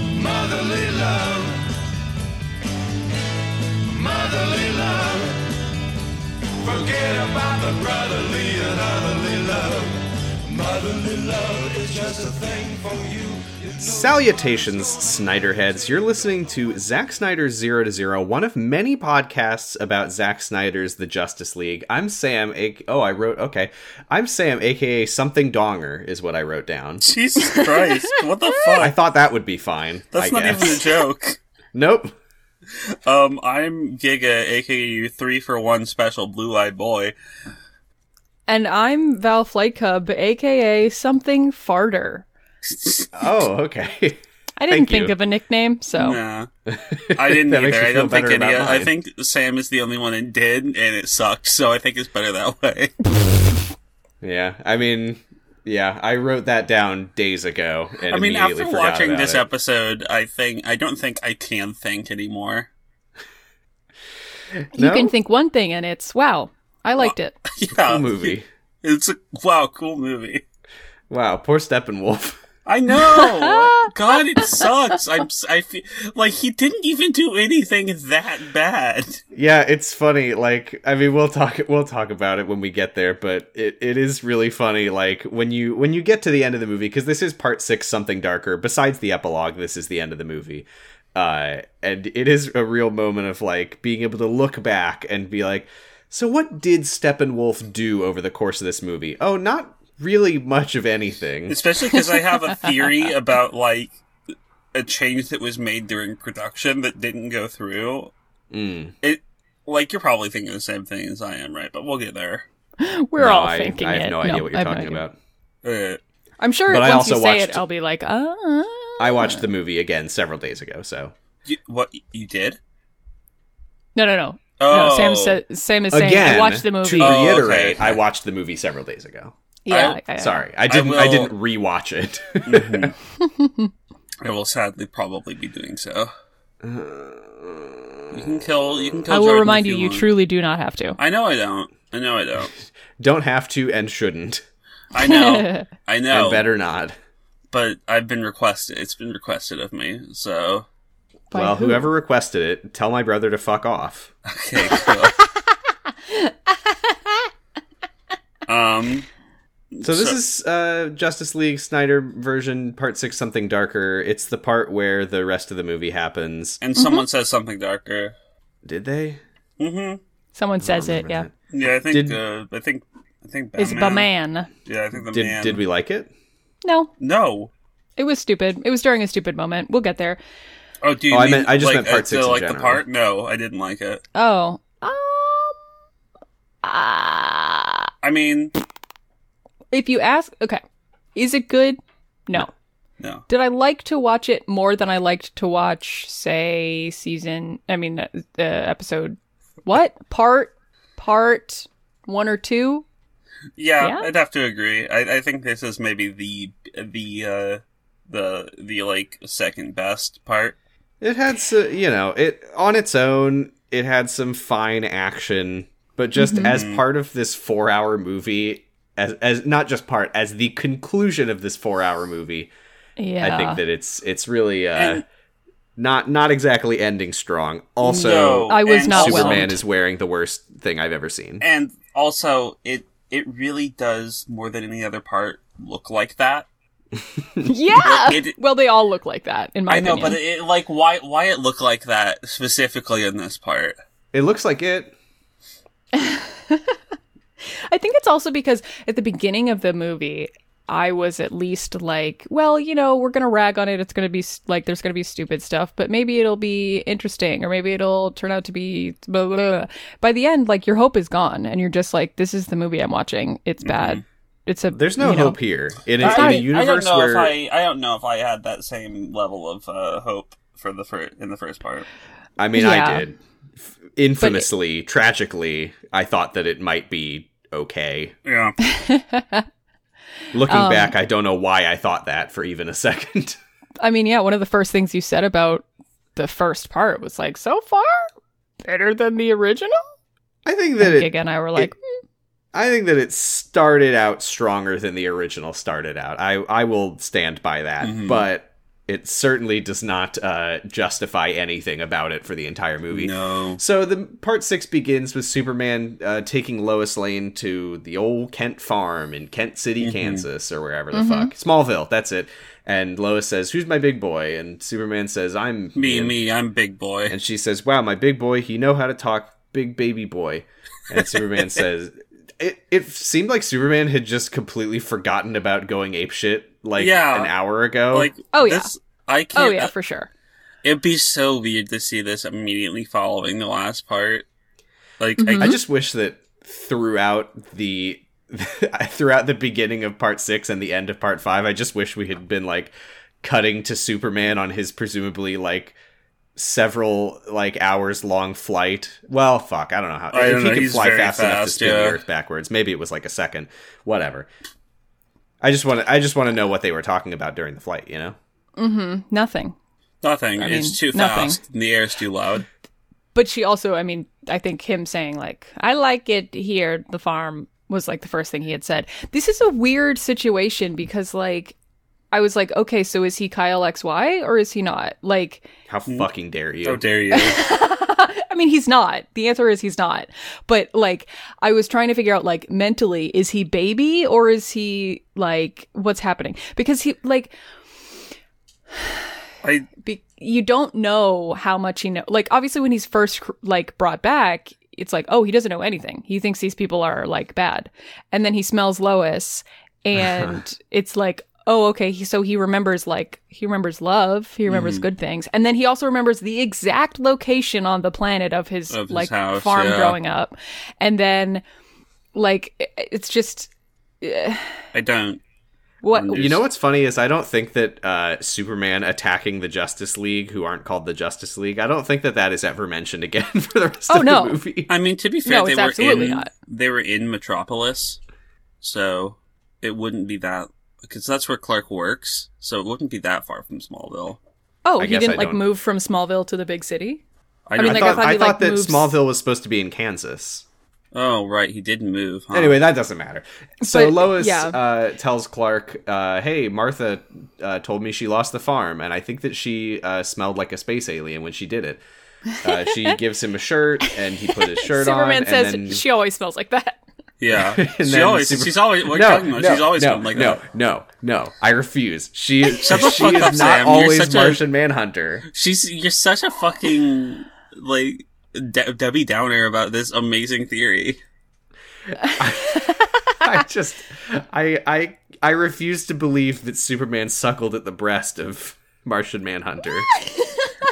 Motherly love. Motherly love. Forget about the brotherly and otherly love. Motherly love is just a thing for you. You know- Salutations, Snyderheads. You're listening to Zack Snyder's Zero to Zero, one of many podcasts about Zack Snyder's The Justice League. I'm Sam. A- oh, I wrote. Okay. I'm Sam, aka Something Donger, is what I wrote down. Jesus Christ! What the I fuck? thought that would be fine. That's I not guess. even a joke. Nope. Um, I'm Giga, aka three for one special blue eyed boy. And I'm Val Flight Cub, aka something farter. Oh, okay. I Thank didn't think you. Mm-hmm. of a nickname, so Nah, I didn't That makes either. you I don't feel think better any. about I mine. think Sam is the only one that did, and it sucked. So I think it's better that way. yeah. I mean, yeah. I wrote that down days ago. And I mean, immediately after forgot watching about this it. episode, I think I don't think I can think anymore. you No? can think one thing and it's wow, I liked it. yeah, movie. It's a wow, cool movie. Wow. Poor Steppenwolf. I know. God, it sucks. I'm. s- I feel like he didn't even do anything that bad. Yeah, it's funny. Like, I mean, we'll talk we'll talk about it when we get there, but it, it is really funny. Like when you when you get to the end of the movie, because this is part six, something darker. Besides the epilogue, this is the end of the movie, uh, and it is a real moment of like being able to look back and be like, so what did Steppenwolf do over the course of this movie? Oh, not really much of anything. especially because I have a theory about like a change that was made during production that didn't go through. Mm. It like you're probably thinking the same thing as I am, right? But we'll get there. We're No, all I, thinking I have it. no idea what you're I have no talking idea. about. Uh, I'm sure But I once also you say it, watched- I'll be like, uh, uh. I watched the movie again several days ago, so you, what you did? no, no, no. Oh, No, Sam said Sam is saying again, I watched the movie. to Oh, okay, reiterate, okay. I watched the movie several days ago. yeah, I- yeah. Sorry, I didn't. I, will- didn't rewatch it. Mm-hmm. I will sadly probably be doing so. You can kill. You can kill. I will Jordan remind if you, you want. truly do not have to. I know I don't. I know I don't. Don't have to and shouldn't, I know. I know. and better not. But I've been requested. It's been requested of me. So By well, who? whoever requested it, tell my brother to fuck off. Okay, cool. um, So this So- is uh, Justice League Snyder version part six, something darker. It's the part where the rest of the movie happens. Mm-hmm. and someone says something darker. Did they? hmm Someone says it. Yeah, Yeah, I think. Did- uh, I think. I think. Batman. it's Batman. Yeah, I think the Did man. Did we like it? No, No. it was stupid. It was during a stupid moment. We'll get there. Oh, do you? Oh, I mean, meant- I just like, meant part uh, six the, in like general. the part. No, I didn't like it. Oh. Um. ah. I mean, if you ask, okay, is it good? No. no. Did I like to watch it more than I liked to watch, say, season? I mean, uh, uh, episode. What part? Part one or two? Yeah, Yeah? I'd have to agree. I, I think this is maybe the the uh, the the like second best part. It had, s- you know, it on its own. It had some fine action, but just Mm-hmm. as part of this four-hour movie, as as not just part as the conclusion of this four-hour movie, Yeah. I think that it's it's really uh, And- not not exactly ending strong. Also, no, I was and not also- Superman whelmed. is wearing the worst thing I've ever seen. and also it it really does more than any other part look like that yeah. It- well, they all look like that, in my i know opinion. but it, it- like why why it look like that specifically in this part It looks like it. I think it's also because at the beginning of the movie, I was at least like, well, you know, we're going to rag on it. It's going to be s- like there's going to be stupid stuff, but maybe it'll be interesting or maybe it'll turn out to be blah, blah, blah. By the end, like your hope is gone and you're just like, this is the movie I'm watching. It's bad. It's a Mm-hmm. There's no you know. hope here. In, a- I, in I a universe don't know where if I, I don't know if i had that same level of uh, hope for the fir- in the first part I mean, I Yeah. did. F- Infamously, tragically, I thought that it might be okay. yeah Looking Um, back, I don't know why I thought that for even a second. I mean, yeah, one of the first things you said about the first part was like, so far, better than the original. I think that And it, Giga and I were like, I think that it started out stronger than the original started out. I I will stand by that, Mhm. but it certainly does not uh, justify anything about it for the entire movie. No. So the part six begins with Superman uh, taking Lois Lane to the old Kent farm in Kent City, Kansas, or wherever the fuck Smallville. That's it. And Lois says, "Who's my big boy?" And Superman says, "I'm Me, And- me, I'm big boy. And she says, "Wow, my big boy, he know how to talk, big baby boy." And Superman says, "It it seemed like Superman had just completely forgotten about going ape shit like Yeah. an hour ago." Like, Oh, yeah. this- I can't. Oh yeah, for sure. It'd be so weird to see this immediately following the last part. Like, I, I just wish that throughout the throughout the beginning of part 6 and the end of part 5 I just wish we had been like cutting to Superman on his presumably like several like hours long flight. Well, fuck, I don't know how I don't if know, he could he's fly very fast, enough to fast, spin yeah. the earth backwards. Maybe it was like a second. Whatever. I just want to I just want to know what they were talking about during the flight, you know? Mm-hmm. Nothing. nothing. I it's mean, too nothing. fast. And the air's too loud. But she also, I mean, I think him saying like, "I like it here," the farm was like the first thing he had said. This is a weird situation because like, I was like, okay, so is he Kyle X Y or is he not? Like, How Mm. fucking dare you? How dare you? I mean, he's not. The answer is he's not. But like, I was trying to figure out like mentally, is he baby or is he like what's happening? Because he like I be- you don't know how much he know. Like obviously, when he's first cr- like brought back, it's like oh he doesn't know anything. He thinks these people are like bad, and then he smells Lois, and it's like oh okay. He, so he remembers like he remembers love. He remembers Mm-hmm. good things, and then he also remembers the exact location on the planet of his, Of his like house, farm yeah. growing up, and then like it- it's just I don't. what Understood. You know what's funny is I don't think that uh, Superman attacking the Justice League, who aren't called the Justice League, I don't think that that is ever mentioned again for the rest Oh, of no. the movie. I mean, to be fair, No, they it's were absolutely in not. they were in Metropolis, so it wouldn't be that because that's where Clark works. So it wouldn't be that far from Smallville. oh I he guess didn't I like don't- move from Smallville to the big city. know- mean, I like, thought, I thought I he, thought like, that moves- Smallville was supposed to be in Kansas. oh right, he did move. Huh? Anyway, that doesn't matter. So But, Lois yeah. uh, tells Clark, uh, "Hey, Martha uh, told me she lost the farm, and I think that she uh, smelled like a space alien when she did it." Uh, she gives him a shirt, and he put his shirt on. Superman and says then- she always smells like that. yeah, And she then always Super- she's always what are you talking about? she's always no, been like no, that. no, no. I refuse. She is she the is fuck up, not Sam. You're always such a- Martian Manhunter. She's you're such a fucking like De- Debbie Downer about this amazing theory. I just I I I refuse to believe that Superman suckled at the breast of Martian Manhunter.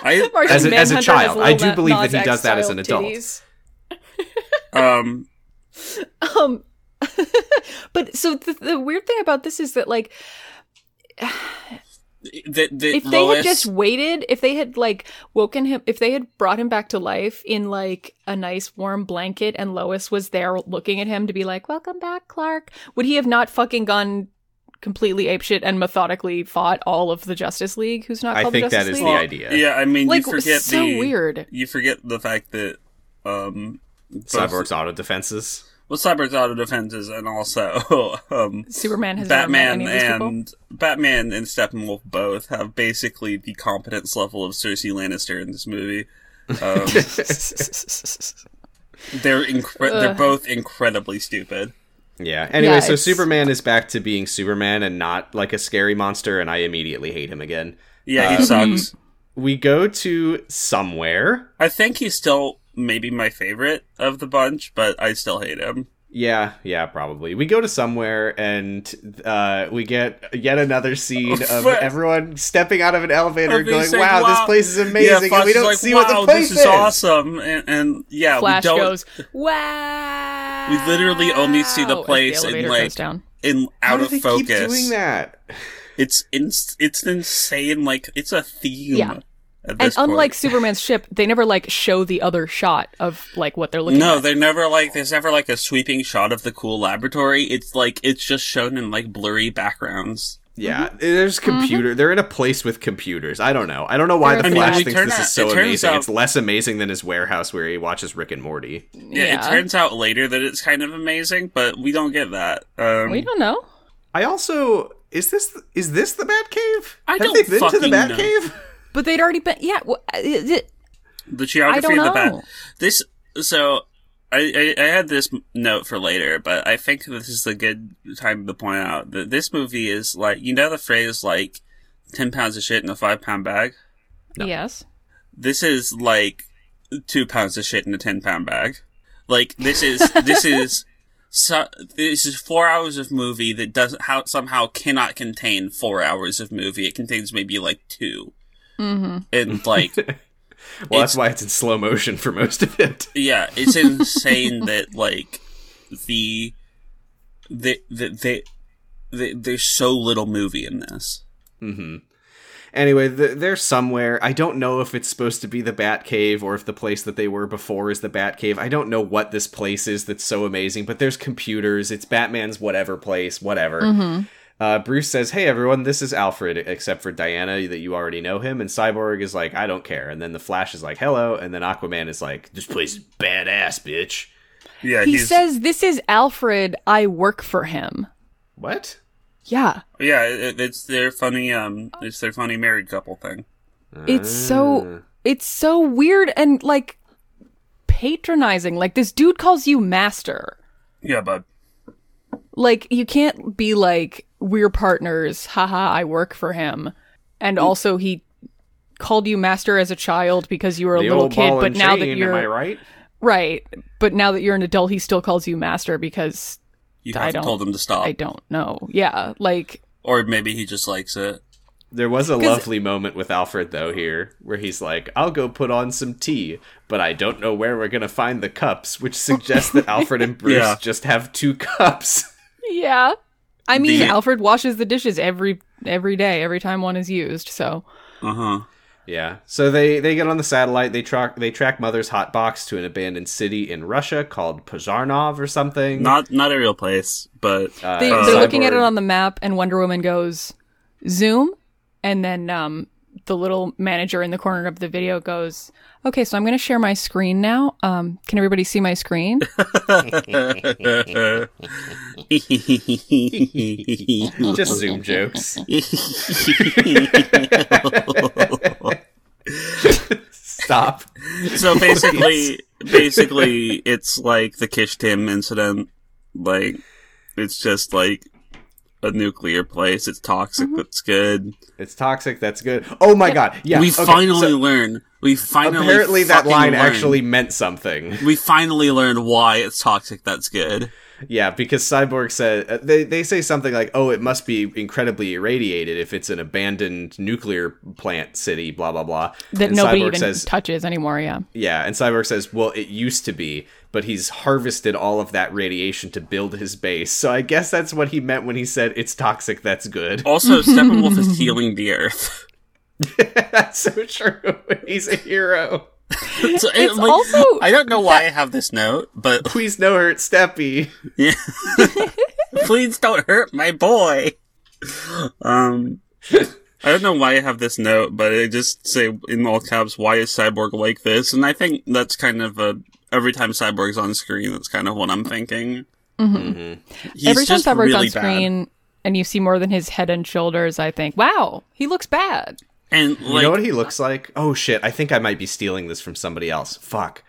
I Martian As a- as a Manhunter has child. I little do Na- believe that Nas he does that as an X-style adult. titties. um Um, but so the, the weird thing about this is that like that that if they Lois, had just waited, if they had like woken him, if they had brought him back to life in like a nice warm blanket, and Lois was there looking at him to be like, "Welcome back, Clark," would he have not fucking gone? Completely apeshit and methodically fought all of the Justice League. Who's not I called think the that Justice is the League? idea. yeah, I mean, Like you forget so the weird. You forget the fact that um both- Cyborg's auto defenses. Well, Cyborg's auto defenses, and also um, Superman has never met Batman any of these people. and Batman and Steppenwolf both have basically the competence level of Cersei Lannister in this movie. Um, they're incre- they're both incredibly stupid. Yeah. Anyway, so it's- Superman is back to being Superman and not like a scary monster, and I immediately hate him again. Yeah, Uh, he sucks. mm-hmm. We go to somewhere. I think he's still maybe my favorite of the bunch, but I still hate him. Yeah, yeah, probably. We go to somewhere and uh, we get yet another scene of Fuck. everyone stepping out of an elevator, Of going, these things, "Wow, this place is Yeah, amazing!" Fox and we is don't like, see wow, what the place this is, awesome, and, and yeah, Flash we don't. goes, wow. We literally only see the as place the in, elevator like- goes down. in How out do of they focus. keep doing that? It's in, it's insane. Like it's a theme. Yeah. At And this unlike point. Superman's ship, they never like show the other shot of like what they're looking no, at. they're never like there's never like a sweeping shot of the cool laboratory. It's like it's just shown in like blurry backgrounds. Yeah, there's Mm-hmm. computer. They're in a place with computers. I don't know. I don't know why They're the in a Flash place. thinks It this turns is so out- it turns amazing. out- It's less amazing than his warehouse where he watches Rick and Morty. Yeah, it turns out later that it's kind of amazing, but we don't get that. Um, we don't know. I also is this is this the Batcave? I Have don't they been to fucking the know. Batcave? But they'd already been. Yeah. Well, is it, The I geography don't of the know. bat. This so I, I I had this m- note for later, but I think this is a good time to point out that this movie is like you know the phrase like ten pounds of shit in a five pound bag. No. Yes. This is like two pounds of shit in a ten pound bag. Like this is this is. So, this is four hours of movie that doesn't how, somehow cannot contain four hours of movie. It contains maybe like two, Mm-hmm. and like Well, It's- that's why it's in slow motion for most of it. Yeah, it's insane that like the the the, the, the there's so little movie in this. hmm Anyway, th- they're somewhere. I don't know if it's supposed to be the Batcave or if the place that they were before is the Batcave. I don't know what this place is that's so amazing, but there's computers. It's Batman's whatever place, whatever. Mm-hmm. Uh, Bruce says, "Hey everyone, this is Alfred, except for Diana that you already know him." And Cyborg is like, "I don't care." And then the Flash is like, "Hello," and then Aquaman is like, "This place is badass, bitch." Yeah, He says, "This is Alfred. I work for him." What? Yeah. yeah. It, it's their funny um, it's their funny married couple thing. It's so it's so weird and like patronizing. Like this dude calls you master. Yeah, bud. Like you can't be like we're partners. Haha, I work for him. And also he called you master as a child because you were a the little old kid, ball but and now that chain, you're am I right? right, but now that you're an adult he still calls you master because You I have don't- told him to Oh. stop, I don't know. Yeah, like or maybe he just likes it. There was a 'Cause- lovely moment with Alfred though here, where he's like, "I'll go put on some tea, but I don't know where we're gonna find the cups," which suggests that Alfred and Bruce Yeah. just have two cups. Yeah. I mean, The- Alfred washes the dishes every every day, every time one is used. So Uh huh. yeah. So they they get on the satellite. They track they track Mother's hot box to an abandoned city in Russia called Pozharnov or something. Not not a real place, but Uh, they, Uh, they're looking at it Cyborg- on the map, and Wonder Woman goes zoom, and then um, the little manager in the corner of the video goes, "Okay, so I'm going to share my screen now. Um, can everybody see my screen?" just Zoom jokes. Stop. So basically, basically, it's like the Kish Tim incident. Like, it's just like a nuclear place. It's toxic, Mm-hmm. but it's good. It's toxic. That's good. Oh my god. Yeah. we okay, finally so- learn. We finally apparently that fucking line learn. actually meant something. We finally learned why it's toxic. That's good. Yeah, because Cyborg said uh, they they say something like, "Oh, it must be incredibly irradiated if it's an abandoned nuclear plant city." Blah blah blah. That and nobody Cyborg even says, touches anymore. Yeah, "Yeah," and Cyborg says, "Well, it used to be, but he's harvested all of that radiation to build his base." So I guess that's what he meant when he said, "It's toxic. That's good." Also, Steppenwolf is healing the Earth. that's so true. he's a hero. So, It's like, also- I don't know why I have this note, but Please no hurt Steppy. please don't hurt my boy. Um, I don't know why I have this note, but I just say in all caps, "Why is Cyborg like this?" And I think that's kind of a every time Cyborg's on screen, that's kind of what I'm thinking. Mm-hmm. He's every time just Cyborg's really on bad. screen. And you see more than his head and shoulders. I think, wow, he looks bad. and like, you know what he looks like? Oh shit, I think I might be stealing this from somebody else. Fuck.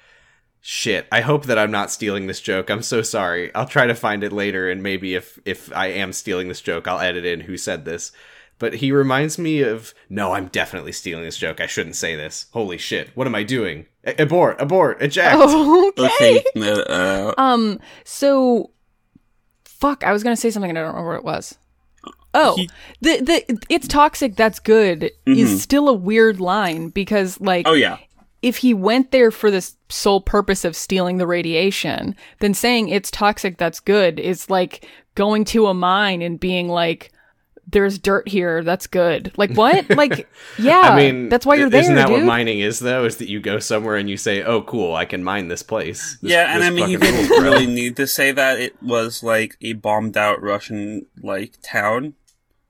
Shit. I hope that I'm not stealing this joke. I'm so sorry. I'll try to find it later and maybe if if I am stealing this joke, I'll edit in who said this. But he reminds me of No, I'm definitely stealing this joke. I shouldn't say this. Holy shit. What am I doing? A- abort, abort, eject. Oh, Okay. okay, uh, uh, Um. So, fuck. I was gonna say something and I don't remember what it was. Oh, He- Mm-hmm. the the it's toxic. That's good. Is still a weird line because like oh yeah, if he went there for the sole purpose of stealing the radiation, then saying it's toxic. That's good is like going to a mine and being like. There's dirt here. That's good. Like what? Like yeah. I mean, that's why you're i- there, Isn't that dude. what mining is, though? Is that you go somewhere and you say, "Oh, cool, I can mine this place." This- yeah, and this I mean he fucking didn't rules, bro." really need to say that. It was like a bombed out Russian like town.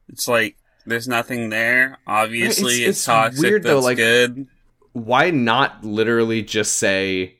It's like there's nothing there. Obviously, It's- it's, it's toxic. weird, though, that's like- good. why not literally just say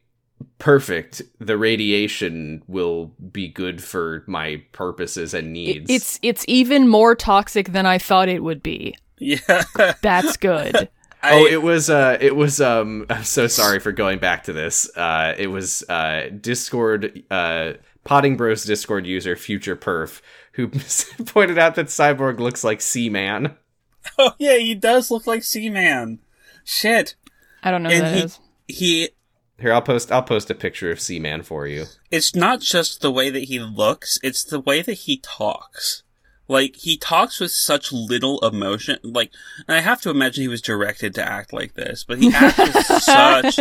perfect the radiation will be good for my purposes and It- needs it's it's even more toxic than I thought it would be. Yeah. That's good. I, oh, it was uh it was um I'm so sorry for going back to this. Uh it was uh Discord uh Potting Bros Discord user Future Perf who pointed out that Cyborg looks like Seaman. oh, yeah, he does look like Seaman. Shit. I don't know who And that he, is. he Here I'll post I'll post a picture of Seaman for you. it's not just the way that he looks, it's the way that he talks. Like, he talks with such little emotion. Like, and I have to imagine he was directed to act like this, but he acts with such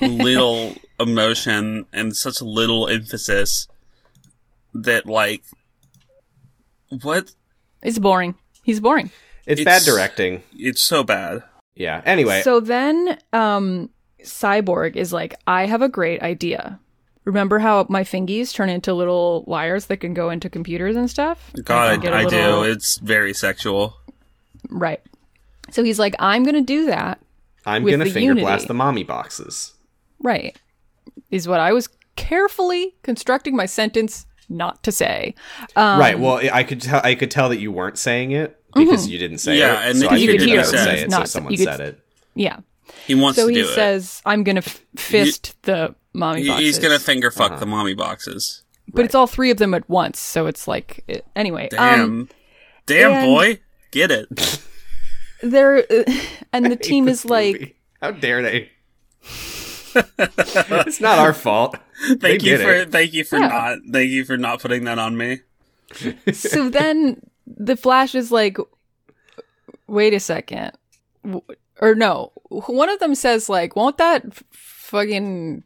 little emotion and such little emphasis that, like, what? It's boring. He's boring. It's, It's- bad directing. It's so bad. Yeah. Anyway, So then um Cyborg is like, I have a great idea. Remember how my fingies turn into little wires that can go into computers and stuff? can God, get a I, little- do. It's very sexual. Right. So he's like, I'm gonna do that. I'm with going to the finger blast Unity. the mommy boxes. Right. Is what I was carefully constructing my sentence not to say. Um, Mm-hmm. right. Well, I I could tell I could tell that you weren't saying it because you didn't say Yeah, it. and so because I you figured could you hear would it. say It's it, not- so someone you could- said it. Yeah. He wants So to he do it. says, "I'm gonna f- fist the mommy He- boxes." He's gonna finger fuck the mommy boxes. but it's all three of them at once, so it's like it- anyway. Damn, Um, damn and- boy, get it. they're uh, and the team This is like, movie. how dare they? it's not our fault. Thank They you did for it. thank you for Yeah. not thank you for not putting that on me. so then the Flash is like, "Wait a second, W- or no?" One of them says like, "Won't that f- fucking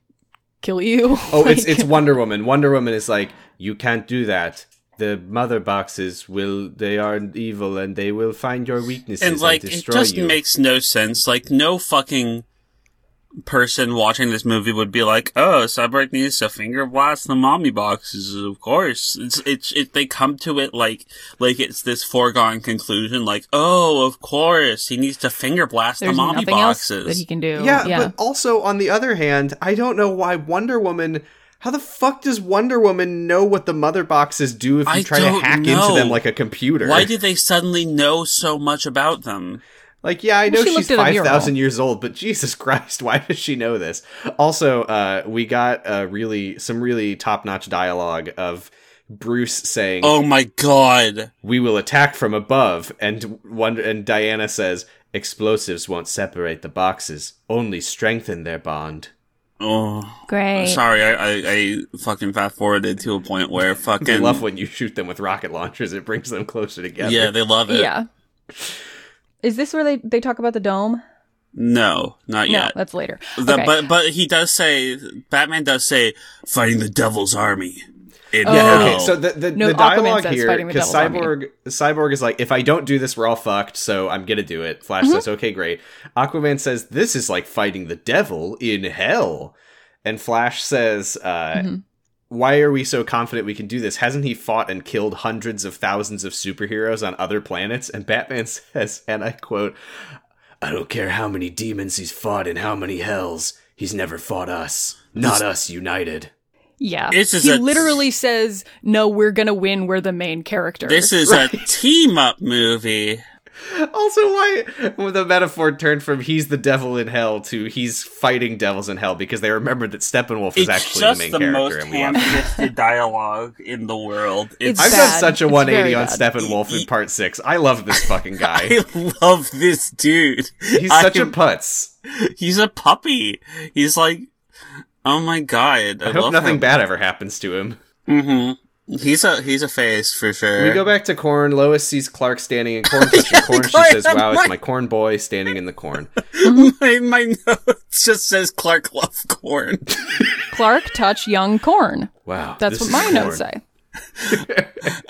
kill you?" Oh, it's Like- it's Wonder Woman. Wonder Woman is like, you can't do that. The mother boxes will they are evil and they will find your weaknesses and, and like it destroy just you. makes no sense. Like no fucking person watching this movie would be like, "Oh, Cyborg needs to finger blast the mommy boxes." Of course, it's it's it, they come to it like like it's this foregone conclusion. Like, oh, of course, he needs to finger blast There's the mommy nothing else boxes. that he can do. yeah, but also on the other hand, I don't know why Wonder Woman how the fuck does Wonder Woman know what the mother boxes do if you I try to don't hack know. into them like a computer? Why do they suddenly know so much about them? Like, yeah, I know Well, she she's looked at a five mural. thousand years old, but Jesus Christ, why does she know this? Also, uh, we got uh, really some really top notch dialogue of Bruce saying, Oh my god. "We will attack from above," and one and Diana says, "Explosives won't separate the boxes; only strengthen their bond." Oh, great. sorry. I, I, I fucking fast forwarded to a point where They fucking love when you shoot them with rocket launchers; it brings them closer together. yeah, they love it. Yeah. Is this where they, they talk about the dome? No, not No, yet. that's later. The- okay. But but he does say Batman does say fighting the devil's army. In Oh. Yeah, hell. okay. So the the, No, the Aquaman dialogue says here fighting the because devil's cyborg cyborg is like, if I don't do this, we're all fucked. So I'm gonna do it. Mm-hmm. Flash says, okay, great. Aquaman says, this is like fighting the devil in hell. And Flash says, uh, Mhm. why are we so confident we can do this? Hasn't he fought and killed hundreds of thousands of superheroes on other planets? And Batman says, and I quote, I don't care how many demons he's fought and how many hells. He's never fought us. Not us united. yeah. This is he a- literally says, "No, we're going to win. We're the main character." this is a team up movie. Also, why when the metaphor turned from "he's the devil in hell" to "he's fighting devils in hell" because they remembered that Steppenwolf is it's actually the just main the, character. most And we have- ham-fisted dialogue in the world. It's, I've Bad. done such a It's 180 very on bad. Steppenwolf in part six. I love this fucking guy. I love this dude. He's such a I'm- putz. he's a puppy. He's like, oh my god. I, I hope love nothing him. bad ever happens to him. Mm-hmm. He's a he's a face for sure. We go back to corn. Lois sees Clark standing in corn. Pushing corn. She Clark, says, "Wow, it's right." my corn boy standing in the corn." my, my notes just says Clark Love Corn. Clark touch young corn. Wow, That's this what is my notes corn. say.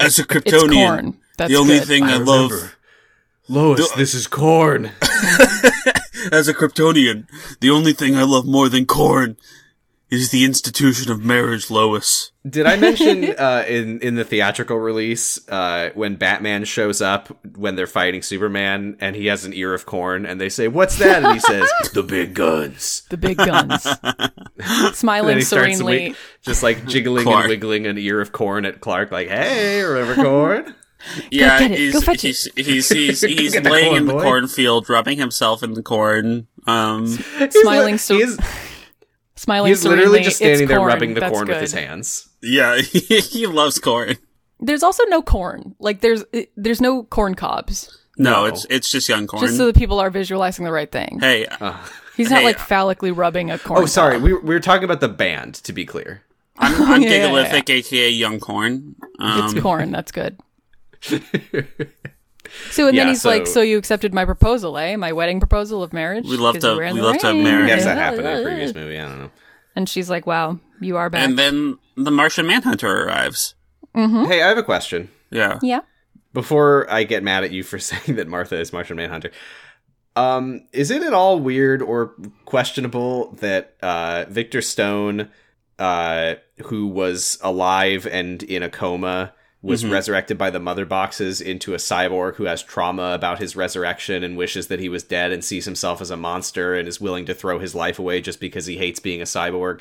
As a It's Kryptonian, corn. That's the only good. thing I, I love remember. Lois, this is corn. as a Kryptonian, the only thing I love more than corn is the institution of marriage, Lois. Did I mention uh, in in the theatrical release uh, when Batman shows up when they're fighting Superman and he has an ear of corn and they say what's that and he says the big guns The big guns. and then Smiling he starts serenely. wi- just like jiggling Clark. and wiggling an ear of corn at Clark like hey remember corn yeah, get it. he's, Go fetch he's, he's he's he's Get the laying corn, in the boy. cornfield, rubbing himself in the corn. Um, Smiling He's, ser- li- he's, Smiling he's literally serenely, just "It's standing there corn, rubbing the that's corn with good." his hands. yeah, he loves corn. There's also no corn. Like there's it- there's no corn cobs. No, No. it's it's just young corn. Just so that people are visualizing the right thing. hey, He's not hey, like phallically rubbing a corn. Oh, sorry. cob. We, we were talking about the band, to be clear. I'm, I'm Yeah, yeah, yeah. Gigalithic, aka Young Corn. Um, It's corn. That's good. So and Yeah, then he's like, so- "So you accepted my proposal, eh? My wedding proposal of marriage? We love 'Cause to- were in we the love to have rain." marriage. Yes, that happened in a previous movie. I don't know. And she's like, "Wow, you are back." and then the Martian Manhunter arrives. Mm-hmm. Hey, I have a question. Yeah, yeah. Before I get mad at you for saying that Martha is Martian Manhunter, um, is it at all weird or questionable that uh, Victor Stone, uh, who was alive and in a coma, was Mhm. resurrected by the mother boxes into a cyborg who has trauma about his resurrection and wishes that he was dead and sees himself as a monster and is willing to throw his life away just because he hates being a cyborg.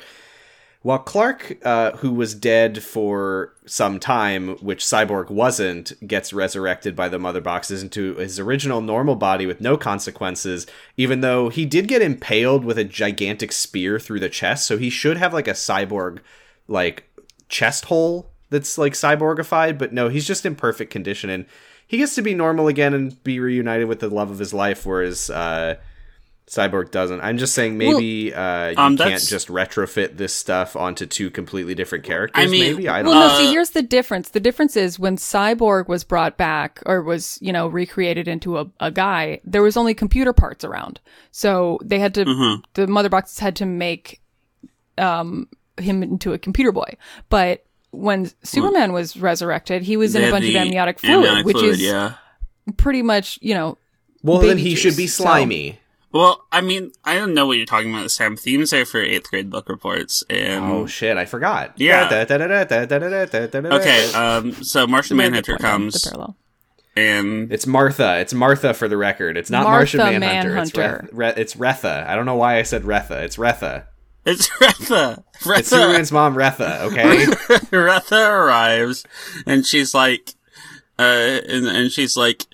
While Clark, uh, who was dead for some time, which Cyborg wasn't, gets resurrected by the Mother Boxes into his original normal body with no consequences, even though he did get impaled with a gigantic spear through the chest, so he should have like a cyborg, like chest hole that's like cyborgified, but no, he's just in perfect condition and he gets to be normal again and be reunited with the love of his life, whereas uh, Cyborg doesn't. I'm just saying maybe uh, you um, can't that's- just retrofit this stuff onto two completely different characters. I mean, maybe I don't. Well, know. no. Uh, See, here's the difference. The difference is when Cyborg was brought back or was, you know, recreated into a, a guy. There was only computer parts around, so they had to. Mm-hmm. The mother boxes had to make um, him into a computer boy. But when Superman was resurrected, he was in They a had bunch of the amniotic fluid, amniotic which fluid, is yeah. pretty much, you know, Well, then baby he juice, should be so- slimy. Well, I mean, I don't know what you're talking about, Sam. Themes are for eighth grade book reports, and Oh shit, I forgot. Yeah. okay. Okay. Um, so Martian very good Manhunter point, um, comes, The parallel. and It's Martha. It's Martha for the record. It's not Martian Martha Manhunter. It's, Reth- Manhunter. Re- it's Retha. I don't know why I said Retha. It's Retha. it's Retha. It's Retha, Superman's mom, Retha. Okay. Retha arrives, and she's like, uh, and, and she's like,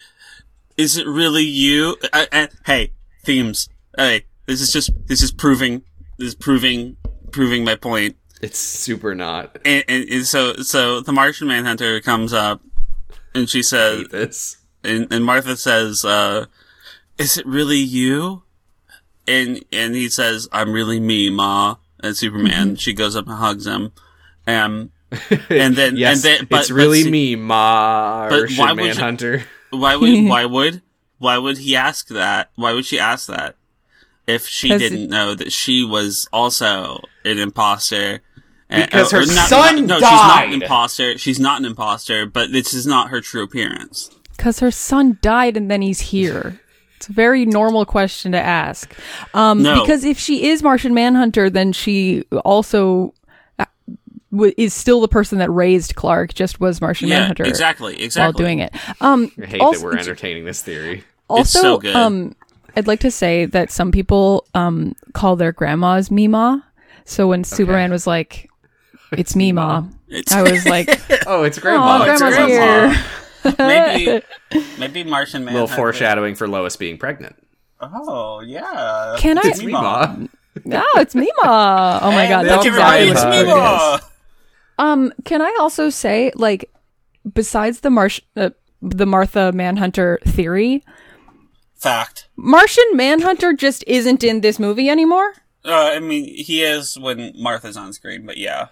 "Is it really you?" Uh, uh, hey, themes. Hey, this is just this is proving this is proving proving my point. it's super not. and, and, and so so the Martian Manhunter comes up, and she says, This. and, and Martha says, uh, "Is it really you?" And and he says, "I'm really me, Ma." And Superman, Mm-hmm. she goes up and hugs him, um, and then Yes, and then but, it's really but, see- me, Martian why would you- Manhunter. Why would why would why would he ask that? Why would she ask that if she 'Cause- didn't know that she was also an imposter? And- Because her or not- son not- no, she's not an died. imposter. She's not an imposter, but this is not her true appearance. Because her son died and then he's here. It's a very normal question to ask. Um, No. Because if she is Martian Manhunter, then she also uh, w- is still the person that raised Clark, just was Martian Yeah, Manhunter exactly, exactly. while doing it. Um, I hate also, that we're entertaining this theory. also so good. Um, I'd like to say that some people um, call their grandmas Mima. So when Superman was like, it's Mima, It's- I was like, Oh, it's oh, Grandma. it's grandma's Grandma. here. maybe maybe Martian Manhunter. little foreshadowing for Lois being pregnant. Oh yeah. Can I- It's me, Ma. Meemaw. No, it's Mima. Oh my God. Hey, That's look, everybody, exactly what it's it me, is. Ma. Um, can I also say, like, besides the Marsh, uh, the Martha Manhunter theory, Fact. Martian Manhunter just isn't in this movie anymore. Uh, I mean, he is when Martha's on screen, but yeah.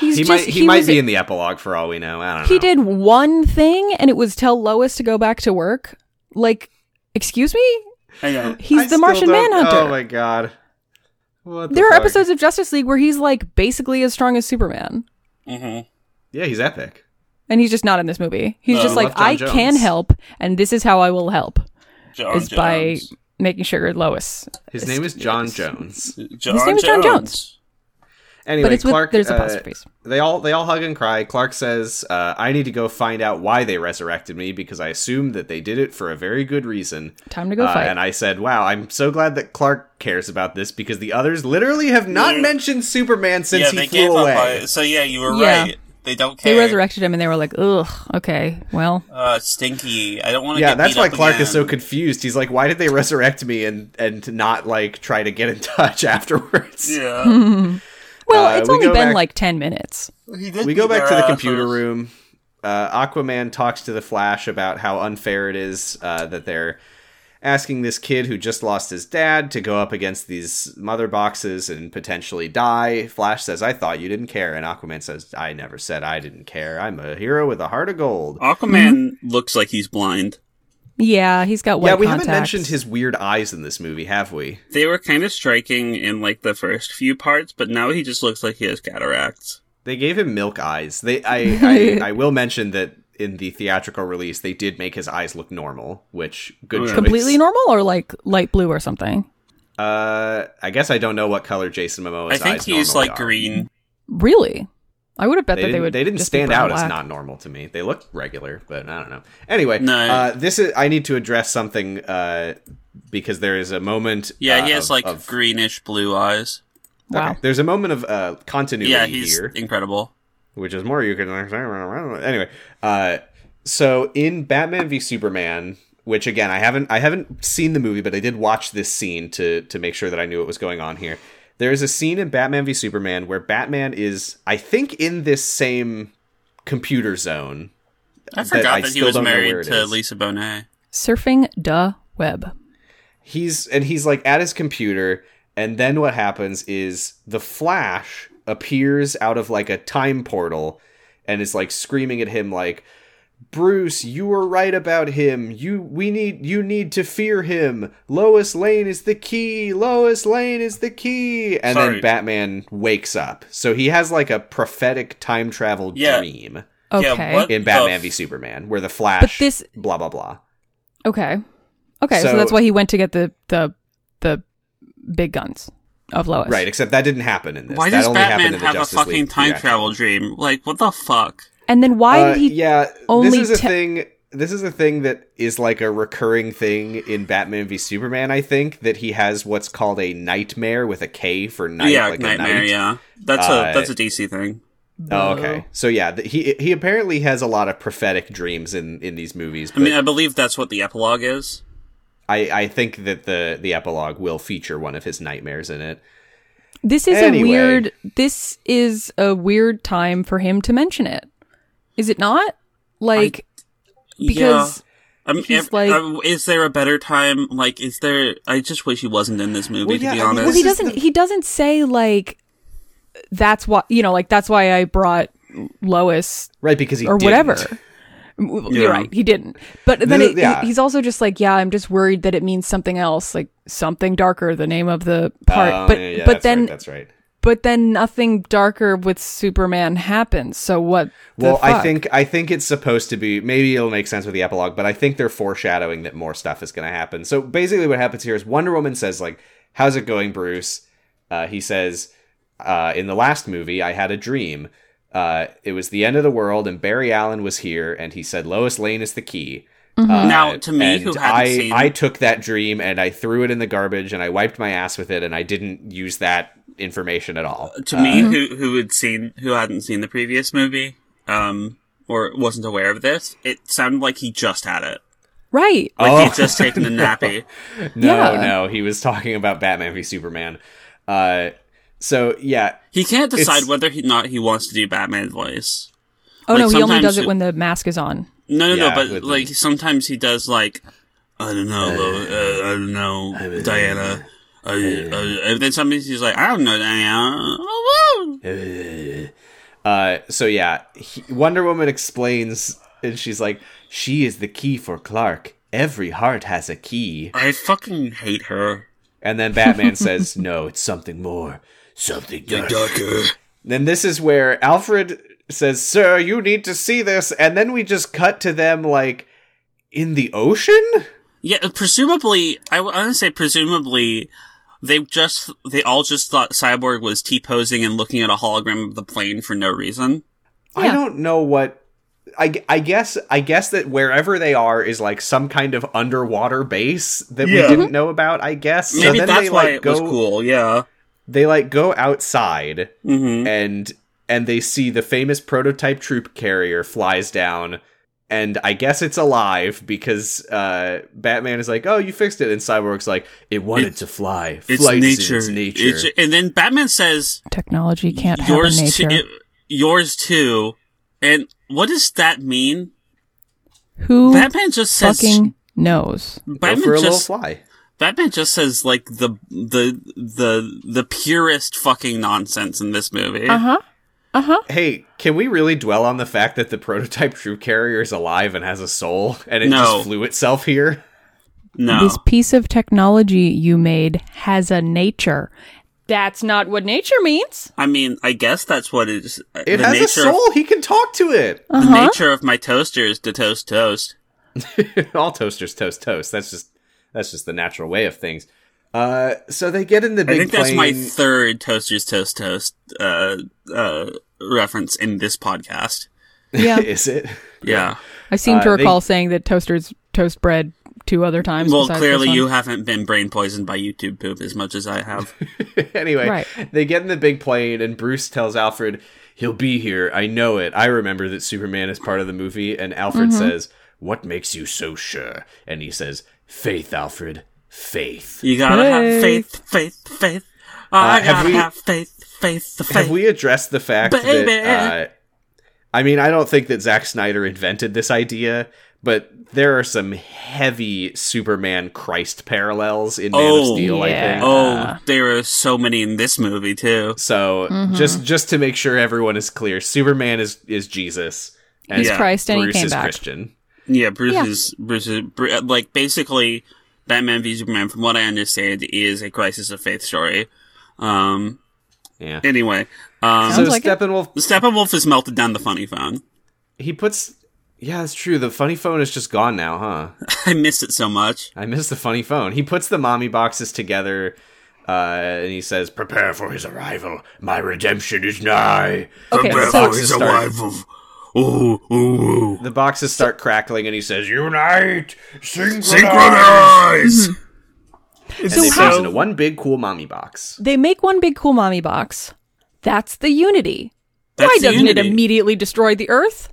He's he just, might he, might was- be in the epilogue for all we know. I don't know. He did one thing, and it was tell Lois to go back to work. Like, excuse me, I know. he's I the still Martian don't- Manhunter. Oh my god. What the there are fuck? episodes of Justice League where he's like basically as strong as Superman, hmm Yeah, he's epic. and he's just not in this movie. He's No, just I like, love John I can Jones. help, and this is how I will help. John is by Jones. making sure Lois His name is John Jones. John name is John Jones. Anyway, it's with- Clark. there's uh, apostrophes. They all they all hug and cry. Clark says, uh, "I need to go find out why they resurrected me because I assume that they did it for a very good reason." Time to go Uh, fight. And I said, "Wow, I'm so glad that Clark cares about this because the others literally have not mentioned Superman since Yeah, he they flew gave away." up on it. So yeah, you were Yeah. right. They don't care. They resurrected him and they were like, ugh, okay, well, Uh, stinky. I don't want to. Yeah, get that's beat why up Clark again. is so confused. He's like, why did they resurrect me and and not like try to get in touch afterwards? Hmm. Yeah. well, Uh, it's we only go been back- like ten minutes. He did We go beat their back to the ass computer first. room. Uh, Aquaman talks to the Flash about how unfair it is uh, that they're asking this kid who just lost his dad to go up against these mother boxes and potentially die. Flash says, "I thought you didn't care," and Aquaman says, "I never said I didn't care. I'm a hero with a heart of gold." Uh, Aquaman looks like he's blind. Yeah, he's got white yeah, we haven't contacts. mentioned his weird eyes in this movie, have we? They were kind of striking in like the first few parts, but now he just looks like he has cataracts. They gave him milk eyes. They, I, I, I will mention that in the theatrical release, they did make his eyes look normal, which good Oh, yeah. choice. completely normal or like light blue or something. Uh, I guess I don't know what color Jason Momoa's I eyes. think he's normally like are. green. Really, I would have bet They that didn't, they would. they didn't just be stand brown out black. as not normal to me. They look regular, but I don't know. Anyway, No. uh, this is I need to address something uh, because there is a moment. Yeah, uh, he has of- like of- greenish blue eyes. Wow. okay, There's a moment of uh, continuity Yeah, he's here. incredible. which is more you can anyway uh so in batman v superman which again i haven't i haven't seen the movie but i did watch this scene to to make sure that i knew what was going on here there is a scene in batman v superman where batman is i think in this same computer zone I I forgot that, he still was don't know where married it to is. Lisa Bonet. Surfing the web. he's and he's like at his computer and then what happens is the flash appears out of like a time portal and is like screaming at him like Bruce, you were right about him. You we need you need to fear him. Lois Lane is the key. Lois Lane is the key. And Sorry. then Batman wakes up. So he has like a prophetic time travel Yeah. dream Okay, what- in The Batman f- v Superman where the Flash this- blah blah blah. okay, okay. So, So- that's why he went to get the the the big guns of Lois. Right, except that didn't happen in this. Why that does only happened Batman in the have a Justice fucking League time theatrical. travel dream? Like, what the fuck? And then why Uh, did he? yeah only this is a te- thing this is a thing that is like a recurring thing in batman v superman i think that he has what's called a nightmare with a k for night yeah, like nightmare. a night Yeah, that's Uh, a that's a DC thing. oh okay so yeah th- he he apparently has a lot of prophetic dreams in in these movies I but mean, uh, I believe that's what the epilogue is. I, I think that the the epilogue will feature one of his nightmares in it This is Anyway. a weird. This is a weird time for him to mention it. Is it not? Like because. yeah. I mean, he's ev- like- um, is there a better time? Like, is there? I just wish he wasn't in this movie. Well, yeah, to be I mean, honest, Well, he This is doesn't. the- He doesn't say like that's why you know like that's why I brought Lois right because he or didn't. whatever. W- Yeah. You're right. He didn't. But then This- it, he- yeah. he's also just like, yeah, I'm just worried that it means something else, like something darker. The name of the part, Oh, but yeah, yeah, but that's then right, that's right but then nothing darker with Superman happens. So what? the Well, I fuck? think I think it's supposed to be. Maybe it'll make sense with the epilogue, but I think they're foreshadowing that more stuff is going to happen. So basically, what happens here is Wonder Woman says, "Like, how's it going, Bruce?" Uh, he says, uh, "In the last movie, I had a dream. Uh, it was the end of the world, and Barry Allen was here, and he said Lois Lane is the key." Mm-hmm. Uh, Now, to me, and who hadn't I seen- I took that dream and I threw it in the garbage and I wiped my ass with it and I didn't use that information at all. to me, who who had seen who hadn't seen the previous movie, um, or wasn't aware of this, it sounded like he just had it. right. Like Oh. he'd just taken a nappy. No, Yeah. no, he was talking about Batman v Superman. Uh, so yeah, He can't decide It's- whether he not he wants to do Batman voice. Oh like, no, he only sometimes does it it- when the mask is on. No, no, Yeah, no. But with like the- sometimes he does like I don't know, Lo- uh, I don't know, Diana. Uh, uh, and then sometimes he's like, I don't know, Diana. Oh, woo. uh, so yeah, he, Wonder Woman explains, and she's like, "She is the key for Clark. Every heart has a key." I fucking hate her. And then Batman says, "No, it's something more, something darker." Darker. Then this is where Alfred says, "Sir, you need to see this," and then we just cut to them like in the ocean. Yeah, uh, presumably, I want to say presumably, they just they all just thought Cyborg was t posing and looking at a hologram of the plane for no reason. I Yeah. don't know what. I, g- I guess I guess that wherever they are is like some kind of underwater base that we Yeah. didn't Mm-hmm. know about. I guess Maybe so then that's they why like it go was cool. Yeah. they like go outside hmm and and they see the famous prototype troop carrier flies down and I guess it's alive because uh, Batman is like, "Oh, you fixed it," and Cyborg's like, "It wanted It's- to fly. It's Flight is nature. Its nature. It's- and then Batman says, Technology can't have "Yours, nature. too, yours too." And what does that mean? Who Batman just says. fucking knows? Go Batman for a little just fly." Batman just says like the the the the purest fucking nonsense in this movie. Uh Uh-huh. huh. Uh huh. Hey, can we really dwell on the fact that the prototype troop carrier is alive and has a soul, and it No. just flew itself here? No, This piece of technology you made has a nature. That's not what nature means. I mean, I guess that's what it is. Uh, It has a soul. he can talk to it. Uh-huh. The nature of my toaster is to toast toast. All toasters toast toast. That's just that's just the natural way of things. Uh, so they get in the I big think plane. that's my third toasters toast toast uh, uh, reference in this podcast. Yeah. is it? Yeah. I seem to Uh, they- recall saying that toasters toast bread two other times. Well, besides clearly this you one. haven't been brain poisoned by YouTube poop as much as I have. anyway, Right. they get in the big plane, and Bruce tells Alfred, "He'll be here. I know it. I remember that Superman is part of the movie." And Alfred Mm-hmm. says, "What makes you so sure?" And he says, "Faith, Alfred. Faith." You gotta Hey. have faith, faith, faith. I Uh, have gotta we- have faith, faith, the faith. Have we addressed the fact Baby. that? Uh, I mean, I don't think that Zack Snyder invented this idea, but there are some heavy Superman Christ parallels in Man of Oh, Steel. I yeah. think. Oh, there are so many in this movie too. So Mm-hmm. just just to make sure everyone is clear, Superman is is Jesus. And He's Christ and he Bruce came is back. Christian. Yeah, Bruce Yeah. is Bruce is Bru- uh, like basically Batman v Superman. From what I understand, is a crisis of faith story. Um. Yeah. Anyway, um, so Sounds like it. Steppenwolf Steppenwolf has melted down the funny phone. he puts Yeah, that's true. The funny phone is just gone now, huh? I missed it so much. I miss the funny phone. He puts the mommy boxes together uh, and he says, "Prepare for his arrival. My redemption is nigh." Okay, The so- boxes start- of. Ooh, ooh, ooh. the boxes start crackling, and he says, "Unite, synchronize." Synchronize. And they So fuse how- into one big cool mommy box. they make one big cool mommy box. That's the unity. That's Why the doesn't it unity. immediately destroy the Earth?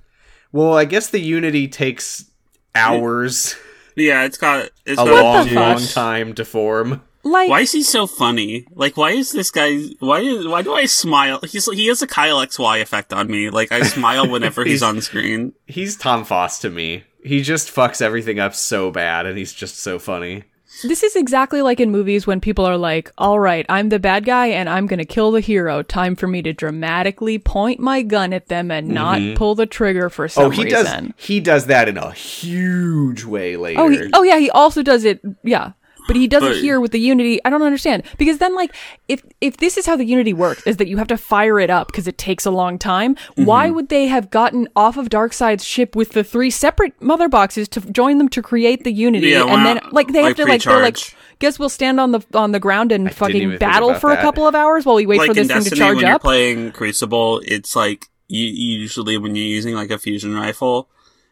Well, I guess the Unity takes hours. Yeah, it's got it's a got long, the fuck? long time to form. Like, Why is he so funny? Like, why is this guy? Why is why do I smile? He's he has a Kyle XY effect on me. Like I smile whenever he's, He's- on screen. He's Tom Foss to me. He just fucks everything up so bad, and he's just so funny. This is exactly like in movies when people are like, all right, I'm the bad guy and I'm going to kill the hero. Time for me to dramatically point my gun at them and not pull the trigger for some Mm-hmm. oh, he reason. does. He does that in a huge way later. Oh, he, oh, yeah, he also does it. Yeah. But he does But- it here with the unity. I don't understand because then, like, if if this is how the unity works, is that you have to fire it up because it takes a long time. Why Mm-hmm. would they have gotten off of Darkseid's ship with the three separate mother boxes to join them to create the unity? Yeah, why and then, not, like, they like, have to like they're like, recharge? guess we'll stand on the on the ground and didn't even fucking think battle about for that. a couple of hours while we wait for like in this thing to Destiny, charge when you're up. playing Crucible, it's like you, you usually when you're using like a fusion rifle,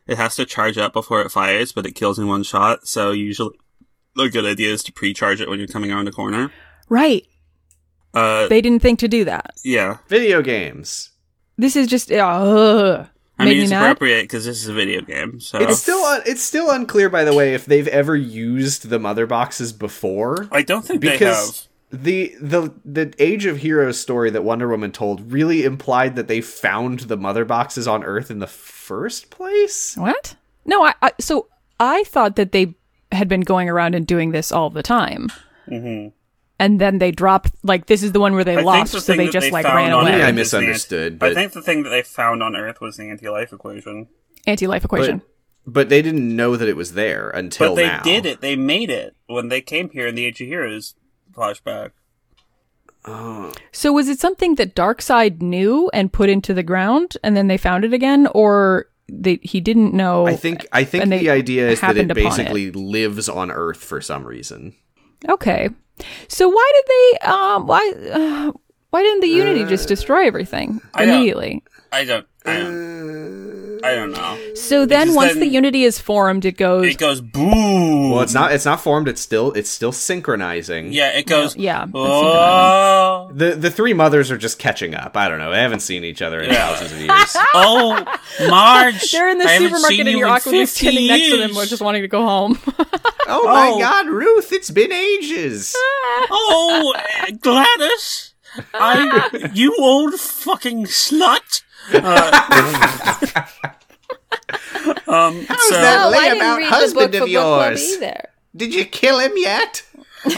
it has to charge up before it fires, but it kills in one shot. So usually, the good idea is to pre-charge it when you're coming around the corner. right? Uh, They didn't think to do that. yeah. Video games. This is just uh, I made mean, me it's mad. appropriate because this is a video game. So It's still un- it's still unclear, by the way, if they've ever used the mother boxes before. I don't think they have. because the the the Age of Heroes story that Wonder Woman told really implied that they found the mother boxes on Earth in the first place. What? No, I, I so I thought that they had been going around and doing this all the time. And then they dropped like this is the one where they Mm-hmm. I think lost, the so thing they that just they like found ran on Maybe away. I Earth is the misunderstood, ant- but- I think the thing that they found on Earth was the anti-life equation. Anti-life equation. But they didn't know that it was there until But they now. did it. They made it when they came here in the Age of Heroes flashback. Oh. so was it something that Darkseid knew and put into the ground, and then they found it again, or they, he didn't know? I think I think and they the idea is that it happened upon it. basically lives on Earth for some reason. Okay. So why did they? Um. Why? Uh, why didn't the Unity Uh, just destroy everything I don't- immediately? I don't. I don't, I don't know. So then, Uh, just once then- the Unity is formed, it goes It goes boo. Ooh. Well, it's not. It's not formed. It's still. It's still synchronizing. Yeah, it goes. Yeah. that's synchronizing. Oh, The the three mothers are just catching up. I don't know. They haven't seen each other in Yeah. thousands of years. oh, Marge. They're in the I haven't seen supermarket and you you're in awkwardly 50 standing next to them, years. just wanting to go home. oh my Oh. God, Ruth! It's been ages. Oh, eh, Gladys, I, you old fucking slut. Uh, um, so, that- Oh, Lay I didn't about read the husband book for of book club yours. either. Did you kill him yet?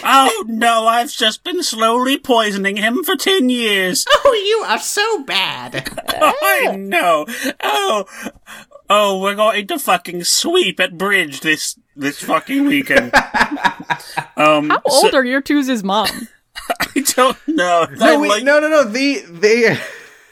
oh no, I've just been slowly poisoning him for ten years. Oh, you are so bad. I know. Oh, oh, we're going to fucking sweep at bridge this this fucking weekend. um, How so- old are your two's mom? I don't know. I no, we, like- no, no, no. The they.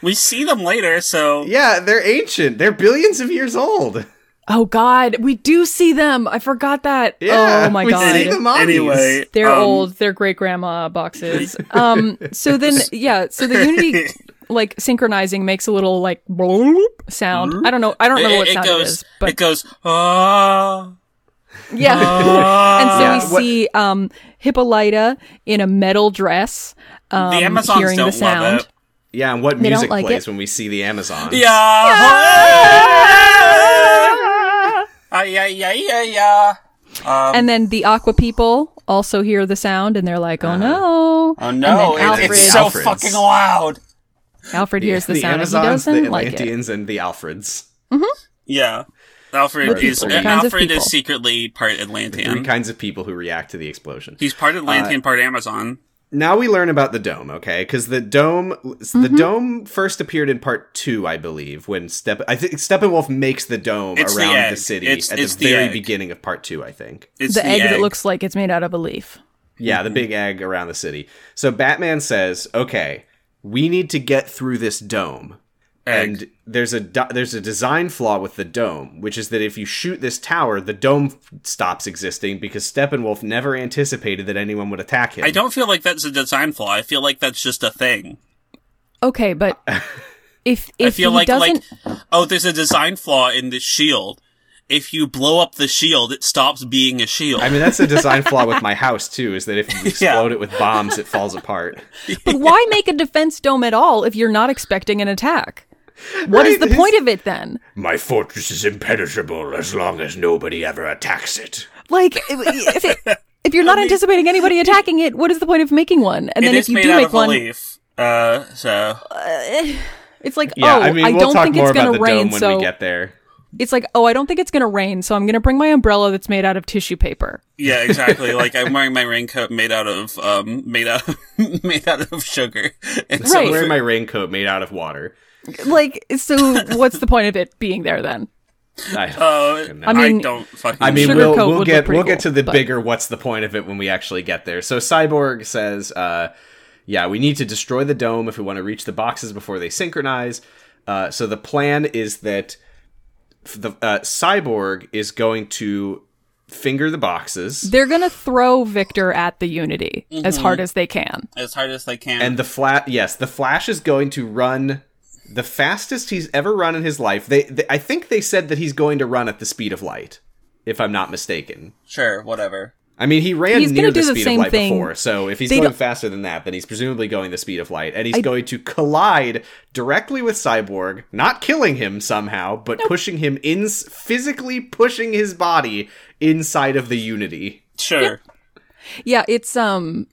we see them later, so Yeah, they're ancient. They're billions of years old. Oh God, we do see them. I forgot that. Yeah, oh my we God. see them all. anyway, They're um, old. They're great grandma boxes. Um. So then, yeah. So the unity, like synchronizing, makes a little like bloop sound. I don't know. I don't know what sound goes, it is, but it goes. Ah, yeah. ah. and so Yeah, we what- see um Hippolyta in a metal dress. Um, the Amazons hearing don't the sound. love it. Yeah, and what They don't music like plays it. when we see the Amazon? Yeah. Ah, yeah, yeah, yeah, yeah. And then the Aqua people also hear the sound, and they're like, "Oh no!" Uh, Oh no, And then it- it's Alfred- so Alfred's. fucking loud. Alfred hears the, sound, Amazons, and he the doesn't like it. Atlanteans, and the Alfreds. Yeah, Alfred is three kinds of Alfred is people. secretly part Three Atlantean. kinds of people who react to the explosion. He's part Uh, Atlantean, part Amazon. now we learn about the dome, okay? Because the dome, the dome first appered in part two, I believe, when Step. I think Steppenwolf makes the dome It's the around the, egg. city It's- at it's the the very egg. beginning of part two, I think. It's the, egg, that looks like it's made out of a leaf. Mm-hmm. Yeah, the big egg around the city. So Batman says, "Okay, we need to get through this dome." Egg. And there's a di- there's a design flaw with the dome, which is that if you shoot this tower, the dome f- stops existing because Steppenwolf never anticipated that anyone would attack him. I don't feel like that's a design flaw. I feel like that's just a thing. Okay, but if if I feel he like doesn't, like oh, there's a design flaw in this shield. If you blow up the shield, it stops being a shield. I mean, that's a design flaw with my house too. Is that if you explode Yeah. it with bombs, it falls apart. but why make a defense dome at all if you're not expecting an attack? What is Right, the it's- point of it then? My fortress is impenetrable as long as nobody ever attacks it. Like, if, it, if you're not anticipating anybody attacking it, what is the point of making one? And It then if is you made do out make of a one, leaf. Uh, so it's like, Yeah, oh, I mean, we'll don't talk think more it's about going the to rain, dome when so we get there. it's like, oh, I don't think it's going to rain, so I'm going to bring my umbrella that's made out of tissue paper. yeah, exactly. like I'm wearing my raincoat made out of um made out of, made out of sugar. And so- Right. I'm wearing my raincoat made out of water. Like, so what's the point of it being there then? I, Uh, fucking know. I, I mean- don't fucking. I mean, Sugar we'll, coat we'll would look get pretty we'll get to cool, the but- bigger what's the point of it when we actually get there. So Cyborg says, uh, "Yeah, we need to destroy the dome if we want to reach the boxes before they synchronize." Uh, so the plan is that f- the uh, Cyborg is going to finger the boxes, They're going to throw Victor at the Unity as Mm-hmm. hard as they can. as hard as I can. and the flat yes, the Flash is going to run. The fastest he's ever run in his life. They, they, I think they said that he's going to run at the speed of light, if I'm not mistaken. sure, whatever. I mean, he ran He's near gonna the do the speed same of light thing. before, so if he's They going don't- faster than that, then he's presumably going the speed of light, and he's going to collide directly with Cyborg, not killing him somehow, but pushing him in, physically pushing his body inside of the Unity. Sure. Yeah, it's um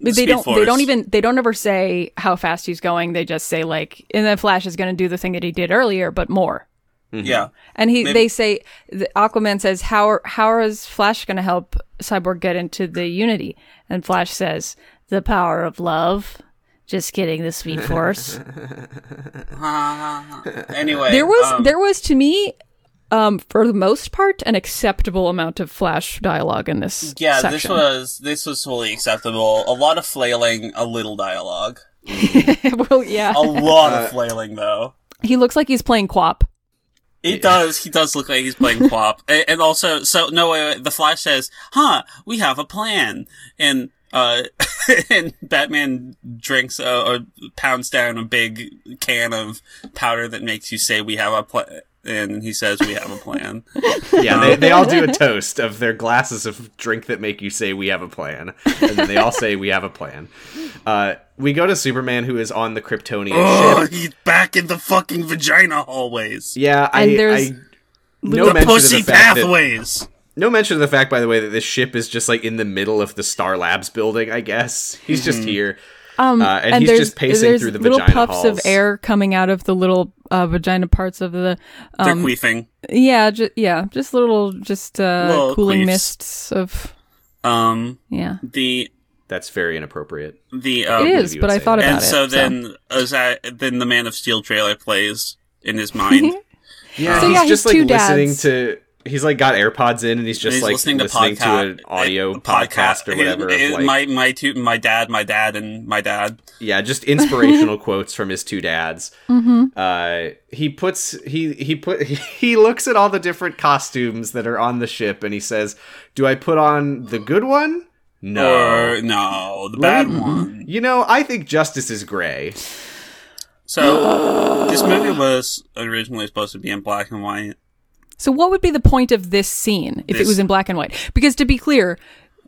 they Speed don't they Force. don't even they don't ever say how fast he's going. They just say like and then Flash is going to do the thing that he did earlier but more. Yeah. And he they say the Aquaman says how are, how is Flash going to help Cyborg get into the unity? And Flash says the power of love. Just kidding, the sweet force. Anyway, there was um, there was to me um for the most part an acceptable amount of Flash dialogue in this Yeah, section. this was this was totally acceptable. A lot of flailing, a little dialogue. well, yeah. A lot Uh, of flailing though. He looks like he's playing quap. It does. He does look like he's playing Quap. A- And also, so no, wait, wait, the Flash says, "Huh, we have a plan." And uh, and Batman drinks uh, or pounds down a big can of powder that makes you say, "We have a plan." and he says we have a plan. Yeah, they, they all do a toast of their glasses of drink that make you say we have a plan, and then they all say we have a plan. Uh, we go to Superman who is on the Kryptonian ship. Ugh, he's back in the fucking vagina hallways. Yeah, I, And there's I no the mention pussy of the fact that, pathways. no mention of the fact, by the way, that this ship is just like in the middle of the Star Labs building. I guess he's just Mm-hmm. here. Um, Uh, and he's there's, just pacing there's through the little vagina puffs halls. of air coming out of the little uh, vagina parts of the. They're Um, queefing. yeah, ju- yeah, just little, just uh, Little cooling queefs. mists of. Um, Yeah, the That's very inappropriate. the um, it believe is, you but would I say thought that. about and it. so then as I, then the Man of Steel trailer plays in his mind. Yeah, So he's yeah, just he's like two listening dads. to. He's like got AirPods in, and he's just he's like listening to podca- an audio a podcast, or It- whatever. of, it- like, my my two, my dad, my dad, and my dad. yeah, just inspirational quotes from his two dads. Mm-hmm. Uh, he puts he he put he looks at all the different costumes that are on the ship, and he says, "Do I put on the good one? No." Or no, the bad one. you know, I think justice is gray. So this movie was originally supposed to be in black and white. So what would be the point of this scene if This- it was in black and white? Because to be clear,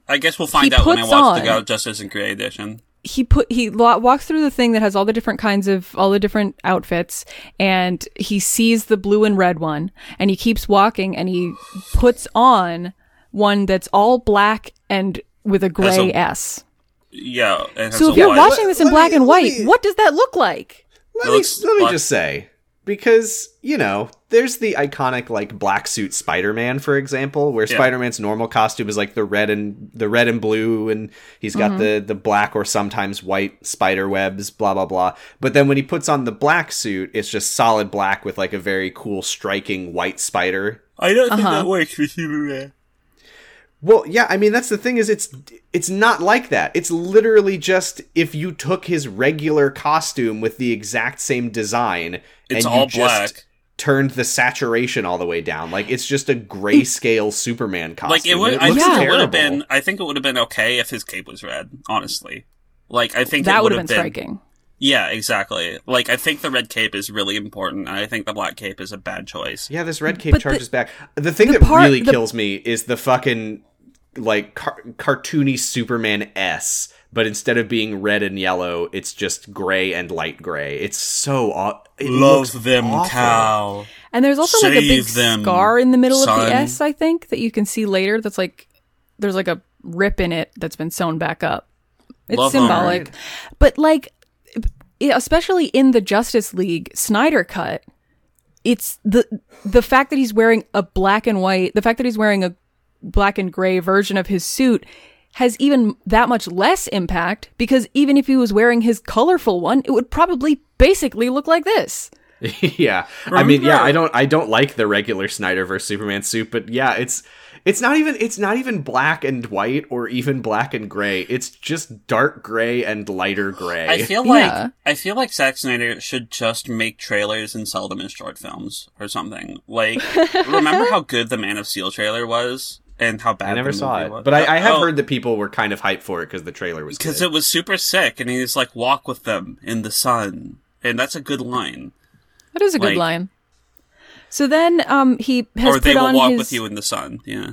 I guess we'll find He out when I puts watch the on- God Justice and Gray edition. he put he lo- walks through the thing that has all the different kinds of all the different outfits and he sees the blue and red one and he keeps walking and he puts on one that's all black and with a gray a- S. Yeah. It has So a if you're white- watching this in Let me- black and let white, me- what does that look like? Let It me, looks let me black. just say, because, you know, there's the iconic like black suit Spider-Man, for example, where Yeah. Spider-Man's normal costume is like the red and the red and blue, and he's got the the black or sometimes white spider webs, blah blah blah. But then when he puts on the black suit, it's just solid black with like a very cool, striking white spider. I don't think Uh-huh. that works for Superman. Well, yeah, I mean that's the thing is it's it's not like that. It's literally just if you took his regular costume with the exact same design It's and all you just black. turned the saturation all the way down. Like it's just a grayscale Superman costume. Like it would, It I looks think it would terrible. have been. I think it would have been okay if his cape was red. Honestly, like I think That it would would have been striking. Yeah, exactly. Like I think the red cape is really important, and I think the black cape is a bad choice. Yeah, this red cape But the- charges back. The thing the that part- really the- kills me is the fucking like car- cartoony Superman S, but instead of being red and yellow, it's just gray and light gray. It's so aw- it looks awful. And there's also like a big Save them, scar in the middle of son. the S, I think, that you can see later that's like there's like a rip in it that's been sewn back up. It's Love symbolic. But like it- especially in the Justice League Snyder cut, it's the the fact that he's wearing a black and white, the fact that he's wearing a black and gray version of his suit has even that much less impact because even if he was wearing his colorful one, it would probably basically look like this. yeah. I mean, Remember- yeah, I don't I don't like the regular Snyder versus Superman suit, but yeah, it's it's not even it's not even black and white or even black and gray. It's just dark gray and lighter gray. I feel like Yeah. I feel like Zack Snyder should just make trailers and sell them as short films or something. Like, remember how good the Man of Steel trailer was and how bad I never the saw movie it, was? but I, I have Oh, heard that people were kind of hyped for it because the trailer was because good. it was super sick, and he's like, "Walk with them in the sun," and that's a good line. That is a good Like- line. So then um, he has or put they will on walk his, with you in the sun. Yeah,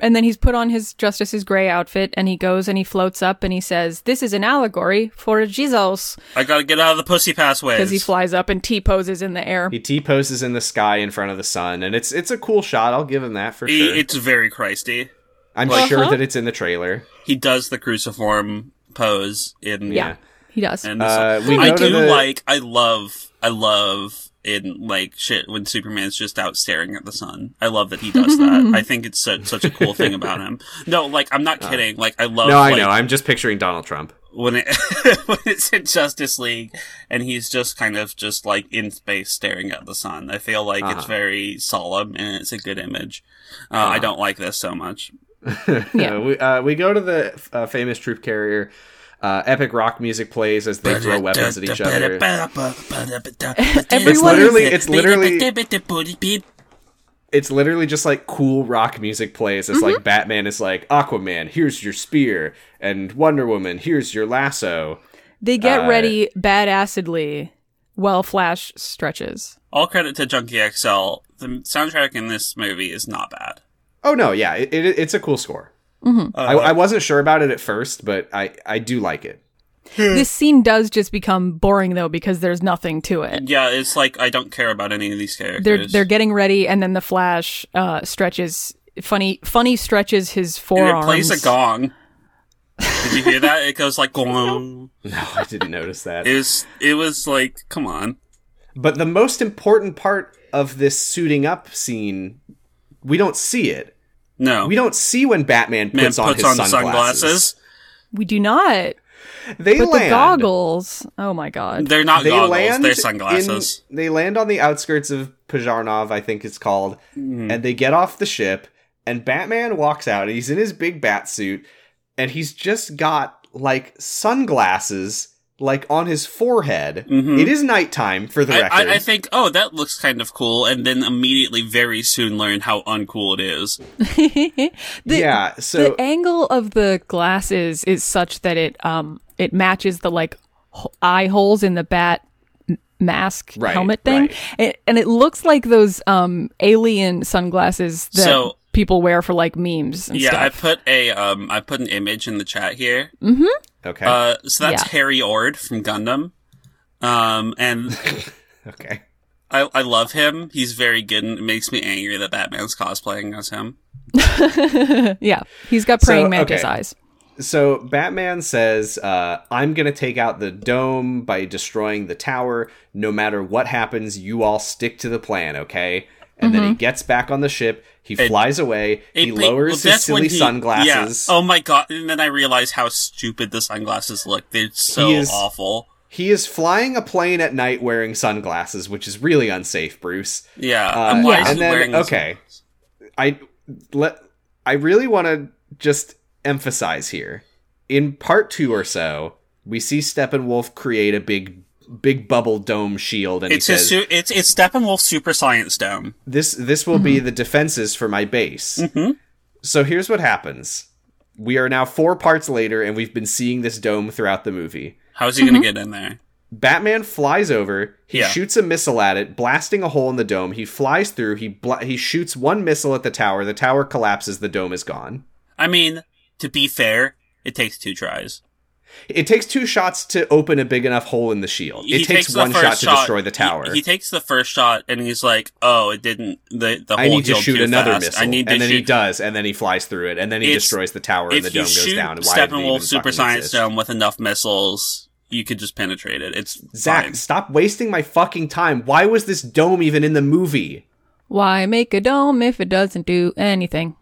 and then he's put on his Justice's gray outfit, and he goes and he floats up and he says, "This is an allegory for Jesus," I gotta get out of the pussy pathways. because he flies up and T poses in the air. He T poses in the sky in front of the sun, and it's it's a cool shot. I'll give him that for He- sure. It's very Christy. I'm Uh-huh. sure that it's in the trailer. He does the cruciform pose in yeah, he does. And Uh, we I go to do the- like. I love. I love in like shit when Superman's just out staring at the sun. I love that he does that. I think it's such, such a cool thing about him. No, like I'm not kidding. Like I love. Uh. No, I like, know. I'm just picturing Donald Trump. when it when it's in Justice League and he's just kind of just like in space staring at the sun. I feel like Uh-huh. it's very solemn and it's a good image. Uh, I don't like this so much. Yeah. Uh, we, uh, we go to the uh, famous troop carrier. Uh, epic rock music plays as they throw weapons at each other. It's literally- it's literally- It's literally just like cool rock music plays. It's like Batman is like Aquaman, here's your spear, and Wonder Woman, here's your lasso. They get ready badassedly while Flash stretches. All credit to Junkie XL. The soundtrack in this movie is not bad. Oh no, yeah, it, it, it's a cool score. I, I wasn't sure about it at first, but I I do like it. Hmm. this scene does just become boring though because there's nothing to it. Yeah, it's like I don't care about any of these characters. They're they're getting ready, and then the Flash uh, stretches. Funny, funny stretches his and forearms. it plays a gong. Did you hear that? It goes like gong. No, I didn't notice that. It was it was like come on. But the most important part of this suiting up scene, we don't see it. No, We don't see when Batman man puts, on his sunglasses. We do not. They But land. the goggles. Oh my god. They're not They goggles. land. they're in- sunglasses. they land on the outskirts of Pajarnov, I think it's called, Mm-hmm. and they get off the ship. And Batman walks out. and He's in his big bat suit, and he's just got like sunglasses like on his forehead. Mhm. It is nighttime for the I, record. I, I think oh that looks kind of cool, and then immediately very soon learn how uncool it is. the, yeah. So the angle of the glasses is such that it um it matches the like ho- eye holes in the bat m- mask Right, helmet thing right. It- and it looks like those um alien sunglasses that So- people wear for like memes and yeah, I stuff. put a um I put an image in the chat here. Mm. okay. Uh, so that's Yeah. Harry Ord from Gundam. Um, and okay. I, I love him. He's very good, and it makes me angry that Batman's cosplaying as him. yeah, he's got praying So, mantis okay. eyes. So Batman says, uh, "I'm gonna take out the dome by destroying the tower. No matter what happens, you all stick to the plan, okay?" And then he gets back on the ship. He flies away. he It- well, lowers his that's when silly he- sunglasses. yeah. Oh my god! And then I realize how stupid the sunglasses look. They're so He is- awful. He is flying a plane at night wearing sunglasses, which is really unsafe, Bruce. Yeah. Uh, and why Yeah. is and he then- wearing this- okay. I let I really want to just emphasize here. In part 2 or so, we see Steppenwolf create a big big bubble dome shield and It's he his. says Su- it's it's Steppenwolf Super Science Dome. this this will Hmm. be the defenses for my base. Mm-hmm. So here's what happens. We are now 4 parts later and we've been seeing this dome throughout the movie. How's he Mm-hmm. gonna get in there? Batman flies over. He Yeah. shoots a missile at it, blasting a hole in the dome. He flies through. He bla- he shoots one missile at the tower. The tower collapses. The dome is gone. I mean, to be fair, it takes two tries. It takes two shots to open a big enough hole in the shield. It He takes, the one first shot to destroy the he- tower. He, takes the first shot and he's like, "Oh, it didn't." The the whole I need to shoot too another fast. missile, I need to and then shoot. he does, and then he flies through it, and then he It's- destroys the tower, and if the you dome goes shoot down. Why did it even Steppenwolf Super fucking Science exist? Dome with enough missiles, you could just penetrate it. It's Zach, fine. stop wasting my fucking time. Why was this dome even in the movie? Why make a dome if it doesn't do anything?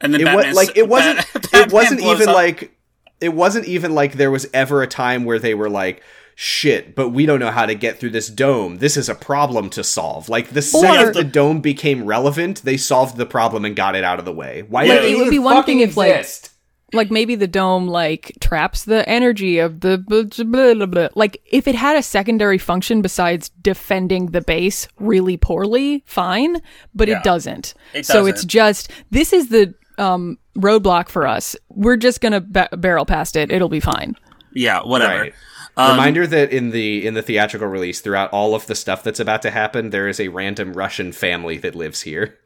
And then it was Batman's- like it wasn't Bat- it Batman wasn't blows even up. like it wasn't even like there was ever a time where they were like shit but we don't know how to get through this dome this is a problem to solve like the second Or- the dome became relevant they solved the problem and got it out of the way why Yeah. did Like, they it would be even one fucking thing if, like- exist? Like maybe the dome like traps the energy of the blah, blah, blah, blah. like if it had a secondary function besides defending the base really poorly, fine, but Yeah. it doesn't. It So it's doesn't. just this is the um roadblock for us. We're just going to ba- barrel past it. It'll be fine. yeah, whatever. Um, Right. Reminder that in the in the theatrical release, throughout all of the stuff that's about to happen, there is a random Russian family that lives here.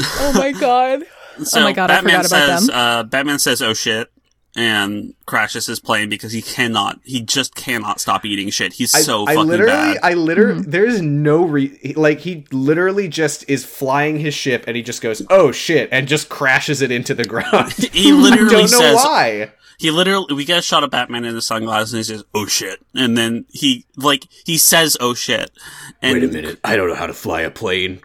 Oh my god. So oh my god, Batman I forgot about says, them. Uh, Batman says, "Oh shit." And crashes his plane because he cannot. He just cannot stop eating shit. He's so I fucking literally, bad. I literally, there's no re he- like he literally just is flying his ship and he just goes, oh shit, and just crashes it into the ground. he I literally don't know says, why. He literally, we get a shot of Batman in the sunglasses and he says, oh shit. And then he, like, he says, oh shit. And I don't know how to fly a plane.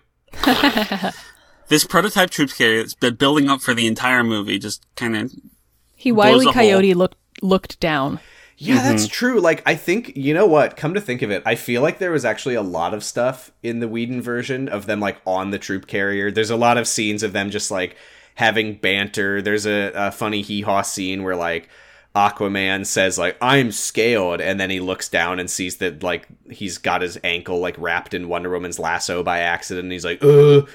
this prototype troop carrier that's been building up for the entire movie just kind of, He blows wily a coyote looked looked down. Yeah, Mm-hmm. that's true. Like, I think you know what? Come to think of it, I feel like there was actually a lot of stuff in the Whedon version of them like on the troop carrier. There's a lot of scenes of them just like having banter. There's a, a funny hee haw scene where like Aquaman says like I'm scaled, and then he looks down and sees that like he's got his ankle like wrapped in Wonder Woman's lasso by accident. And he's like, ugh.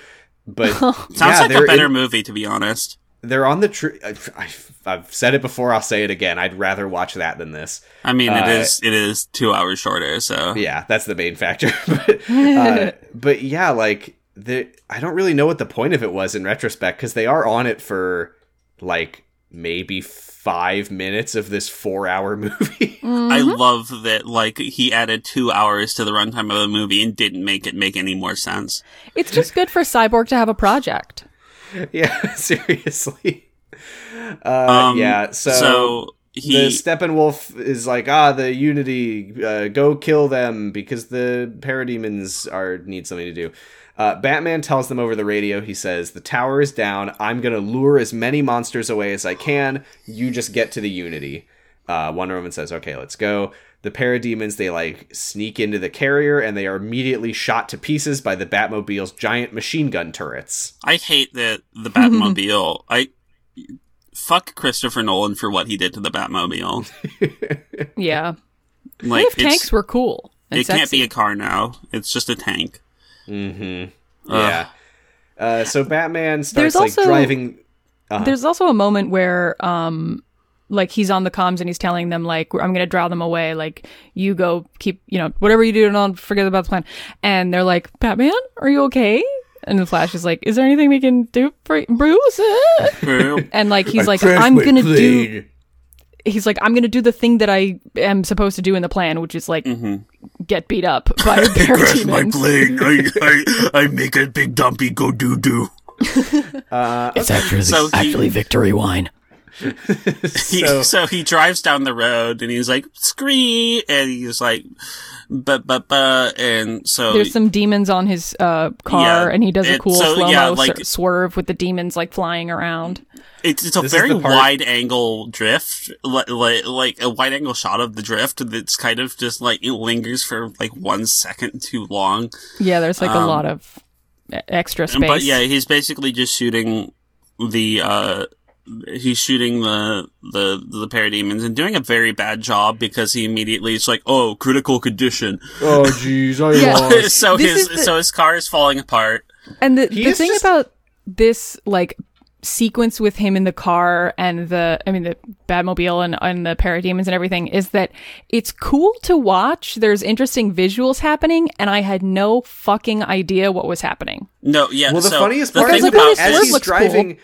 But sounds yeah, like they're a better in- movie, to be honest. they're on the tree. I've, I've said it before. I'll say it again. I'd rather watch that than this. I mean, it is it is two hours shorter, so Uh, Yeah, that's the main factor. but, uh, but yeah, like the I don't really know what the point of it was in retrospect because they are on it for like maybe five minutes of this four-hour movie. I Mm-hmm. love that. Like he added two hours to the runtime of the movie and didn't make it make any more sense. It's just good for Cyborg to have a project. yeah, seriously. Uh, yeah, so, so he the Steppenwolf is like, ah, the Unity, uh, go kill them because the parademons are need something to do. Uh, Batman tells them over the radio. He says, "The tower is down. I'm gonna lure as many monsters away as I can. You just get to the Unity." Uh, Wonder Woman says, "Okay, let's go." The parademons they like sneak into the carrier and they are immediately shot to pieces by the Batmobile's giant machine gun turrets. I hate the the Batmobile. I fuck Christopher Nolan for what he did to the Batmobile. Yeah. Like if tanks were cool. And it can't be sexy. a car now. It's just a tank. Mm-hmm. Yeah. Uh, so Batman starts There's like also- driving. There's also a moment where um like he's on the comms and he's telling them like I'm gonna draw them away, like you go keep you know, whatever you do, don't forget about the plan. And they're like, Batman, are you okay? And the Flash is like, Is there anything we can do for you, Bruce? Eh?" And like he's like, I'm gonna do he's like, I'm gonna do the thing that I am supposed to do in the plan, which is like Mm-hmm. get beat up by a pair of Crash my demons. plane. I, I, I make a big dumpy go doo doo. It's actually, So he- actually victory wine. He, so, he drives down the road and he's like scree, and he's like, but but but, and so There's some demons on his uh, car, Yeah, and he does a it- cool so, slow mo yeah, like- swerve with the demons like flying around. it's it's a This is very the part- wide angle drift, like, like like a wide angle shot of the drift that's kind of just like it lingers for like one second too long. Yeah, there's Um, like a lot of e- extra space. But yeah, he's basically just shooting the uh he's shooting the the the parademons and doing a very bad job because he immediately is like, "Oh, critical condition." Oh jeez, I Yeah. lost. so This his is the- so his car is falling apart. and the, He the is thing just- about this like sequence with him in the car and the I mean the Batmobile and, and the parademons and everything is that it's cool to watch. There's interesting visuals happening, and I had no fucking idea what was happening. No, yeah. Well, the so funniest the part thing is Because about look at his as swerve he's looks cool. driving,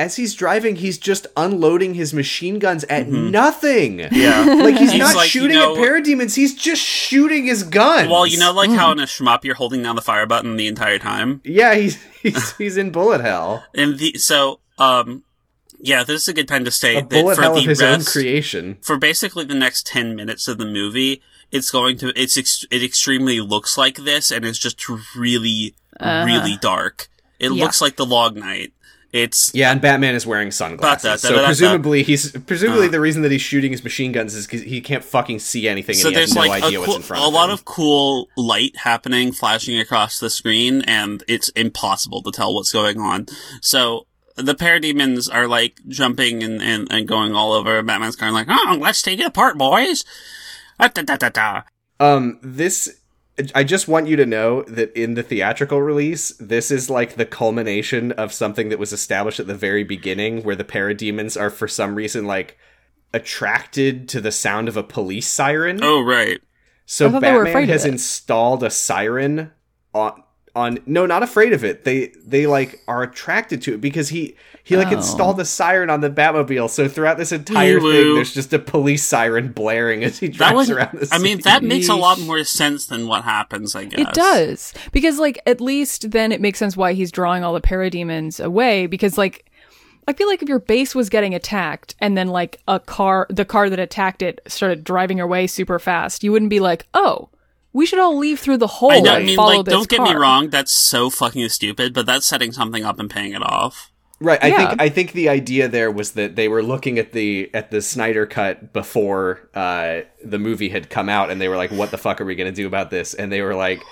as he's driving, he's just unloading his machine guns at nothing. yeah. Like he's, He's not like, you shooting know- at parademons; he's just shooting his guns. Well, you know, Mm. like how in a shmup you're holding down the fire button the entire time. yeah, he's he's, he's in bullet hell, And the so um yeah, this is a good time to a say that bullet for hell the of his own rest creation. for basically the next 10 minutes of the movie, it's going to it's ex- it extremely looks like this and it's just really really dark. It Yeah. looks like the log night. It's Yeah, and Batman is wearing sunglasses, Ba- da- da- so da- Uh-huh. da- presumably he's presumably the reason that he's shooting his machine guns is because he can't fucking see anything, and so he there's has no like a, idea what's cool- in front. a of lot him. of cool light happening flashing across the screen and it's impossible to tell what's going on so the parademons are like jumping and, and, and going all over batman's car and like oh let's take it apart boys Ah, da, da, da, da. Um, this I just want you to know that in the theatrical release, this is like the culmination of something that was established at the very beginning, where the parademons are for some reason like attracted to the sound of a police siren. oh right so I thought they were Batman afraid of has it. installed a siren on on no not afraid of it they they like are attracted to it because he he like Oh. installed a siren on the batmobile so throughout this entire thing Ew. there's just a police siren blaring as he drives that was around the i mean city. that makes a lot more sense than what happens i guess It does. Because like at least then it makes sense why he's drawing all the parademons away because like I feel like if your base was getting attacked and then like a car the car that attacked it started driving away super fast, you wouldn't be like, "Oh, we should all leave through the hole I, know- I and mean, follow like, this don't get me car." wrong. That's so fucking stupid, but that's setting something up and paying it off. Right. I Yeah. think I think the idea there was that they were looking at the at the Snyder cut before uh, the movie had come out, and they were like, "What the fuck are we going to do about this?" And they were like,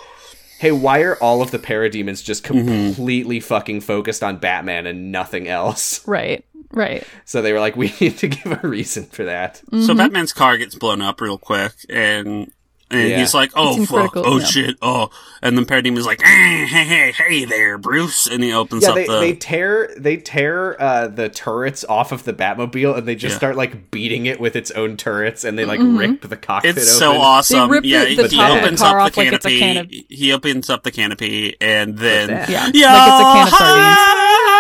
"Hey, why are all of the parademons just completely fucking focused on Batman and nothing else?" Right. Right. So they were Mm-hmm. Mm-hmm. like, "We need to give a reason for that." So Batman's car gets blown up real quick, and And Yeah. he's like, It's oh, in fuck. critical, Oh, yeah. shit. Oh. And then Parademon like, "Eh, hey, hey, hey, hey there, Bruce. And he opens Yeah, up they, the. they tear they tear uh, the turrets off of the Batmobile and they just Yeah. start like beating it with its own turrets and they like rip the cockpit It's so open. awesome. They rip yeah, the- the he top of the opens up car off the like it's a canopy. can of- He opens up the canopy, and then that? Yeah, like it's a yeah, can of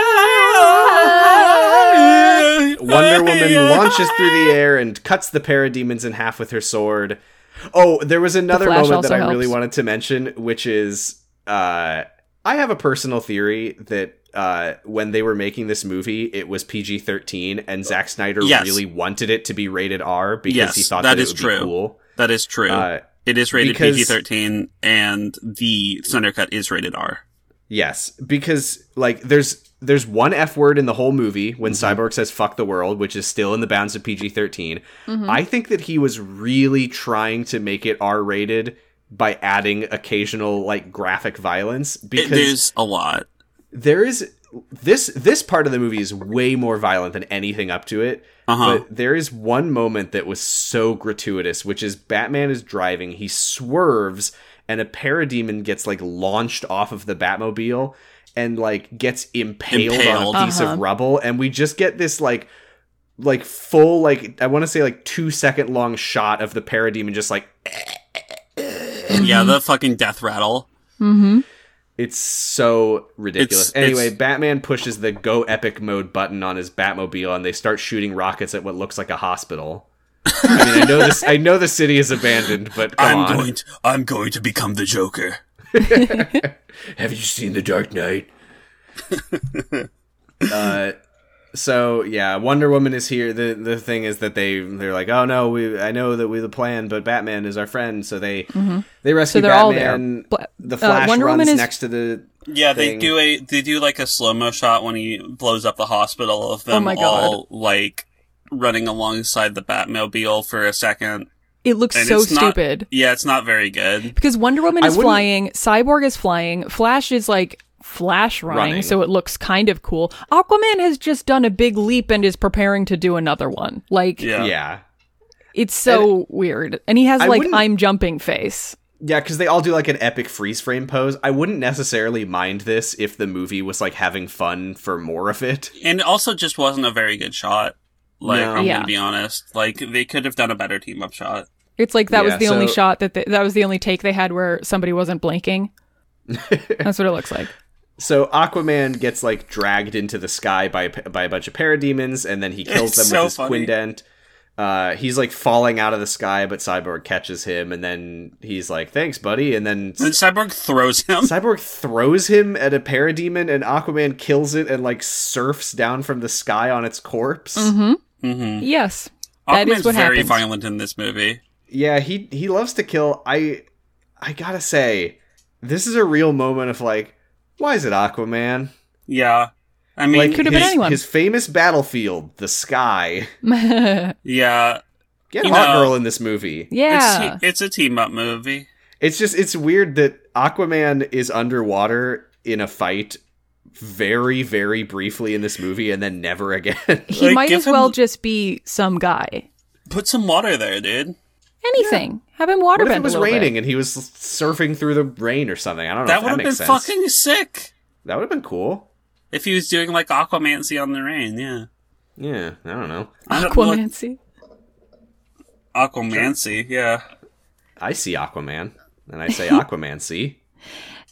sardines. Wonder Woman launches through the air and cuts the parademons in half with her sword. Oh, there was another Flash moment that also I really helps. wanted to mention, which is uh, I have a personal theory that uh, when they were making this movie, it was PG 13, and Zack Snyder Yes. really wanted it to be rated R because Yes, he thought that that, it is would true. be cool. That is true. Uh, it is rated because- PG thirteen, and the Thunder Cut is rated R. Yes, because like there's there's one F word in the whole movie when Mm-hmm. Cyborg says fuck the world, which is still in the bounds of PG-13. Mm-hmm. I think that he was really trying to make it R-rated by adding occasional like graphic violence It because is a lot. there is this this part of the movie is way more violent than anything up to it. Uh-huh. But there is one moment that was so gratuitous, which is Batman is driving, he swerves, and a parademon gets like launched off of the Batmobile and like gets impaled, Impaled. on a piece Uh-huh. of rubble, and we just get this like like full like I want to say like two second long shot of the parademon just like Yeah, the fucking death rattle. Mm-hmm. It's so ridiculous. It's- anyway, it's- Batman pushes the go epic mode button on his Batmobile and they start shooting rockets at what looks like a hospital. I mean, I know this I know the city is abandoned, but come I'm on. going. To, I'm going to become the Joker. Have you seen The Dark Knight? uh, so yeah, Wonder Woman is here. The the thing is that they they're like, oh no, we I know that we the plan, but Batman is our friend, so they they rescue So they're all there. Batman. Bla- the uh, Flash Wonder runs Woman is- next to the Yeah, thing. they do a they do like a slow mo shot when he blows up the hospital of them Oh my God. all like running alongside the Batmobile for a second. It looks And so it's not- stupid. Yeah, it's not very good. because Wonder Woman I is wouldn't- flying, Cyborg is flying, Flash is like flash running, Running. so it looks kind of cool. Aquaman has just done a big leap and is preparing to do another one. Like Yeah. yeah. it's so weird, and he has I like wouldn't- I'm jumping face. Yeah, because they all do like an epic freeze frame pose. I wouldn't necessarily mind this if the movie was like having fun for more of it. And it also just wasn't a very good shot. Like No. I'm Yeah. gonna be honest. Like they could have done a better team up shot. It's like that Yeah, was the only so- shot that they, that was the only take they had where somebody wasn't blinking. That's what it looks like. So Aquaman gets like dragged into the sky by by a bunch of parademons, and then he It's kills them so with his funny. quindent. Uh, he's like falling out of the sky, but Cyborg catches him, and then he's like, "Thanks, buddy." And then And Cyborg throws him. Cyborg throws him at a parademon, and Aquaman kills it and like surfs down from the sky on its corpse. Mm. hmm Yes, that Aquaman's is what very happens. violent in this movie. Yeah, he he loves to kill. I I gotta say, this is a real moment of like, why is it Aquaman? Yeah. I mean Like Could have his, been anyone. His famous battlefield, the sky. yeah. Get You hot know- girl in this movie. yeah, It's, it's a team up movie. It's just it's weird that Aquaman is underwater in a fight very very briefly in this movie and then never again. he like, might give as well him- just be some guy. Put some water there, dude. Anything. Have him what waterbend if it a was little bit. raining and he was surfing through the rain or something? I don't know That if would that have been makes sense. fucking sick. That would have been cool. If he was doing like aquamancy on the rain, yeah. Yeah, I don't know. I don't know what- Aquamancy. aquamancy, yeah. I see Aquaman and I say Aquaman see.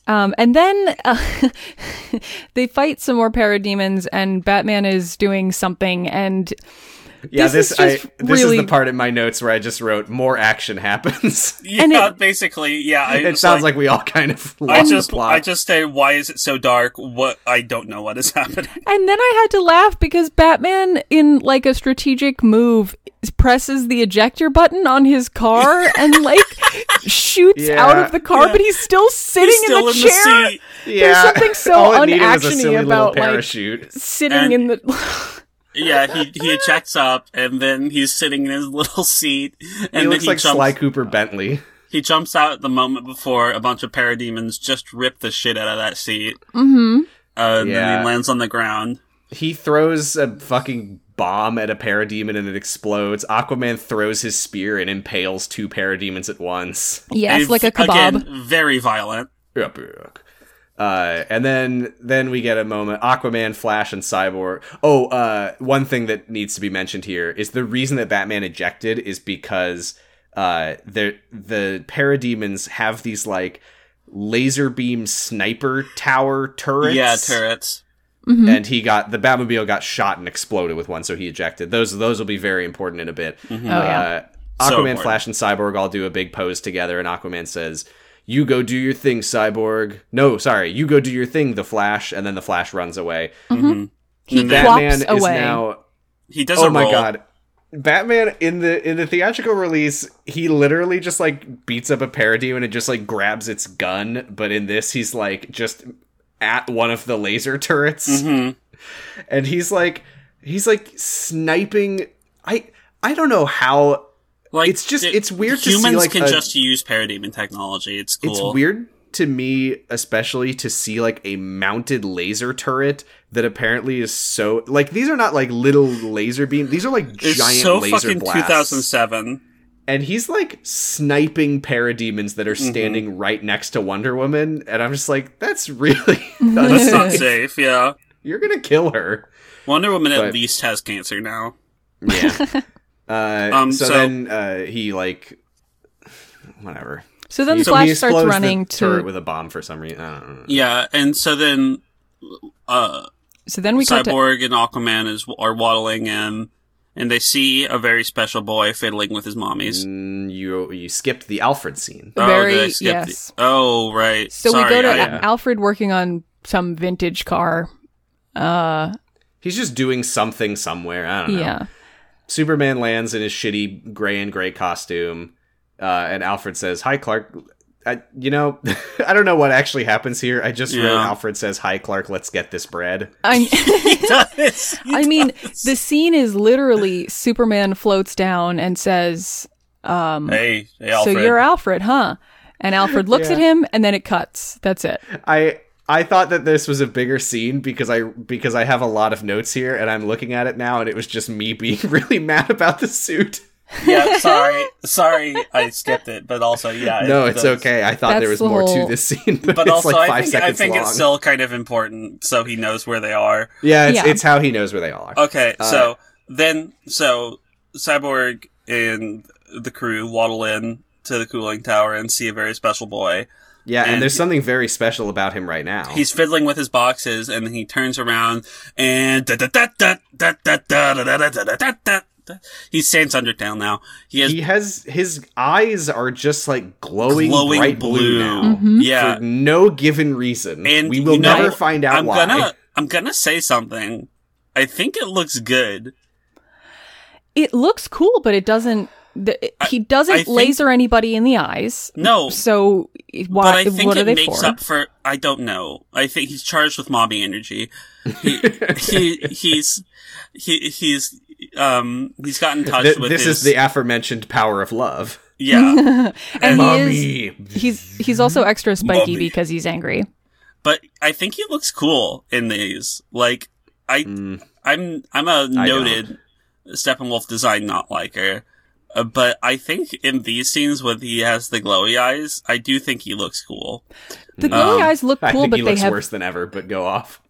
Um, and then uh, they fight some more parademons, and Batman is doing something, and Yeah, This this is I, just this really- is the part in my notes where I just wrote more action happens. Yeah, And it- basically, yeah. I it was sounds like, we all kind of I lost just the plot. I just say why is it so dark? What I don't know what is happening. and then I had to laugh because Batman, in like a strategic move, presses the ejector button on his car and like shoots Yeah. out of the car, but he's still sitting He's still in the chair, seat. yeah, something so all it needed was a un-action-y silly about, little like- parachute. sitting And- in the. Yeah, he he checks up and then he's sitting in his little seat and he then looks he like jumps Sly Cooper Bentley. he jumps out the moment before a bunch of parademons just rip the shit out of that seat. mm-hmm. Uh, and then Yeah. he lands on the ground. He throws a fucking bomb at a parademon and it explodes. Aquaman throws his spear and impales two parademons at once. Yes, And like a kebab. Again, very violent. Yup, yup. Uh, and then then we get a moment Aquaman, Flash, and Cyborg. Oh, uh, one thing that needs to be mentioned here is the reason that Batman ejected is because uh, the the parademons have these like laser beam sniper tower turrets. Yeah, turrets. Mm-hmm. and he got the Batmobile got shot and exploded with one, so he ejected. Those those will be very important in a bit. Oh, yeah. Uh, Mm-hmm. So Aquaman, important. Flash, and Cyborg all do a big pose together, and Aquaman says, "You go do your thing, Cyborg." No, sorry, you go do your thing, the Flash, and then the Flash runs away. Mm-hmm. he And then- plops Batman is away. now He does oh a my roll. god batman in the in the theatrical release he literally just like beats up a parademon and just like grabs its gun but in this he's like just at one of the laser turrets Mhm. and he's like he's like sniping i i don't know how Like It's just- it- it's weird to see, Humans like, can a- just use parademon technology. It's cool. it's weird to me especially to see like a mounted laser turret that apparently is so like these are not like little laser beams these are like It's giant so laser fucking blasts 2007. and he's like sniping parademons that are Mm-hmm. standing right next to Wonder Woman, and I'm just like, that's really That's not safe. Yeah, you're gonna kill her. Wonder Woman at But- least has cancer now. Yeah. uh, Um, so, so- then uh, he like whatever. so then So he Flash starts explodes the running turret to. with a bomb for some reason. I don't know. Yeah, and so then uh, So then we cut to Cyborg and Aquaman is are waddling in, and they see a very special boy fiddling with his mommies. Mm, you you skipped the Alfred scene. Oh, Very- they skipped the- yes. oh, right. So Sorry, we go to I- yeah. Alfred working on some vintage car. Uh, He's just doing something somewhere. I don't know. yeah. Superman lands in his shitty gray and gray costume, uh, and Alfred says, "Hi, Clark." I, you know, I don't know what actually happens here. I just wrote Yeah. Alfred says, "Hi, Clark. Let's get this bread." I, Yes, he I mean, does. the scene is literally Superman floats down and says, um, hey, hey, Alfred. So you're Alfred, huh? And Alfred looks Yeah. at him and then it cuts. That's it. I I thought that this was a bigger scene because I because I have a lot of notes here, and I'm looking at it now, and it was just me being really mad about the suit. yeah, sorry, sorry, I skipped it, but also, yeah, no, it it's does. okay. I thought there was That's more the whole- to this scene, but, But it's also, like I five think, I seconds think long. it's still kind of important, so he knows where they are. yeah, it's, Yeah. it's how he knows where they all are. Okay, so then, so Cyborg and the crew waddle in to the cooling tower and see a very special boy. yeah, and, and- there's something very special about him right now. He's fiddling with his boxes, and he turns around and da da da da da da da da da da da da. da. He stands Undertale now. He has he has his eyes are just like glowing, glowing bright blue, blue. now Mm-hmm. Yeah, for no given reason. and we will you know, never find out I'm why. Gonna, I'm gonna say something. I think it looks good. It looks cool, but it doesn't. The, he I doesn't think- laser anybody in the eyes. No, So but why? I think What are it they makes for? up for. I don't know. I think he's charged with mommy energy. He, he he's he he's um he's got in touch Th- with this his, is the aforementioned power of love. yeah. and he is. Mommy. He's he's also extra spiky Mommy. because he's angry. But I think he looks cool in these. Like I Mm, I'm I'm a I noted Steppenwolf design not liker, uh, but I think in these scenes when he has the glowy eyes, I do think he looks cool. The glowy Um, eyes look I cool, think he but they looks have worse than ever. But go off.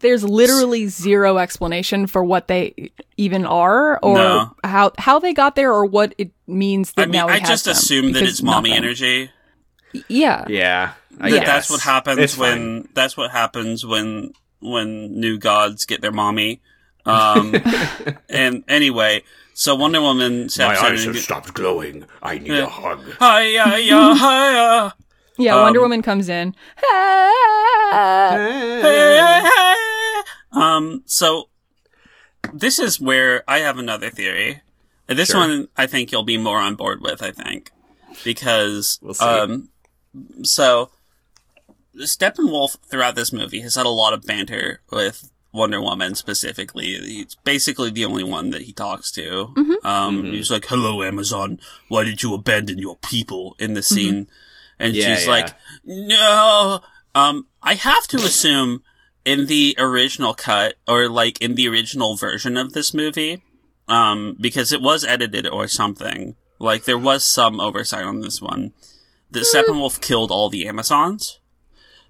there's literally zero explanation for what they even are or No. how how they got there or what it means that I mean, now he I has just them, assume that because it's mommy nothing. energy. Yeah. Yeah, I that guess. that's what happens It's fine. when that's what happens when when new gods get their mommy. Um, and anyway, so Wonder Woman My steps in eyes and have g- stopped glowing. I need Yeah. a hug. Hiya, ya, hiya. Yeah, Um, Wonder Woman comes in. Ah! Um, so this is where I have another theory. And This Sure. one I think you'll be more on board with, I think. Because We'll see. um so Steppenwolf throughout this movie has had a lot of banter with Wonder Woman specifically. He's basically the only one that he talks to. Um Mm-hmm. he's like, Hello Amazon, why did you abandon your people in Mm-hmm. the scene? And Yeah, she's yeah. like, No, um, I have to assume in the original cut or like in the original version of this movie um because it was edited or something like there was some oversight on this one that Mm. Steppenwolf killed all the Amazons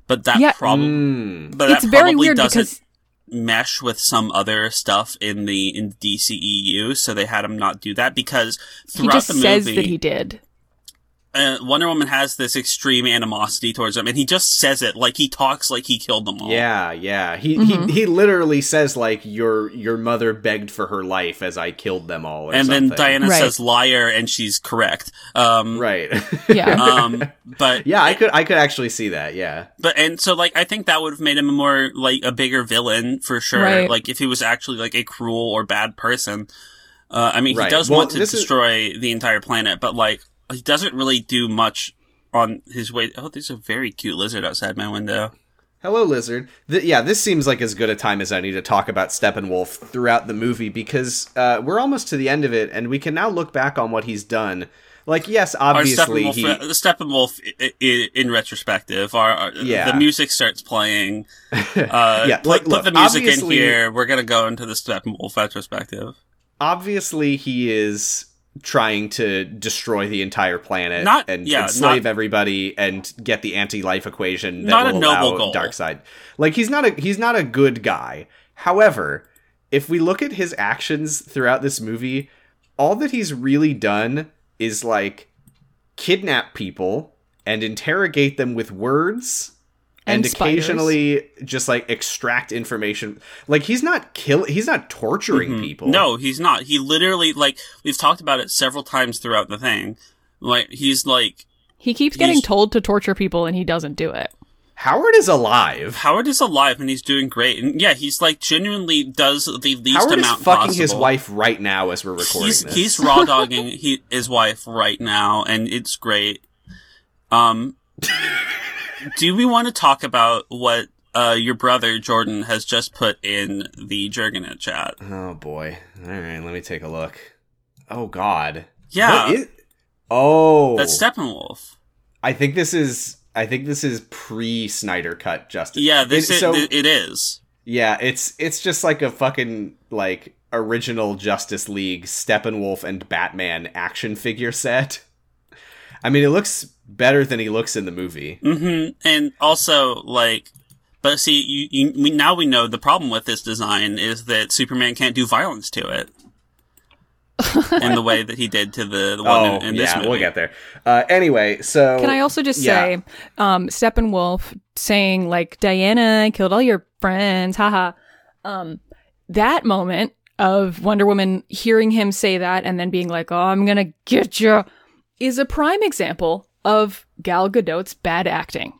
but that Yeah. probably Mm. but it's that very probably weird doesn't because mesh with some other stuff in the in DCEU so they had him not do that because he throughout just the movie says that he did. uh, Wonder Woman has this extreme animosity towards him, and he just says it like he talks like he killed them all. Yeah, yeah. He, he he literally says like your your mother begged for her life as I killed them all or And something. then Diana Right. says liar, and she's correct. Um, Right. Yeah. um, but yeah, I could I could actually see that. Yeah. but and so like I think that would have made him a more like a bigger villain for sure. Right. Like if he was actually like a cruel or bad person. Uh, I mean, Right. he does Well, want to this is- destroy the entire planet, but like he doesn't really do much on his way. Oh, there's a very cute lizard outside my window. Hello, Lizard. Th- yeah, this seems like as good a time as any to talk about Steppenwolf throughout the movie because uh, we're almost to the end of it, and we can now look back on what he's done. Like, yes, Our obviously Steppenwolf, he. uh, Steppenwolf i- i- in retrospective, our, our- Yeah. the music starts playing. Uh, Yeah, put, look- put the look, music in obviously- here. We're gonna go into the Steppenwolf retrospective. obviously he is trying to destroy the entire planet Not- and yeah, enslave not- everybody and get the anti-life equation that Not a will noble allow goal. dark side like he's not a he's not a good guy however if we look at his actions throughout this movie all that he's really done is like kidnap people and interrogate them with words and, And spiders. occasionally just like extract information like he's not kill he's not torturing people Mm-hmm. No, he's not. He literally like we've talked about it several times throughout the thing. Like he's like He keeps getting he's- told to torture people and he doesn't do it. Howard is alive. Howard is alive and he's doing great, and yeah, he's like genuinely does the least Howard is amount fucking his possible. wife right now as we're recording he's, this. He's raw dogging he, his wife right now, and it's great. Um, do we want to talk about what uh, your brother Jordan has just put in the Jurgenet chat? oh boy. All right, let me take a look. Oh god. Yeah, What is- oh. that's Steppenwolf. I think this is. I think this is pre Snyder cut Justice. Yeah, this It- is, so- it is. yeah, it's it's just like a fucking like original Justice League Steppenwolf and Batman action figure set. I mean, it looks better than he looks in the movie. hmm And also, like, but see, you, you we, now we know the problem with this design is that Superman can't do violence to it. in the way that he did to the, the one in, in this Oh, yeah, movie. we'll get there. Uh, anyway, so Can I also just yeah. say, um, Steppenwolf saying like Diana killed all your friends, haha. Um, that moment of Wonder Woman hearing him say that and then being like, "Oh, I'm gonna get you," is a prime example of Gal Gadot's bad acting.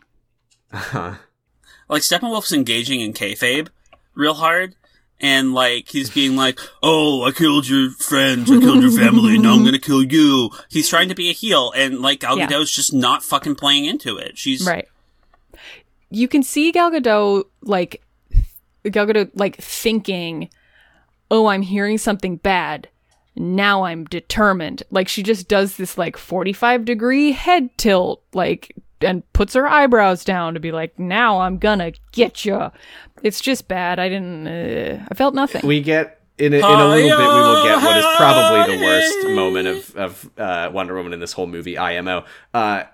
like Steppenwolf's engaging in kayfabe real hard, and like he's being like, "Oh, I killed your friends, I killed your family, now I'm gonna kill you." He's trying to be a heel, and like Gal Yeah. Gadot's just not fucking playing into it. She's Right. You can see Gal Gadot like Gal Gadot like thinking, "Oh, I'm hearing something bad. Now I'm determined." Like she just does this like 45 degree head tilt like and puts her eyebrows down to be like, "Now I'm gonna get you." It's just bad. I didn't uh, I felt nothing. we get in a, in a little bit we will get what is probably the worst Hi-yo! moment of of uh, Wonder Woman in this whole movie IMO. Uh,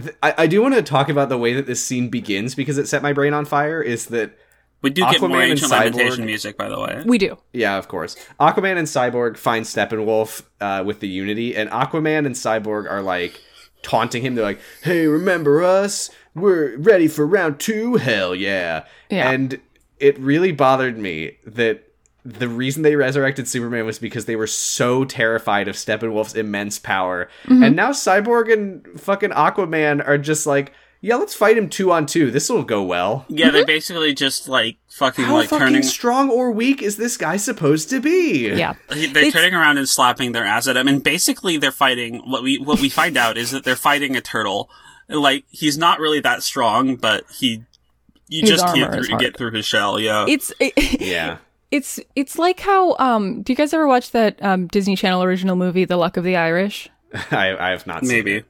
th- I, I do want to talk about the way that this scene begins because it set my brain on fire. Is that we do get more Aquaman and ancient Cyborg. lamentation music, by the way. we do. yeah, of course. Aquaman and Cyborg find Steppenwolf uh, with the Unity, and Aquaman and Cyborg are like taunting him. They're like, "Hey, remember us? We're ready for round two. Hell yeah!" Yeah. And it really bothered me that the reason they resurrected Superman was because they were so terrified of Steppenwolf's immense power, and now Cyborg and fucking Aquaman are just like, "Yeah, let's fight him two on two. This will go well." Yeah, Mm-hmm. they're basically just like fucking How like fucking turning. strong or weak is this guy supposed to be? Yeah. they're It's- turning around and slapping their ass at him, and basically they're fighting. What we what we find out is that they're fighting a turtle. Like he's not really that strong, but he you His just can't armor is through, hard. get through his shell. Yeah, It's Yeah. it's it's like how um do you guys ever watch that um Disney Channel original movie The Luck of the Irish? I, I have not seen maybe. it.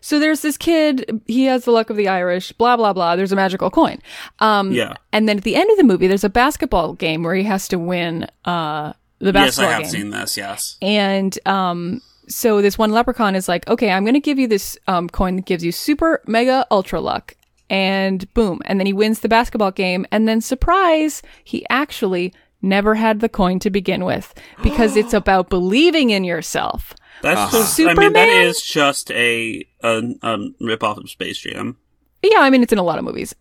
so there's this kid. He has the luck of the Irish. Blah blah blah. There's a magical coin. Um, Mm. Yeah. And then at the end of the movie, there's a basketball game where he has to win uh, the Yes, I basketball have game. seen this. Yes. And um, so this one leprechaun is like, okay, I'm going to give you this um, coin that gives you super, mega, ultra luck. And boom. And then he wins the basketball game. And then, surprise, he actually never had the coin to begin with because it's about believing in yourself. That's Uh-huh. just. I mean, that Superman? is just a, a um, rip off of Space Jam. Yeah, I mean, it's in a lot of movies.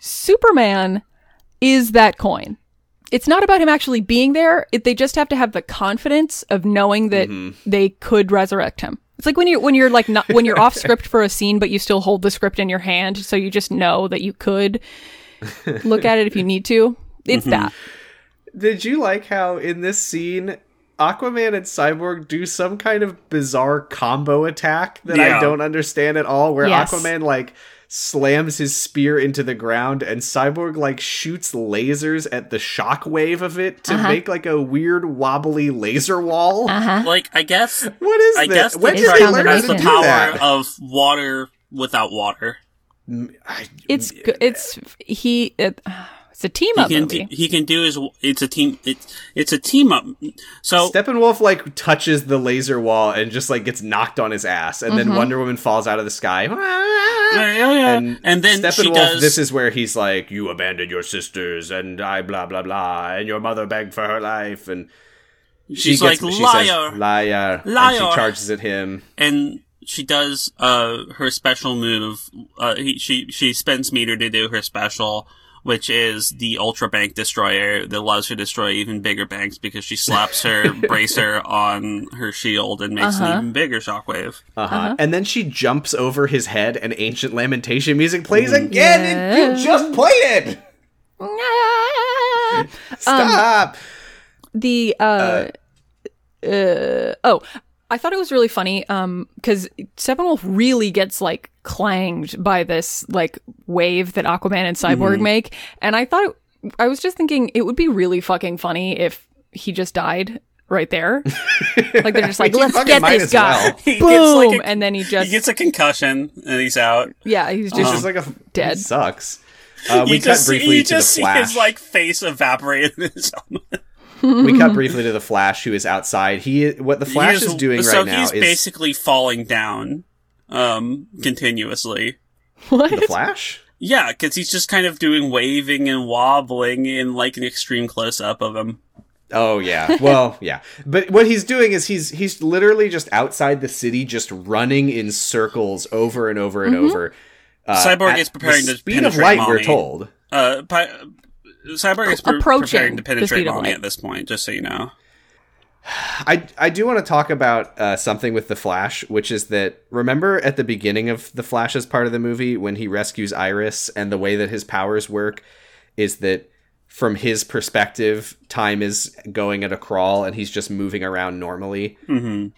Superman is that coin. It's not about him actually being there. It, they just have to have the confidence of knowing that Mm-hmm. they could resurrect him. It's like when you when you're like not when you're off script for a scene, but you still hold the script in your hand, so you just know that you could look at it if you need to. It's Mm-hmm. that. Did you like how in this scene Aquaman and Cyborg do some kind of bizarre combo attack that I Yeah. don't understand at all where Yes. Aquaman like slams his spear into the ground and Cyborg like shoots lasers at the shockwave of it Uh-huh. to make like a weird wobbly laser wall. Like, I guess. What is I this? guess when the it's did they Crown learn how has to the do power that? of water without water. I- It's g- it's he. It, it's a team up he can movie. do, he can do his it's a team it's it's a team up so Steppenwolf like touches the laser wall and just like gets knocked on his ass, and Mm-hmm. then Wonder Woman falls out of the sky. yeah, yeah, yeah. Uh, And, then Steppenwolf, she does this is where he's like, "You abandoned your sisters, and I blah blah blah, and your mother begged for her life." And she she's gets, like she liar says, "Liar, and Liar. she charges at him. and she does uh her special move uh he, she she spends meter to do her special which is the ultra bank destroyer that allows her to destroy even bigger banks because she slaps her bracer on her shield and makes an even bigger shockwave Uh-huh. And then she jumps over his head, and ancient lamentation music plays again. And you just played it. Ah! Um, Stop. the uh, uh, oh i thought it was really funny um because steppenwolf really gets like clanged by this like wave that aquaman and cyborg Mm-hmm. make and i thought it, i was just thinking it would be really fucking funny if he just died right there like they're just like You let's fucking get might this as guy well. He gets, like, boom a- and then he he just gets uh-huh. a concussion and he's out yeah he's It's just just like a Dead. It sucks. Uh, we oh, you cut just, see- briefly you to the just see flash. his like face evaporate in his own we cut briefly to the Flash, who is outside. He what the Flash He is doing so right now he's is basically falling down um continuously the Flash. yeah because he's just kind of doing waving and wobbling in like an extreme close-up of him Oh yeah. Well, yeah. But what he's doing is he's he's literally just outside the city, just running in circles over and over and over. Uh, Cyborg at is preparing the to speed of penetrate light. We're Molly. told. uh pi- cyborg is pre- preparing to Approaching the speed penetrate of mommy light. at this point just so you know I I do want to talk about uh, something with the Flash, which is that remember at the beginning of the Flash's part of the movie when he rescues Iris and the way that his powers work is that from his perspective, time is going at a crawl and he's just moving around normally. hmm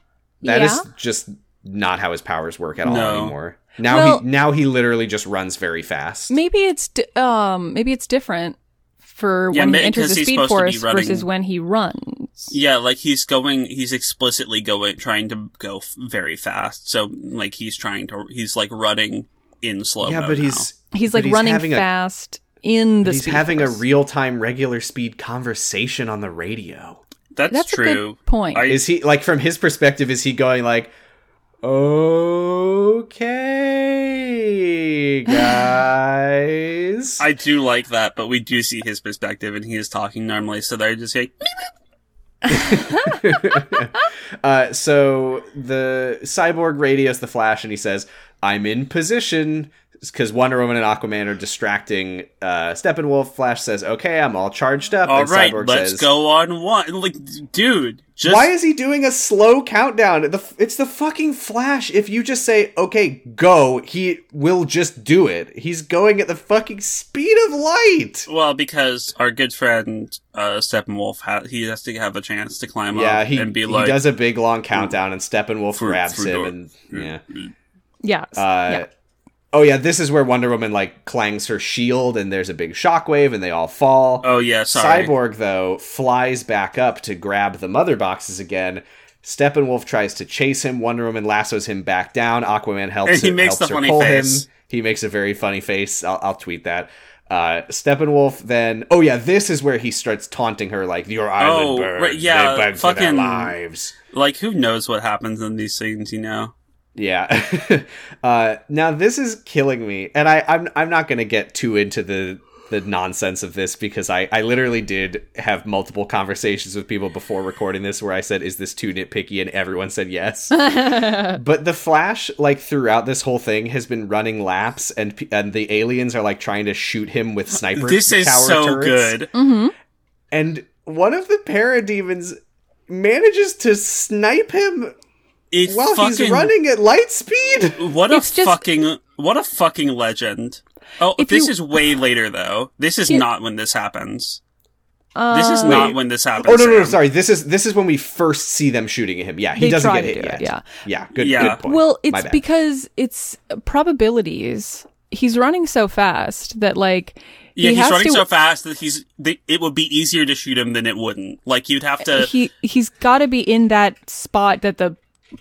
That is yeah just not how his powers work at all No. anymore. Now Well- he now he literally just runs very fast. Maybe it's di- um maybe it's different for Yeah, when ma- he enters 'cause the he's speed supposed to be force running. versus when he runs. yeah like he's going he's explicitly going trying to go f- very fast so like he's trying to he's like running in slow yeah, mo but now. he's He's but like running having a- fast in the He's speed having a force. real time regular speed conversation on the radio. that's, That's a good true point. I- Is he like from his perspective? Is he going like, okay, guys? I do like that, but we do see his perspective, and he is talking normally, so they're just like, uh, so the cyborg radios the Flash, and he says, "I'm in position." Because Wonder Woman and Aquaman are distracting uh, Steppenwolf, Flash says, "Okay, I'm all charged up." "All and right, Cyborg let's says, go on one." Like, dude, just Why is he doing a slow countdown? The, f- it's the fucking Flash. If you just say, okay, go, he will just do it. He's going at the fucking speed of light. well, because our good friend uh, Steppenwolf, ha- he has to have a chance to climb yeah, up he, and be he like, does a big long countdown and Steppenwolf Fruit, grabs fruit him door. and, yeah. mm." yeah. s- Uh, Oh yeah, this is where Wonder Woman like clangs her shield and there's a big shockwave and they all fall. "Oh yeah, sorry." Cyborg though flies back up to grab the mother boxes again Steppenwolf tries to chase him. Wonder Woman lassos him back down. Aquaman helps. And he her- makes the helps her funny pull face. him. He makes a very funny face. I'll, I'll tweet that. Uh, Steppenwolf then. Oh yeah, this is where he starts taunting her like your island Oh, birds. right, yeah, they beg for their fucking- lives. Like, who knows what happens in these scenes, you know? Yeah. uh, now this is killing me, and I, I'm I'm not gonna get too into the the nonsense of this because I I literally did have multiple conversations with people before recording this where I said, "Is this too nitpicky?" and everyone said yes. but the Flash, like throughout this whole thing, has been running laps, and pe- and the aliens are like trying to shoot him with sniper. This is tower so turrets. good. Mm-hmm. And one of the parademons manages to snipe him It's while fucking he's running at light speed. What a It's just- fucking what a fucking legend. Oh, If this you- is way later though. This is Yeah. not when this happens. Uh, This is not Wait. when this happens. Oh no, no, no, Sam. sorry. This is this is when we first see them shooting at him. Yeah, he They doesn't try get to hit do yet. it, yeah. yeah, good, Yeah. good point. Well, My it's bad. because it's probabilities. He's running so fast that like Yeah, he he's has running to, so fast that he's. They, it would be easier to shoot him than it wouldn't. Like you'd have to. he he's got to be in that spot that the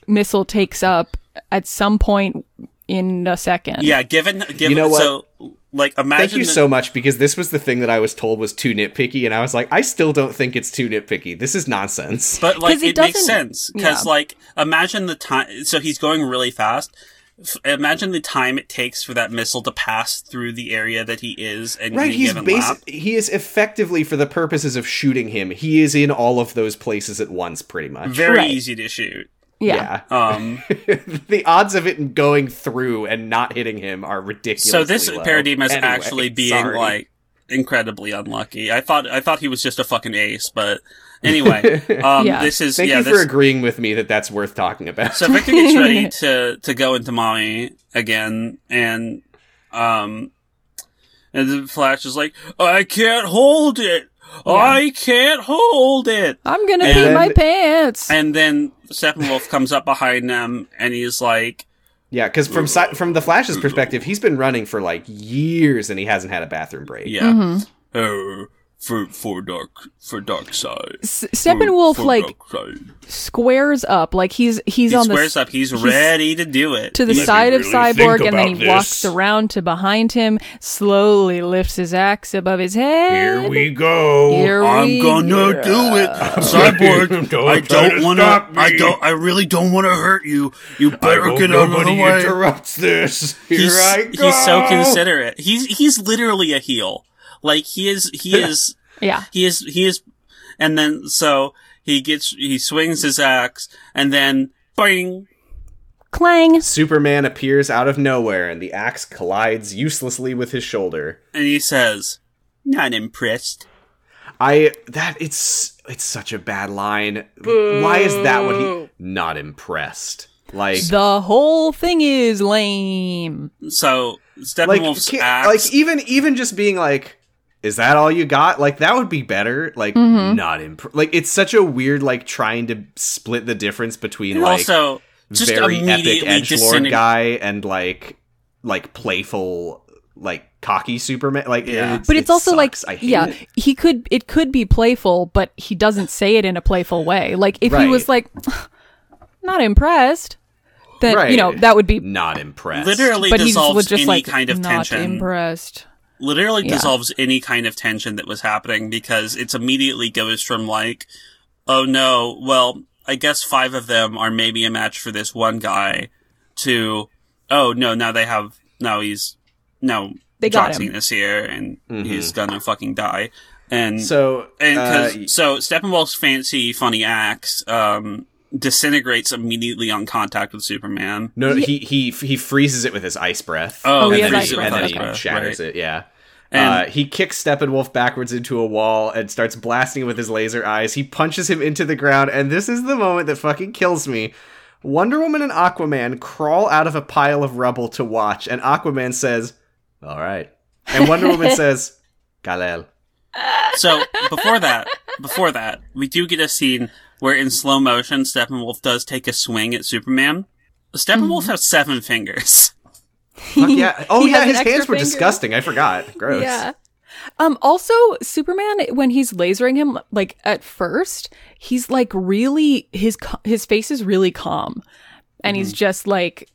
missile takes up at some point in a second. yeah, given given You know what? so like imagine. Thank you that- so much because this was the thing that I was told was too nitpicky, and I was like, I still don't think it's too nitpicky. This is nonsense. But 'Cause like it it makes doesn't- sense because yeah. like imagine the time. So he's going really fast. F- imagine the time it takes for that missile to pass through the area that he is and Right, he's given basi- lap. he is effectively for the purposes of shooting him. He is in all of those places at once, pretty much. Very Right. easy to shoot. yeah. Um. the odds of it going through and not hitting him are ridiculous. So this low. Parademon is Anyway, actually being sorry. like incredibly unlucky. I thought I thought he was just a fucking ace, but anyway, um, Yeah. this is Thank yeah. you This, for agreeing with me that that's worth talking about. so Victor gets ready to to go into mommy again, and um, and the Flash is like, I can't hold it. I can't hold it. I'm gonna And- pee my pants. And then Steppenwolf comes up behind them, and he's like, Yeah, because from si- from the Flash's perspective, he's been running for like years and he hasn't had a bathroom break. Yeah, Mm-hmm. oh, for for dark for dark side. S- Steppenwolf For like dark side." squares up, like he's he's he on squares the up. He's, ready to do it. to the He's- side of really Cyborg, think and then he about walks this. around to behind him. Slowly lifts his axe above his head. Here we go. Here I'm we gonna go. do it, Cyborg. Don't I try don't to want stop me. I don't. I really don't want to hurt you. You I better hope get out of the nobody way. interrupts this. Here he's, I go. he's so considerate. He's he's literally a heel. Like he is. He is. Yeah. he is. He is. And then so he gets. He swings his axe, and then bang. Clang. Superman appears out of nowhere and the axe collides uselessly with his shoulder. And he says, "Not impressed." I that it's it's such a bad line. Why is that what he not impressed? Like The whole thing is lame. So like Steppenwolf's can't- axe. like even even just being like is that all you got? Like that would be better. Like Mm-hmm. not imp- like it's such a weird like trying to split the difference between And like also just very epic immediately edgelord disintegrate. guy and like like playful like cocky Superman. Like, Yeah. it, But it's it also like, sucks. I hate yeah, it. he could, it could be playful, but he doesn't say it in a playful way. Like, if he was like, not impressed, then, Right. you know, that would be, not impressed. literally but he's dissolves was just any like, kind of not tension. impressed. literally Yeah. dissolves any kind of tension that was happening because it's immediately goes from like, oh no, well, I guess five of them are maybe a match for this one guy to, oh no, now they have, now he's, no, They got John him. Cena's here and he's gonna fucking die. And Mm-hmm. So and cause, uh, so Steppenwolf's fancy funny axe um, disintegrates immediately on contact with Superman. no, he he he freezes it with his ice breath. Oh, he and has then, ice he- breath, and then ice he breath, shatters right. it. Yeah. And- uh, he kicks Steppenwolf backwards into a wall and starts blasting him with his laser eyes. He punches him into the ground, and this is the moment that fucking kills me. Wonder Woman and Aquaman crawl out of a pile of rubble to watch, and Aquaman says, "All right," and Wonder Woman says, "Kal-El." So before that, before that, we do get a scene where in slow motion Steppenwolf does take a swing at Superman. Steppenwolf Mm-hmm. has seven fingers. Fuck yeah. Oh He yeah, has an his extra hands were finger. disgusting. I forgot. Gross. Yeah. Um, also, Superman when he's lasering him, like at first, he's like really his ca- his face is really calm, and he's Mm-hmm. just like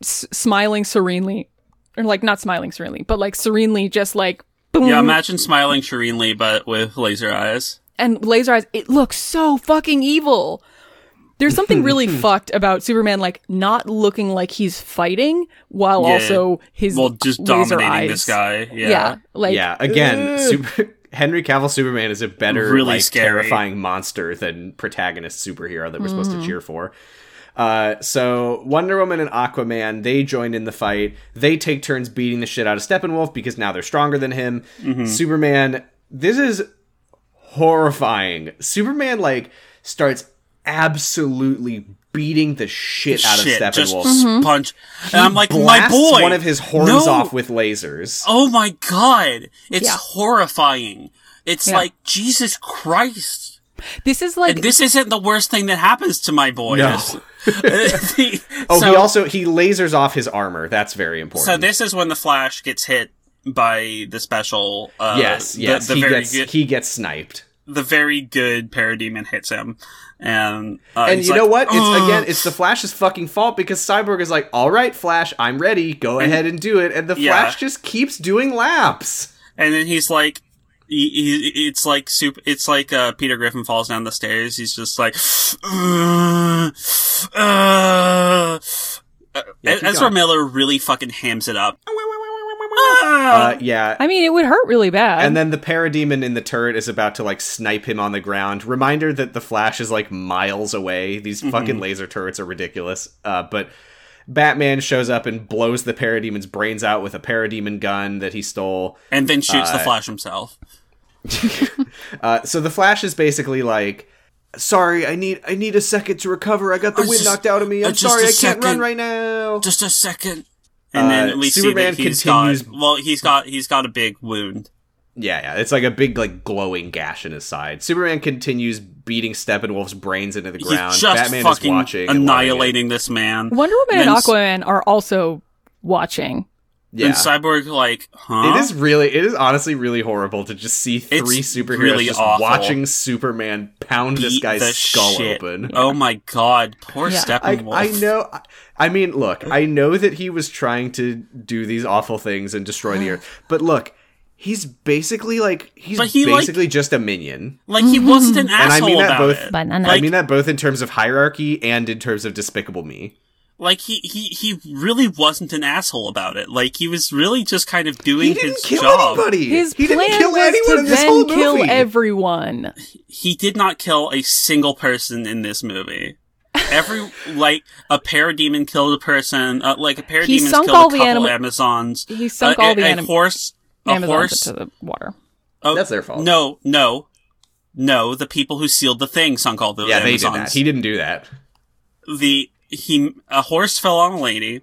s- smiling serenely, or like not smiling serenely, but like serenely, just like boom, Yeah, imagine smiling serenely, but with laser eyes. and laser eyes. It looks so fucking evil. There's something really fucked about Superman, like not looking like he's fighting while Yeah. also his Well, just laser dominating eyes. this guy. Yeah. Yeah, like yeah, again, super, Henry Cavill Superman is a better, Really like, scary. terrifying monster than protagonist superhero that we're supposed to cheer for. Uh, so Wonder Woman and Aquaman they join in the fight. They take turns beating the shit out of Steppenwolf because now they're stronger than him. Mm-hmm. Superman, this is horrifying. Superman like starts absolutely beating the shit out Shit, of just Steppenwolf. Mm-hmm. punch. And I'm like, my Blasts boy. one of his horns No. off with lasers. Oh my god. It's Yeah. horrifying. It's Yeah. like, Jesus Christ. this is like And this isn't the worst thing that happens to my boy. No. oh, Oh, he also he lasers off his armor. That's very important. So this is when the Flash gets hit by the special. Uh, yes, the- yes, The, he very gets good, he gets sniped. the very good parademon hits him, and uh, And he's you like, know what? It's "Ugh." again, it's the Flash's fucking fault because Cyborg is like, "All right, Flash, I'm ready. Go ahead and do it." And the Yeah. Flash just keeps doing laps. and then he's like. He, he, it's like soup. It's like uh, Peter Griffin falls down the stairs. He's just like, "Ugh, ugh." Uh, Yeah, keep Ezra going. Miller really fucking hams it up. Ah! Uh, yeah. I mean, it would hurt really bad. And then the parademon in the turret is about to like snipe him on the ground. Reminder that the Flash is like miles away. These Mm-hmm. fucking laser turrets are ridiculous. Uh, but Batman shows up and blows the parademon's brains out with a parademon gun that he stole. and then shoots the Flash himself. Uh, so the Flash is basically like, "Sorry, I need I need a second to recover. I got the Uh, wind just- knocked out of me. uh, I'm just sorry, a I can't run second. right now." Just a second. And Uh, then we Superman see that he's continues- got well, he's got he's got a big wound. Yeah, yeah, it's like a big like glowing gash in his side. Superman continues beating Steppenwolf's brains into the ground. He's just Batman is fucking watching, and loving it. annihilating this man. Wonder Woman and Then s- Aquaman are also watching. Yeah. And Cyborg like, huh? It is really, it is honestly really horrible to just see three superheroes really just awful. watching Superman pound this Beat guy's the skull shit. open. Oh my god, poor Yeah. I, Steppenwolf. I know. I- I mean, look, I know that he was trying to do these awful things and destroy the earth, but look, he's basically like he's But he, like- basically just a minion, Like he wasn't an and I asshole mean that about both. it. Banana. I mean that both in terms of hierarchy and in terms of Despicable Me. Like he, he he really wasn't an asshole about it. Like he was really just kind of doing He didn't his kill job. anybody. His he plan didn't kill was anyone to in this then whole kill movie. everyone. He did not kill a single person in this movie. Every like a parademon killed a person. Uh, like a parademon killed sunk a all couple the anima- Amazons. He sunk Uh, all a, the a anim- horse. A Amazons horse. into the water. oh, That's their fault. No, no, no. The people who sealed the thing sunk all the yeah, they Amazons. did that. He didn't do that. the he a horse fell on a lady.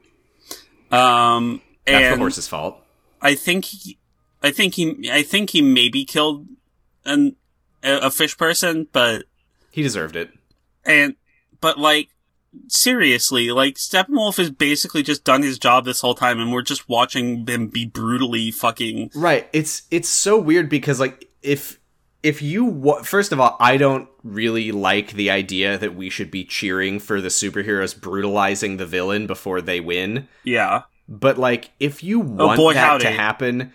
Um, That's and the horse's fault. I think he, I think he, I think he maybe killed an a, a fish person, but He deserved it. and but like seriously, like Steppenwolf has basically just done his job this whole time, and we're just watching him be brutally fucking. Right. It's it's so weird because like if if you wa- first of all, I don't really like the idea that we should be cheering for the superheroes brutalizing the villain before they win. Yeah, But like if you want Oh, boy, that howdy. to happen,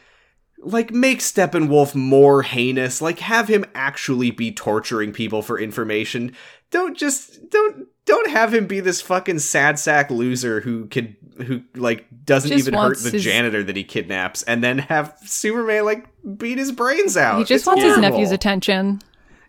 like make Steppenwolf more heinous. Like have him actually be torturing people for information. Don't just don't don't have him be this fucking sad sack loser who could who like doesn't Just even hurt wants the his- janitor that he kidnaps and then have Superman like beat his brains out. He just It's wants his horrible. nephew's attention.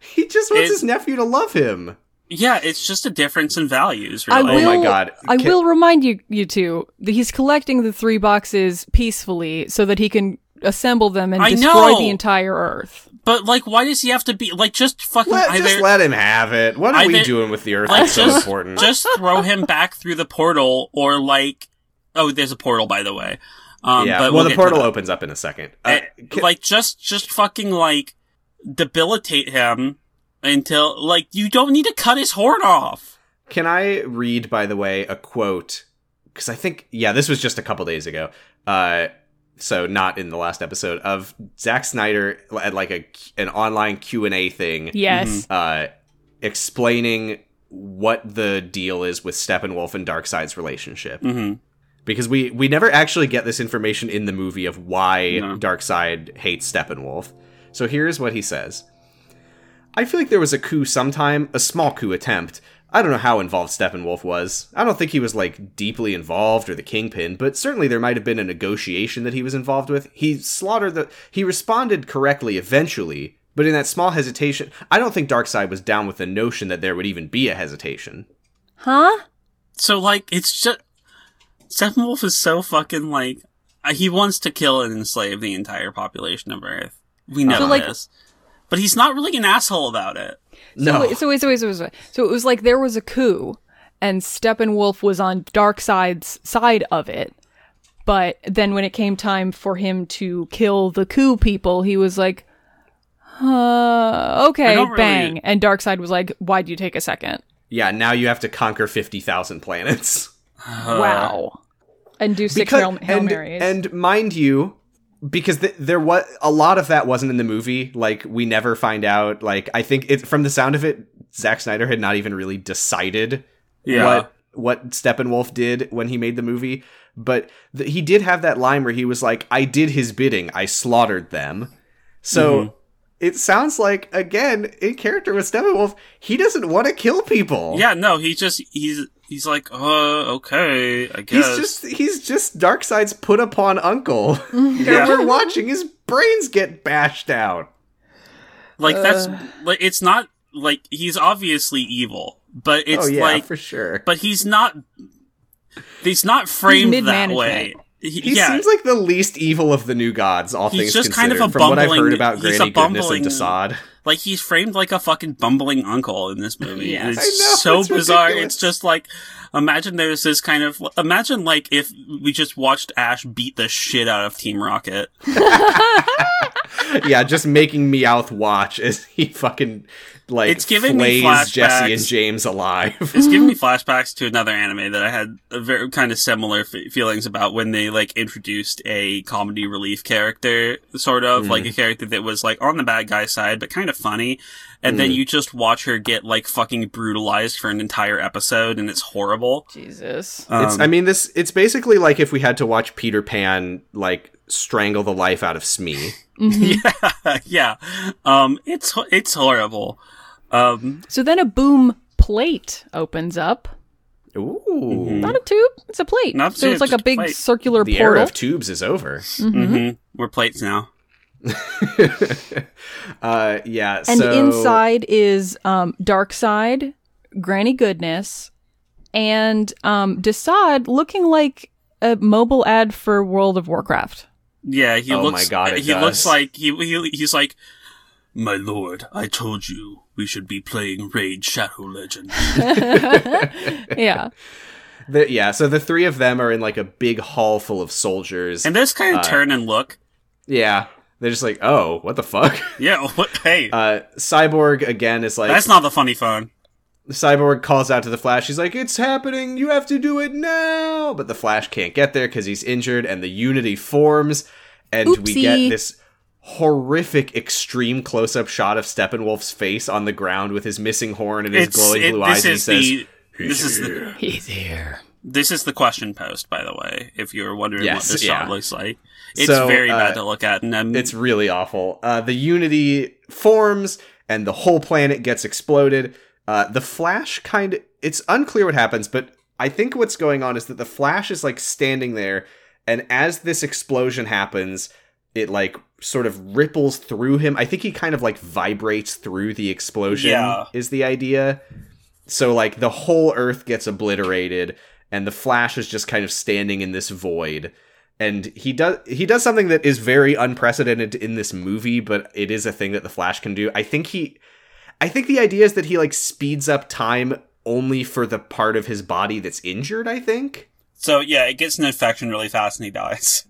He just wants It's- his nephew to love him. yeah. It's just a difference in values. I Really. Oh will, my God. I Can- will remind you, you two, that he's collecting the three boxes peacefully so that he can assemble them and I destroy know. the entire Earth. But like, why does he have to be like just fucking Let, either? just let him have it. What are I we bet- doing with the Earth? like That's so just important. just throw him back through the portal or like oh there's a portal by the way um yeah. but well, we'll the get to portal that. opens up in a second. Uh, Eh, can- like just just fucking like debilitate him until like you don't need to cut his horn off Can I read, by the way, a quote? Because I think, yeah, this was just a couple days ago. Uh, so not in the last episode of Zack Snyder at like a an online Q and A thing, Yes. uh, explaining what the deal is with Steppenwolf and Darkseid's relationship. hmm Because we we never actually get this information in the movie of why No. Darkseid hates Steppenwolf. So here's what he says. I feel like there was a coup sometime, a small coup attempt. I don't know how involved Steppenwolf was. I don't think he was like deeply involved or the kingpin, but certainly there might have been a negotiation that he was involved with. He slaughtered the he responded correctly eventually, but in that small hesitation, I don't think Darkseid was down with the notion that there would even be a hesitation. mm-hmm. Huh? So like, it's just Steppenwolf is so fucking like uh, he wants to kill and enslave the entire population of Earth. We know So, like- this, but he's not really an asshole about it. no. So, wait- so wait, so wait, so wait, so wait. So it was like there was a coup, and Steppenwolf was on Darkseid's side of it. But then when it came time for him to kill the coup people, he was like, uh, I okay, don't really- bang. And Darkseid was like, why'd you take a second? Yeah, now you have to conquer 50,000 planets. wow. And do six Hail, Hail and, Marys. and mind you, because th- there was a lot of that wasn't in the movie. Like we never find out. Like I think it from the sound of it, Zack Snyder had not even really decided Yeah. what what Steppenwolf did when he made the movie. But th- he did have that line where he was like, "I did his bidding. I slaughtered them." So. Mm-hmm. It sounds like again in character with Steppenwolf, he doesn't want to kill people. Yeah, no, he just he's he's like, uh, okay, I guess. He's just he's just Darkseid's put upon uncle. Yeah. and we're watching his brains get bashed out. like that's uh, like it's not like he's obviously evil, but it's oh yeah, like for sure. but he's not he's not framed that mid-management. way. He, He yeah, seems like the least evil of the new gods, all He's things just kind considered, of a from what I've heard bumbling- about he's Granny a Goodness bumbling- and Desaad. like he's framed like a fucking bumbling uncle in this movie. Yes. and I know, it's so it's bizarre. ridiculous. It's just like imagine there's this kind of imagine like if we just watched Ash beat the shit out of Team Rocket. yeah, just making Meowth watch as he fucking like It's giving me flays Jesse and flashbacks. James alive. It's giving me flashbacks to another anime that I had a very kind of similar f- feelings about when they like introduced a comedy relief character, sort of like Mm. a character that was like on the bad guy side but kind of funny, and Mm. then you just watch her get like fucking brutalized for an entire episode, and it's horrible. Um, Jesus. it's I mean this it's basically like if we had to watch Peter Pan like strangle the life out of Smee. Mm-hmm. yeah, um, it's ho- it's horrible. Um, So then a boom plate opens up. Ooh. Not a tube, it's a plate. Not a so tube, it's like a just a big plate. circular The era portal. Mm-hmm. of tubes is over. mhm. We're plates now. Uh, yeah. And so, inside is um, Dark Side, Granny Goodness, and um, Desaad looking like a mobile ad for World of Warcraft. Yeah, he Oh looks. my God, it he does. looks like he, he he's like, my lord, I told you we should be playing Raid Shadow Legends. Yeah. the, yeah. So the three of them are in like a big hall full of soldiers. and this Uh, kind of turn and look. yeah, they're just like, oh, what the fuck? Yeah, what, hey, Uh, Cyborg again is like, that's not the funny phone. Cyborg calls out to the Flash. He's like, it's happening. You have to do it now. But the Flash can't get there because he's injured, and the Unity forms, and we Oopsie. get this horrific extreme close-up shot of Steppenwolf's face on the ground with his missing horn and his It's glowing it- blue this eyes. and is he the says, this is the He's here. this is the question post, by the way. If you're wondering Yes, what this yeah. shot looks like, it's So, very uh, bad to look at, and um, It's really awful. Uh, the Unity forms, and the whole planet gets exploded. Uh, the Flash kind of. It's unclear what happens, but I think what's going on is that the Flash is like standing there, and as this explosion happens, it like sort of ripples through him. I think he kind of like vibrates through the explosion, Yeah. is the idea. So, like, the whole Earth gets obliterated, and the Flash is just kind of standing in this void and he does he does something that is very unprecedented in this movie but it is a thing that the flash can do i think he i think the idea is that he like speeds up time only for the part of his body that's injured i think so yeah, it gets an infection really fast and he dies.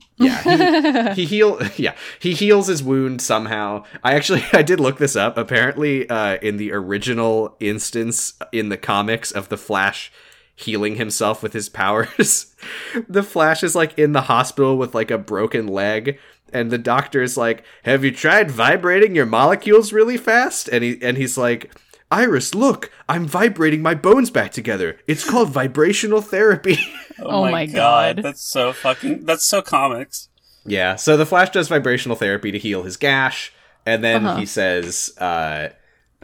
yeah he, he heal yeah he heals his wound somehow i actually i did look this up apparently uh in the original instance in the comics of the flash healing himself with his powers. the Flash is like in the hospital with like a broken leg and the doctor is like, "Have you tried vibrating your molecules really fast?" And he and he's like, "Iris, look, I'm vibrating my bones back together. It's called vibrational therapy." Oh my God. That's so fucking. That's so comics. Yeah, so the Flash does vibrational therapy to heal his gash, and then he says, uh,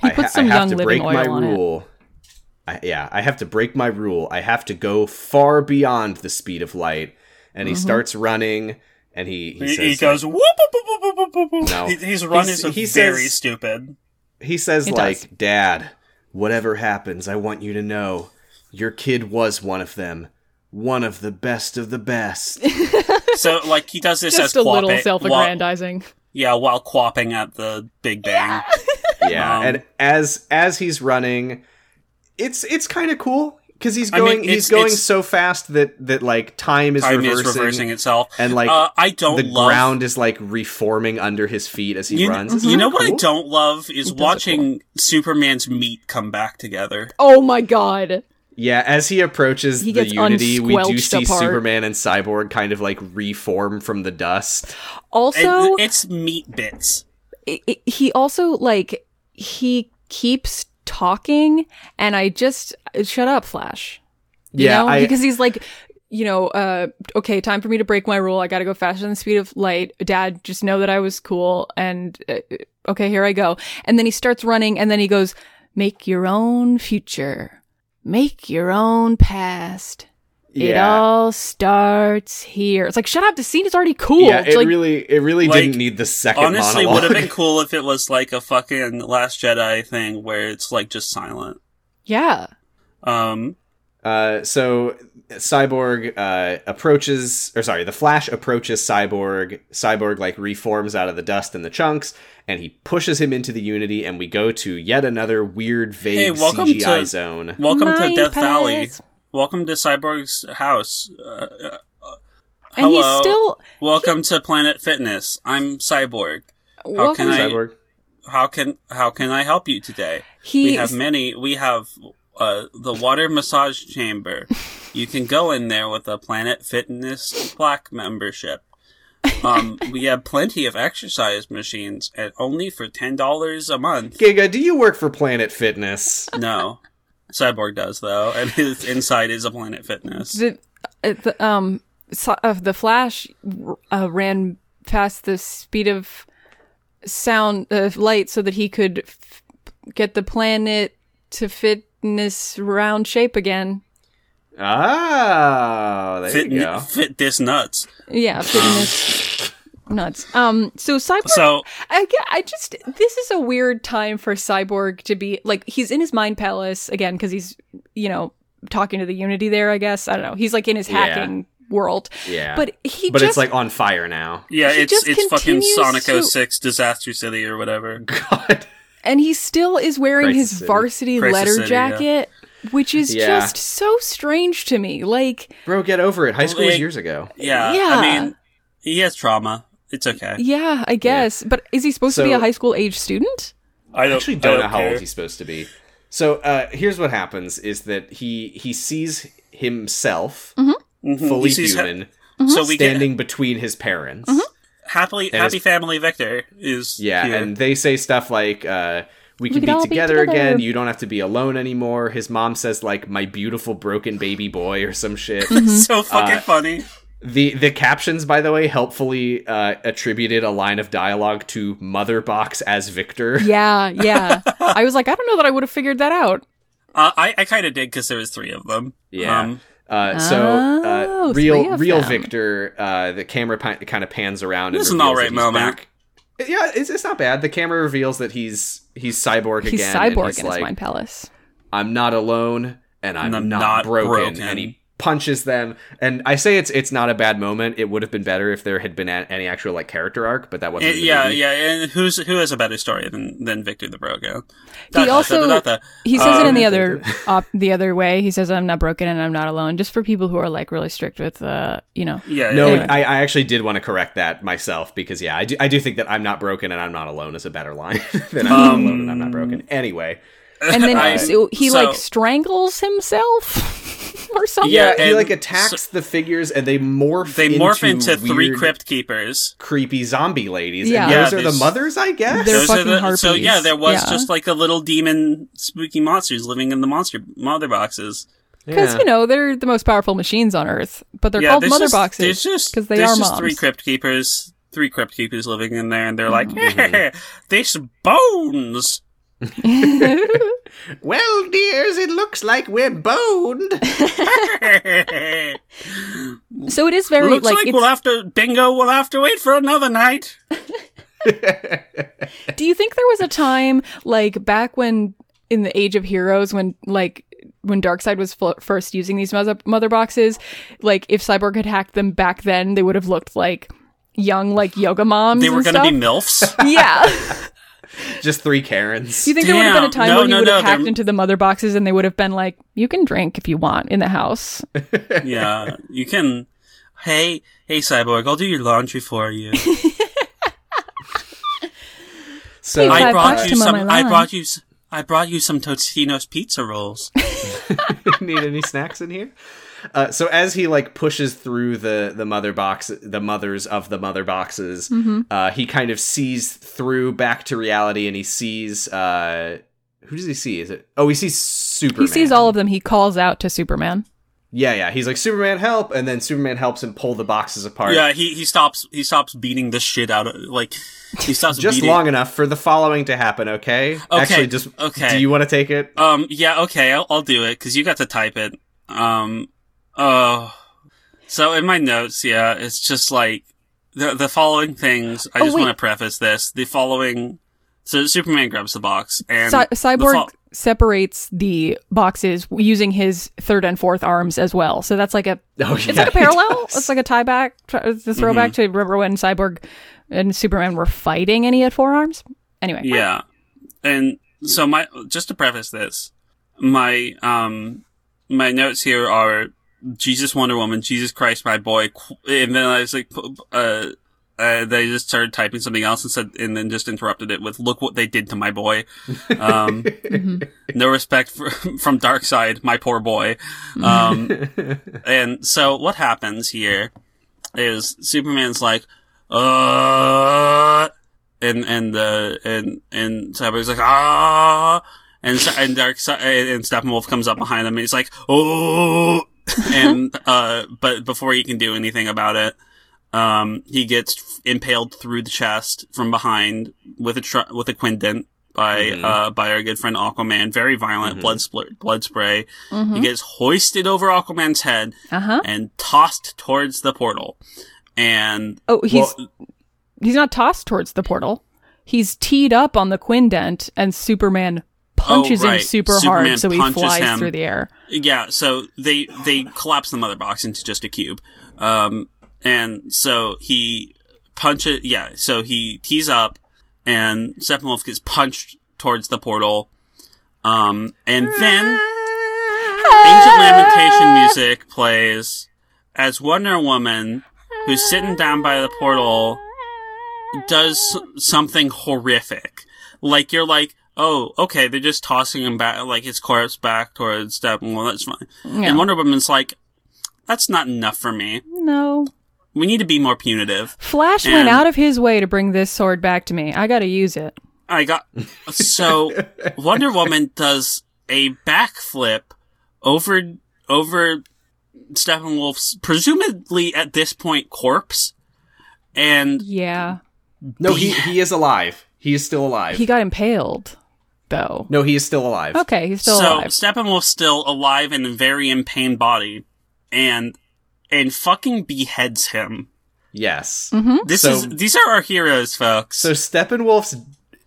He I, ha- puts Uh-huh. some I have young to break living oil my on it. rule. I, yeah, I have to break my rule. I have to go far beyond the speed of light. And he Mm-hmm. starts running, and he, he, He, says, he goes whoop whoop whoop whoop whoop whoop. whoop. No. He, his run He's- is he very says- stupid. he says It like does. dad whatever happens i want you to know your kid was one of them one of the best of the best So like he does this Just as a quapping- little while, self-aggrandizing. Yeah, while quapping at the Big Bang. yeah Um, and as as he's running it's it's kind of cool because he's I mean, going he's it's- going it's- so fast that that like time is, Time reversing, is reversing itself, and like uh, I don't the love ground is like reforming under his feet as he You, mm-hmm. runs It's you kinda know what I cool. don't love is look watching Superman's meat come back together. Oh my god. Yeah, as he approaches He the gets Unity, we do unsquelched see apart. Superman and Cyborg kind of like reform from the dust. Also, it, it's meat bits. i i he also like he keeps talking and I just shut up, Flash. You Yeah, know? I, because he's like you know, uh, okay, time for me to break my rule. I got to go faster than the speed of light. Dad, just know that I was cool. And uh, okay, here I go. And then he starts running and then he goes, make your own future, make your own past. It yeah. all starts here. It's like, shut up. The scene is already cool. Yeah, It's it like, really it really Like, didn't need the second Honestly, would monologue. have been cool if it was like a fucking Last Jedi thing where it's like just silent. yeah. Um, uh, so Cyborg uh, approaches, or sorry, the Flash approaches Cyborg. Cyborg like reforms out of the dust and the chunks, and he pushes him into the Unity, and we go to yet another weird, vague Hey, welcome CGI to- zone. welcome My to Death past. Valley. Welcome to Cyborg's house. Uh, uh, And Hello. he's still, welcome to Planet Fitness. I'm Cyborg. How welcome can I- Cyborg. How can how can I help you today? we he, have many. We have uh, the water massage chamber. you can go in there with a Planet Fitness Black membership. Um, we have plenty of exercise machines at only for ten dollars a month. Giga, do you work for Planet Fitness? No, Cyborg does though, and his inside is a Planet Fitness. the, uh, the um so, uh, the flash uh, ran past the speed of sound uh, light so that he could f- get the planet to fitness round shape again Ah, there Fit, you go. fit this nuts. yeah fitness nuts um so cyborg So I, ge- I just this is a weird time for cyborg to be like he's in his mind palace again because he's you know talking to the unity there i guess i don't know he's like in his Yeah. hacking world Yeah, but he but just it's like on fire now. yeah, He it's just it's fucking continues Sonic to- 06 Disaster City or whatever. God. and he still is wearing Crisis his City. varsity Crisis letter City, yeah. jacket, which is Yeah. just so strange to me. Like, Bro, get over it. High school was Like- years ago. Yeah, Yeah. I mean, he has trauma. It's okay. yeah, I guess, but is he supposed to be So- a high school age student? I don't, actually don't, I know how care. old he's supposed to be. So uh, here's what happens: is that he he sees himself Mm-hmm. Mhm. fully He sees ha- human, So we get standing between his parents. Mm-hmm. happily And happy it's- family Victor is Yeah, here. and they say stuff like, uh, "We can could be, all be together again. together." You don't have to be alone anymore." His mom says like, "My beautiful broken baby boy" or some shit. Mm-hmm. so fucking funny. the the captions, by the way, helpfully uh, attributed a line of dialogue to Mother Box as Victor. Yeah, yeah. I was like, I don't know that I would have figured that out. Uh, I I kind of did because there was three of them. Yeah. Um, Uh, so uh, Oh, three real of real them. Victor, uh, the camera pi- kind of pans around. This is and an reveals alright that he's moment. back. Yeah, it's, it's not bad. The camera reveals that he's he's cyborg He's again. and cyborg he's in like, his mind palace. I'm not alone, and I'm, And I'm not, not broken. broken. And he punches them. And I say it's it's not a bad moment. It would have been better if there had been a- any actual like character arc, but that wasn't. and- in the yeah, movie. yeah, and who's who has a better story than than Victor the Broken? He also he says it in um, the other op- the other way. He says, "I'm not broken and I'm not alone." Just for people who are like really strict with, uh, you know, yeah, No, yeah. I, I actually did want to correct that myself because yeah, I do I do think that I'm not broken and I'm not alone is a better line than I'm not Um, alone and I'm not broken. Anyway, and then I- so he so- like strangles himself. or something. Yeah, he and like attacks the figures and they morph. They morph into, three weird, crypt keepers. creepy zombie ladies. Yeah. and Yeah, those are the these- mothers, I guess. They're Those are fucking the, so harpies. yeah, there was Yeah. just like a little demon, spooky monsters living in the monster mother boxes. Because you know they're the most powerful machines on Earth, but they're yeah, called there's mother just, There's boxes just because they there's are just moms. three crypt keepers, three crypt keepers living in there, and they're like, hey, Mm-hmm. there's bones. Well, dears, it looks like we're boned. Looks so it is very like, like it's- we'll have to bingo. We'll have to wait for another night. do you think there was a time like back when in the Age of Heroes when like when Darkseid was f- first using these mother-, mother boxes, like if Cyborg had hacked them back then, they would have looked like young like yoga moms. They were and going to stuff? be milfs. yeah. Just three Karens. Do you think there would have been a Damn. time No, when you no, would have no, hacked they're- into the mother boxes and they would have been like, "You can drink if you want in the house." yeah, you can. Hey, hey, cyborg, I'll do your laundry for you. so Please, I I've brought watched you him on some. my I brought you. s- I brought you some Totino's pizza rolls. need any snacks in here? Uh, so as he like pushes through the the mother box, the mothers of the mother boxes, Mm-hmm. uh, he kind of sees through back to reality, and he sees uh, who does he see? Is it? Oh, he sees Superman. He sees all of them. He calls out to Superman. Yeah, yeah. He's like Superman, help! And then Superman helps him pull the boxes apart. Yeah, he he stops. He stops beating the shit out of like. He stops Just beating. long enough for the following to happen. Okay. Actually, just okay. Do you want to take it? Um. Yeah. Okay. I'll, I'll do it because you got to type it. Um. Oh. So in my notes, yeah, it's just like the the following things. I Oh, just wait. want to preface this. The following. So Superman grabs the box and Cy- the Cyborg fol- separates the boxes using his third and fourth arms as well. So that's like a Oh, it's yeah, like a he parallel. does. It's like a tie back, tr- it's a throwback Mm-hmm. to remember when Cyborg and Superman were fighting and he had four arms. Anyway, Yeah. And so my just to preface this, my um my notes here are Jesus Wonder Woman, Jesus Christ my boy, qu- and then I was like p- p- uh, uh they just started typing something else and said and then just interrupted it with look what they did to my boy. Um no respect for, from dark side, my poor boy. Um and so what happens here is Superman's like, uh, and and uh, and and Cyborg's like, ah, and Cy- and Dark Cy- and Steppenwolf comes up behind him and he's like, oh, and uh, but before he can do anything about it, um, he gets impaled through the chest from behind with a tr- with a quindent. By uh by our good friend Aquaman, very violent blood spl- blood spray. He gets hoisted over Aquaman's head, uh huh. and tossed towards the portal. And Oh, he's well, he's not tossed towards the portal. He's teed up on the Quindent, and Superman punches Oh, right. him super Superman hard, so he punches flies him. through the air. yeah, so they they collapse the mother box into just a cube. Um, and so he punches. Yeah, so he tees up, and Steppenwolf gets punched towards the portal. Um, and then ancient lamentation music plays as Wonder Woman, who's sitting down by the portal, does something horrific. Like you're like, oh, okay, they're just tossing him back, like his corpse back towards Steppenwolf. That's fine. Yeah. And Wonder Woman's like, that's not enough for me. No, We need to be more punitive. Flash And- went out of his way to bring this sword back to me. I got to use it. I got so Wonder Woman does a backflip over over Steppenwolf's presumably at this point corpse, and Yeah, No, he he is alive. He is still alive. he got impaled, though. no, he is still alive. Okay, he's still so alive. Steppenwolf's still alive in a very impaired body, and and fucking beheads him. Yes. Mm-hmm. This So- is these are our heroes, folks. So Steppenwolf's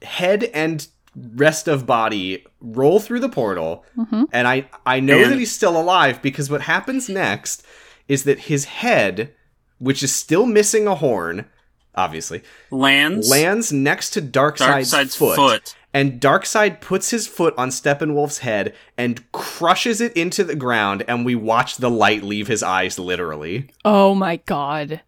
head and rest of body roll through the portal, Mm-hmm. and I I know And- that he's still alive because what happens next is that his head, which is still missing a horn, obviously, lands, lands next to Darkseid's, Darkseid's foot, foot. and Darkseid puts his foot on Steppenwolf's head and crushes it into the ground, and we watch the light leave his eyes literally. oh my god,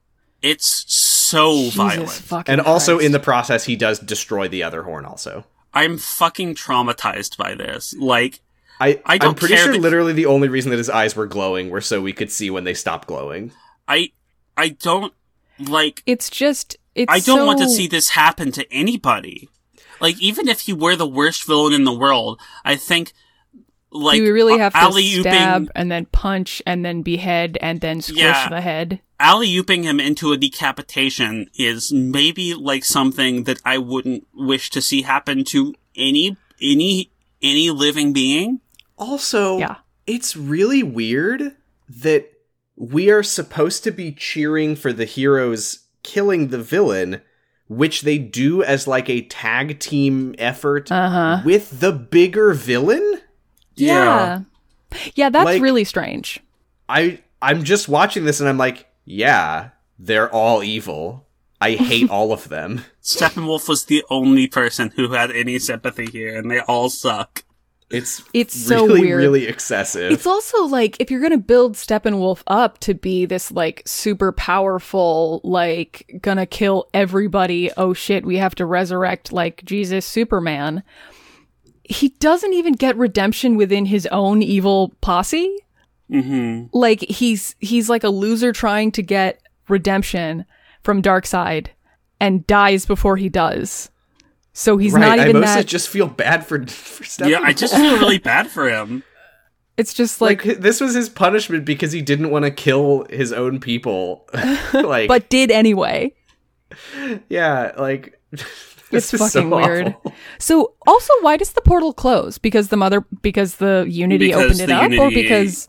It's so Jesus violent. fucking And also Christ. in the process, he does destroy the other horn also. I'm fucking traumatized by this. Like, I, I I don't am pretty care sure that- literally the only reason that his eyes were glowing were so we could see when they stopped glowing. I I don't like It's just it's I don't want to so- see this happen to anybody. Like even if he were the worst villain in the world, I think like you really have to alley-ooping- stab and then punch and then behead and then squish Yeah. the head. alley-ooping him into a decapitation is maybe like something that I wouldn't wish to see happen to any any any living being. Also, Yeah. it's really weird that we are supposed to be cheering for the heroes killing the villain, which they do as like a tag team effort Uh huh. with the bigger villain. Yeah. yeah. that's Like- really strange. I I'm just watching this and I'm like, yeah, they're all evil. I hate all of them. Steppenwolf was the only person who had any sympathy here, and they all suck. It's It's so really weird. really excessive. It's also like if you're going to build Steppenwolf up to be this like super powerful, like gonna kill everybody, oh shit, we have to resurrect like Jesus Superman. He doesn't even get redemption within his own evil posse. hmm Like he's he's like a loser trying to get redemption from Darkseid and dies before he does. So he's right, not I even mostly that. just feel bad for for Steppenwolf. Yeah, I just feel really bad for him. it's just like, like, this was his punishment because he didn't want to kill his own people. like, but did anyway. yeah, like this It's is so fucking weird. awful. So also why does the portal close? Because the mother because the Unity Because opened it the up or Unity- because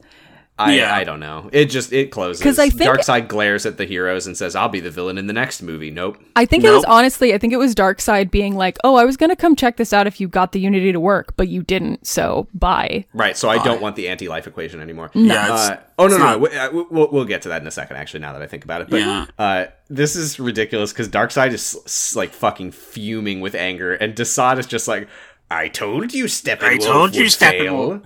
I Yeah. I don't know. It just it closes 'Cause I think- Darkseid glares at the heroes and says, "I'll be the villain in the next movie." Nope. I think it was Nope. honestly I think it was Darkseid being like, "Oh, I was going to come check this out if you got the Unity to work, but you didn't. So, bye." Right. So I don't want the anti-life equation anymore. Yeah, it's- Uh, oh no, it's no, not- no. We- uh, we- We'll, we'll get to that in a second. Actually, now that I think about it, but Yeah. uh, this is ridiculous because Darkseid is s- like fucking fuming with anger, and Desaad is just like, "I told you, Steppenwolf. I told you, would fail." Steppenwolf.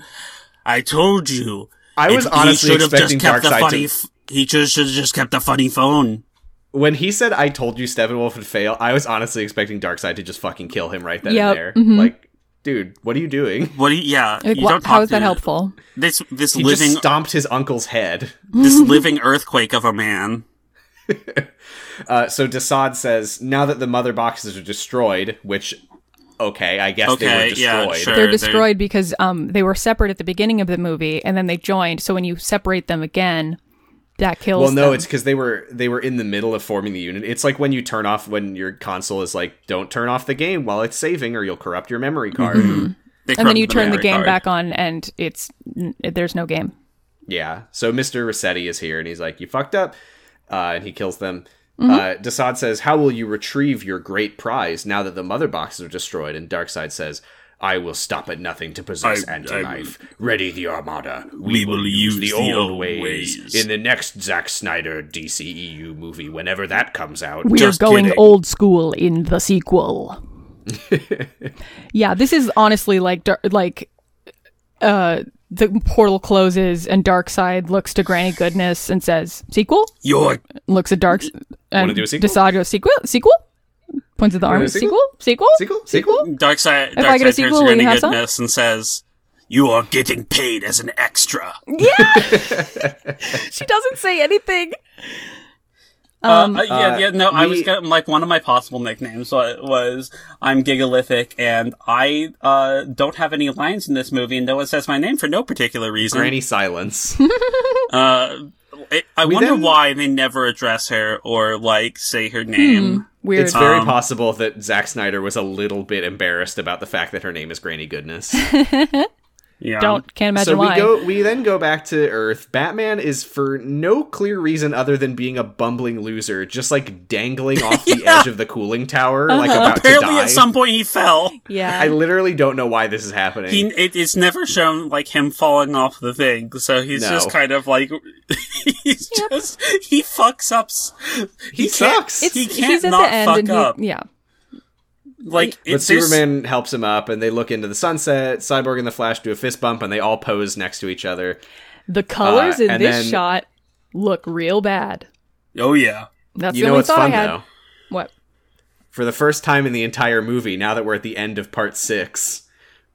I told you. I was It- honestly should've expecting the Darkseid funny. to. F- he just should have just kept the funny phone. when he said, "I told you, Steppenwolf would fail," I was honestly expecting Darkseid to just fucking kill him right then Yep, and there. mhm. Like, dude, what are you doing? What? Do you, yeah. Like, you wha- don't talk how is to that me. helpful? This this He living just stomped his uncle's head. this living earthquake of a man. Uh, so Desaad says, now that the mother boxes are destroyed, which, okay, I guess they were Okay, yeah, destroyed. sure. They're they're- destroyed because um they were separate at the beginning of the movie and then they joined. So when you separate them again, that kills Well, no, them. it's because they were they were in the middle of forming the unit. It's like when you turn off when your console is like, don't turn off the game while it's saving, or you'll corrupt your memory card. Mm-hmm. They and then corrupted you turn the memory game card. back on and it's n- there's no game. Yeah. So Mr. Rossetti is here and he's like, You fucked up. Uh, and he kills them. Uh, Desaad says, How will you retrieve your great prize now that the mother boxes are destroyed? And Darkseid says, I will stop at nothing to possess I- I anti life. Ready the armada. We will use the old ways. in the next Zack Snyder DCEU movie whenever that comes out. We're Just going kidding. old school in the sequel. yeah, this is honestly like dar- like uh the portal closes and Darkseid looks to Granny Goodness and says, "Sequel?" You're Looks at Dark and Mm-hmm. do a sequel? Desaad goes, "Sequel? Sequel?" Points at the arm. a sequel? Sequel? Sequel? Sequel? Sequel? Dark Side. If I Dark get a Side turns sequel, to will you Granny have some? Goodness and says, "You are getting paid as an extra." She doesn't say anything. Um, uh, uh, yeah, uh, yeah. No, I was we- gonna, like one of my possible nicknames wa- was I'm Gigalithic, and I uh, don't have any lines in this movie, and no one says my name for no particular reason. Granny silence. Uh, it, I wonder then- why they never address her or like say Hmm. her name. Weird. it's very Um, possible that Zack Snyder was a little bit embarrassed about the fact that her name is Granny Goodness. Yeah. Don't can't imagine so we why. go we then go back to earth batman is for no clear reason other than being a bumbling loser just like dangling off the edge of the cooling tower like Uh-huh. about to Apparently, die at some point, he fell. yeah. i literally don't know why this is happening He, it, it's never shown like him falling off the thing, so he's No. just kind of like he's just he fucks up. s- He can't- sucks. He It's- can't he's at not the end fuck and he, up. yeah. Like but it's just- superman helps him up and they look into the sunset cyborg and the flash do a fist bump and they all pose next to each other The colors Uh, in and this then- shot look real bad. Oh yeah. That's you the know only what's thought fun I had. though What? for the first time in the entire movie now that we're at the end of part six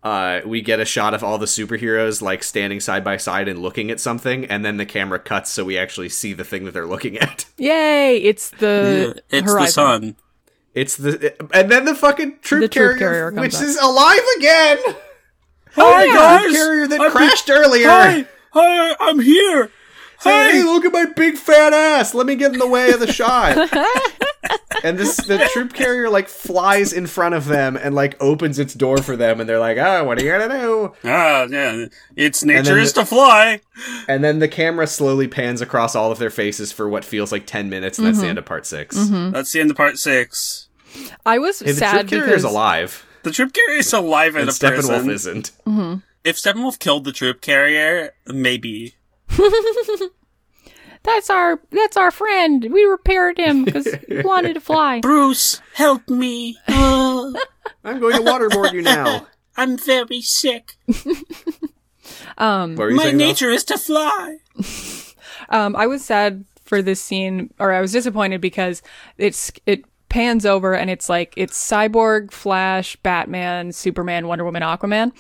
uh, we get a shot of all the superheroes like standing side by side and looking at something, and then the camera cuts so we actually see the thing that they're looking at. Yay! It's the it's horizon. the sun. It's the and then the fucking troop The carrier, troop carrier comes which up. is alive again. Hi Troop Oh, carrier that I'm- crashed earlier. Hi, hi, I'm here. Hey, Hi. look at my big fat ass. Let me get in the way of the shot. and this the troop carrier like flies in front of them and like opens its door for them and they're like, "Oh, what are you going to do?" Ah, yeah. Its nature is the- to fly. And then the camera slowly pans across all of their faces for what feels like 10 minutes and Mm-hmm. that's the end of part 6. That's the end of part six. I was Hey, the sad troop carrier is because alive The troop carrier is alive in and a person. Steppenwolf isn't. If Steppenwolf killed the troop carrier, maybe. that's our that's our friend. We repaired him because he wanted to fly. Bruce, help me. Uh, I'm going to waterboard you now. I'm very sick. What were you My saying, Mel? nature is to fly. Um, I was sad for this scene, or I was disappointed because it's it pans over and it's like it's Cyborg, Flash, Batman, Superman, Wonder Woman, Aquaman,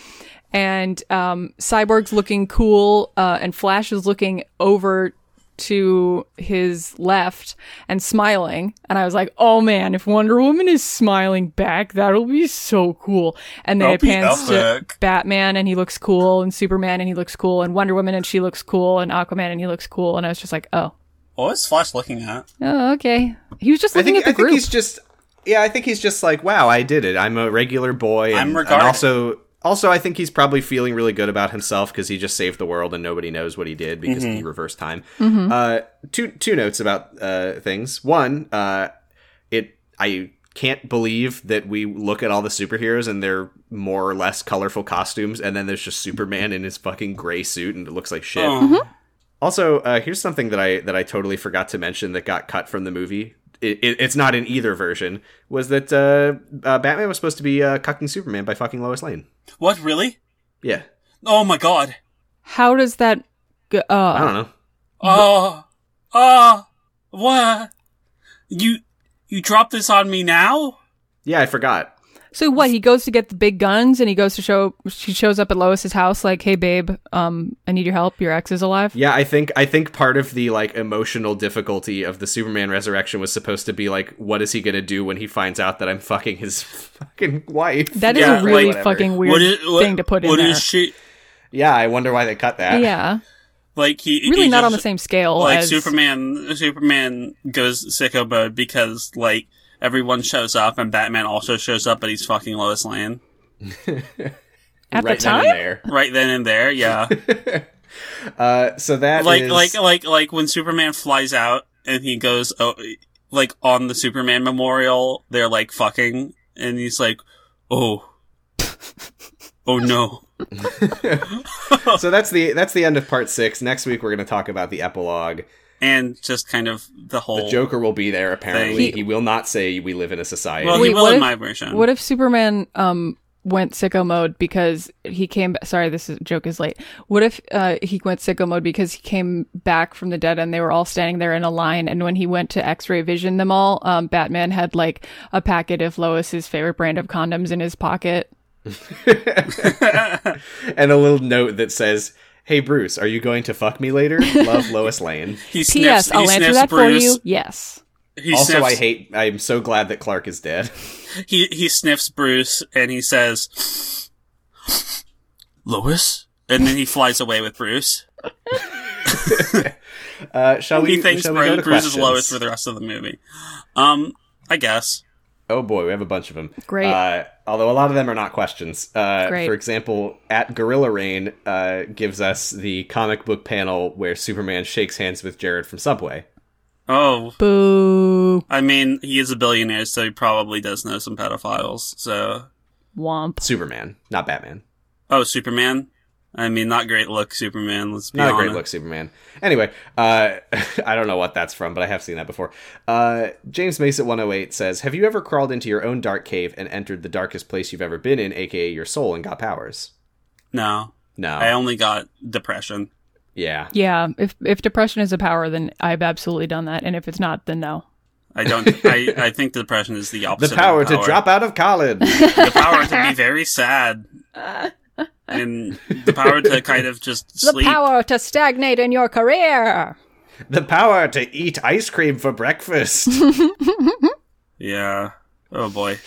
and um, Cyborg's looking cool, uh, and Flash is looking over to his left and smiling and i was like oh man if wonder woman is smiling back that'll be so cool and then That'll it be pans to epic. batman and he looks cool and superman and he looks cool and wonder woman and she looks cool and aquaman and he looks cool and i was just like oh What was Flash looking at? oh okay he was just I looking think at I the group think he's just yeah, I think he's just like, wow, I did it. I'm a regular boy. And, I'm and regarded. also also I think he's probably feeling really good about himself because he just saved the world and nobody knows what he did because Mm-hmm. he reversed time. Uh, two two notes about uh, things. One, uh, it I can't believe that we look at all the superheroes and their more or less colorful costumes and then there's just Superman in his fucking gray suit and it looks like shit. Oh. Also, uh, here's something that I that I totally forgot to mention that got cut from the movie. It, it, it's not in either version. Was that uh, uh, Batman was supposed to be uh, cucking Superman by fucking Lois Lane? What, really? Yeah, Oh my god. how does that go uh, I don't know. Oh. Oh. What? You. You dropped this on me now? Yeah, I forgot. so what he goes to get the big guns and he goes to show she shows up at lois's house like hey babe um i need your help your ex is alive Yeah, I think I think part of the like emotional difficulty of the Superman resurrection was supposed to be like, what is he gonna do when he finds out that I'm fucking his fucking wife? That is Yeah, a really whatever. fucking weird What is- what- thing to put in What there. is she? yeah, I wonder why they cut that. yeah, Like he really he not just- on the same scale Like as Superman, Superman goes sicko mode because like everyone shows up and Batman also shows up, but he's fucking Lois Lane at right the then and time. there. right then and there. Yeah, Uh, so that like is- like like like when Superman flies out and he goes oh, like on the Superman memorial, they're like fucking, and he's like, oh, oh no, so that's the that's the end of part six. Next week we're gonna talk about the epilogue. and just kind of the whole The Joker will be there. Apparently, He- he, will not say we live in a society. Well, Wait, he will what in if- my version. What if Superman um went sicko mode because he came? Sorry, this is, joke is late. What if uh, he went sicko mode because he came back from the dead and they were all standing there in a line? And when he went to X-ray vision them all, um, Batman had like a packet of Lois's favorite brand of condoms in his pocket. and a little note that says, "Hey Bruce, are you going to fuck me later? Love Lois Lane." he sniffs, P.S. he I'll answer sniffs that Bruce, for you. Yes. He also, sniffs, I hate. I'm so glad that Clark is dead. he he sniffs Bruce and he says, "Lois," and then he flies away with Bruce. Uh, shall He we? thinks shall we go Bruce, to Bruce is questions? Lois for the rest of the movie. Um, I guess. Oh boy, we have a bunch of them. Great. Uh, although a lot of them are not questions. Uh, Great. For example, at Gorilla Rain uh, gives us the comic book panel where Superman shakes hands with Jared from Subway. Oh, Boo. I mean, he is a billionaire, so he probably does know some pedophiles. So, Womp. Superman, not Batman. oh, Superman. I mean, not great look, Superman. Let's be Not a honest. great look, Superman. Anyway, uh, I don't know what that's from, but I have seen that before. Uh, James Mason 108 says, "Have you ever crawled into your own dark cave and entered the darkest place you've ever been in, aka your soul, and got powers?" No, No. I only got depression. yeah. Yeah. If if depression is a power, then I've absolutely done that. And if it's not, then no. I don't. I, I think depression is the The opposite. power of to drop out of college. The power to be very sad. And the power to kind of just The sleep. power to stagnate in your career. the power to eat ice cream for breakfast. Yeah. Oh boy.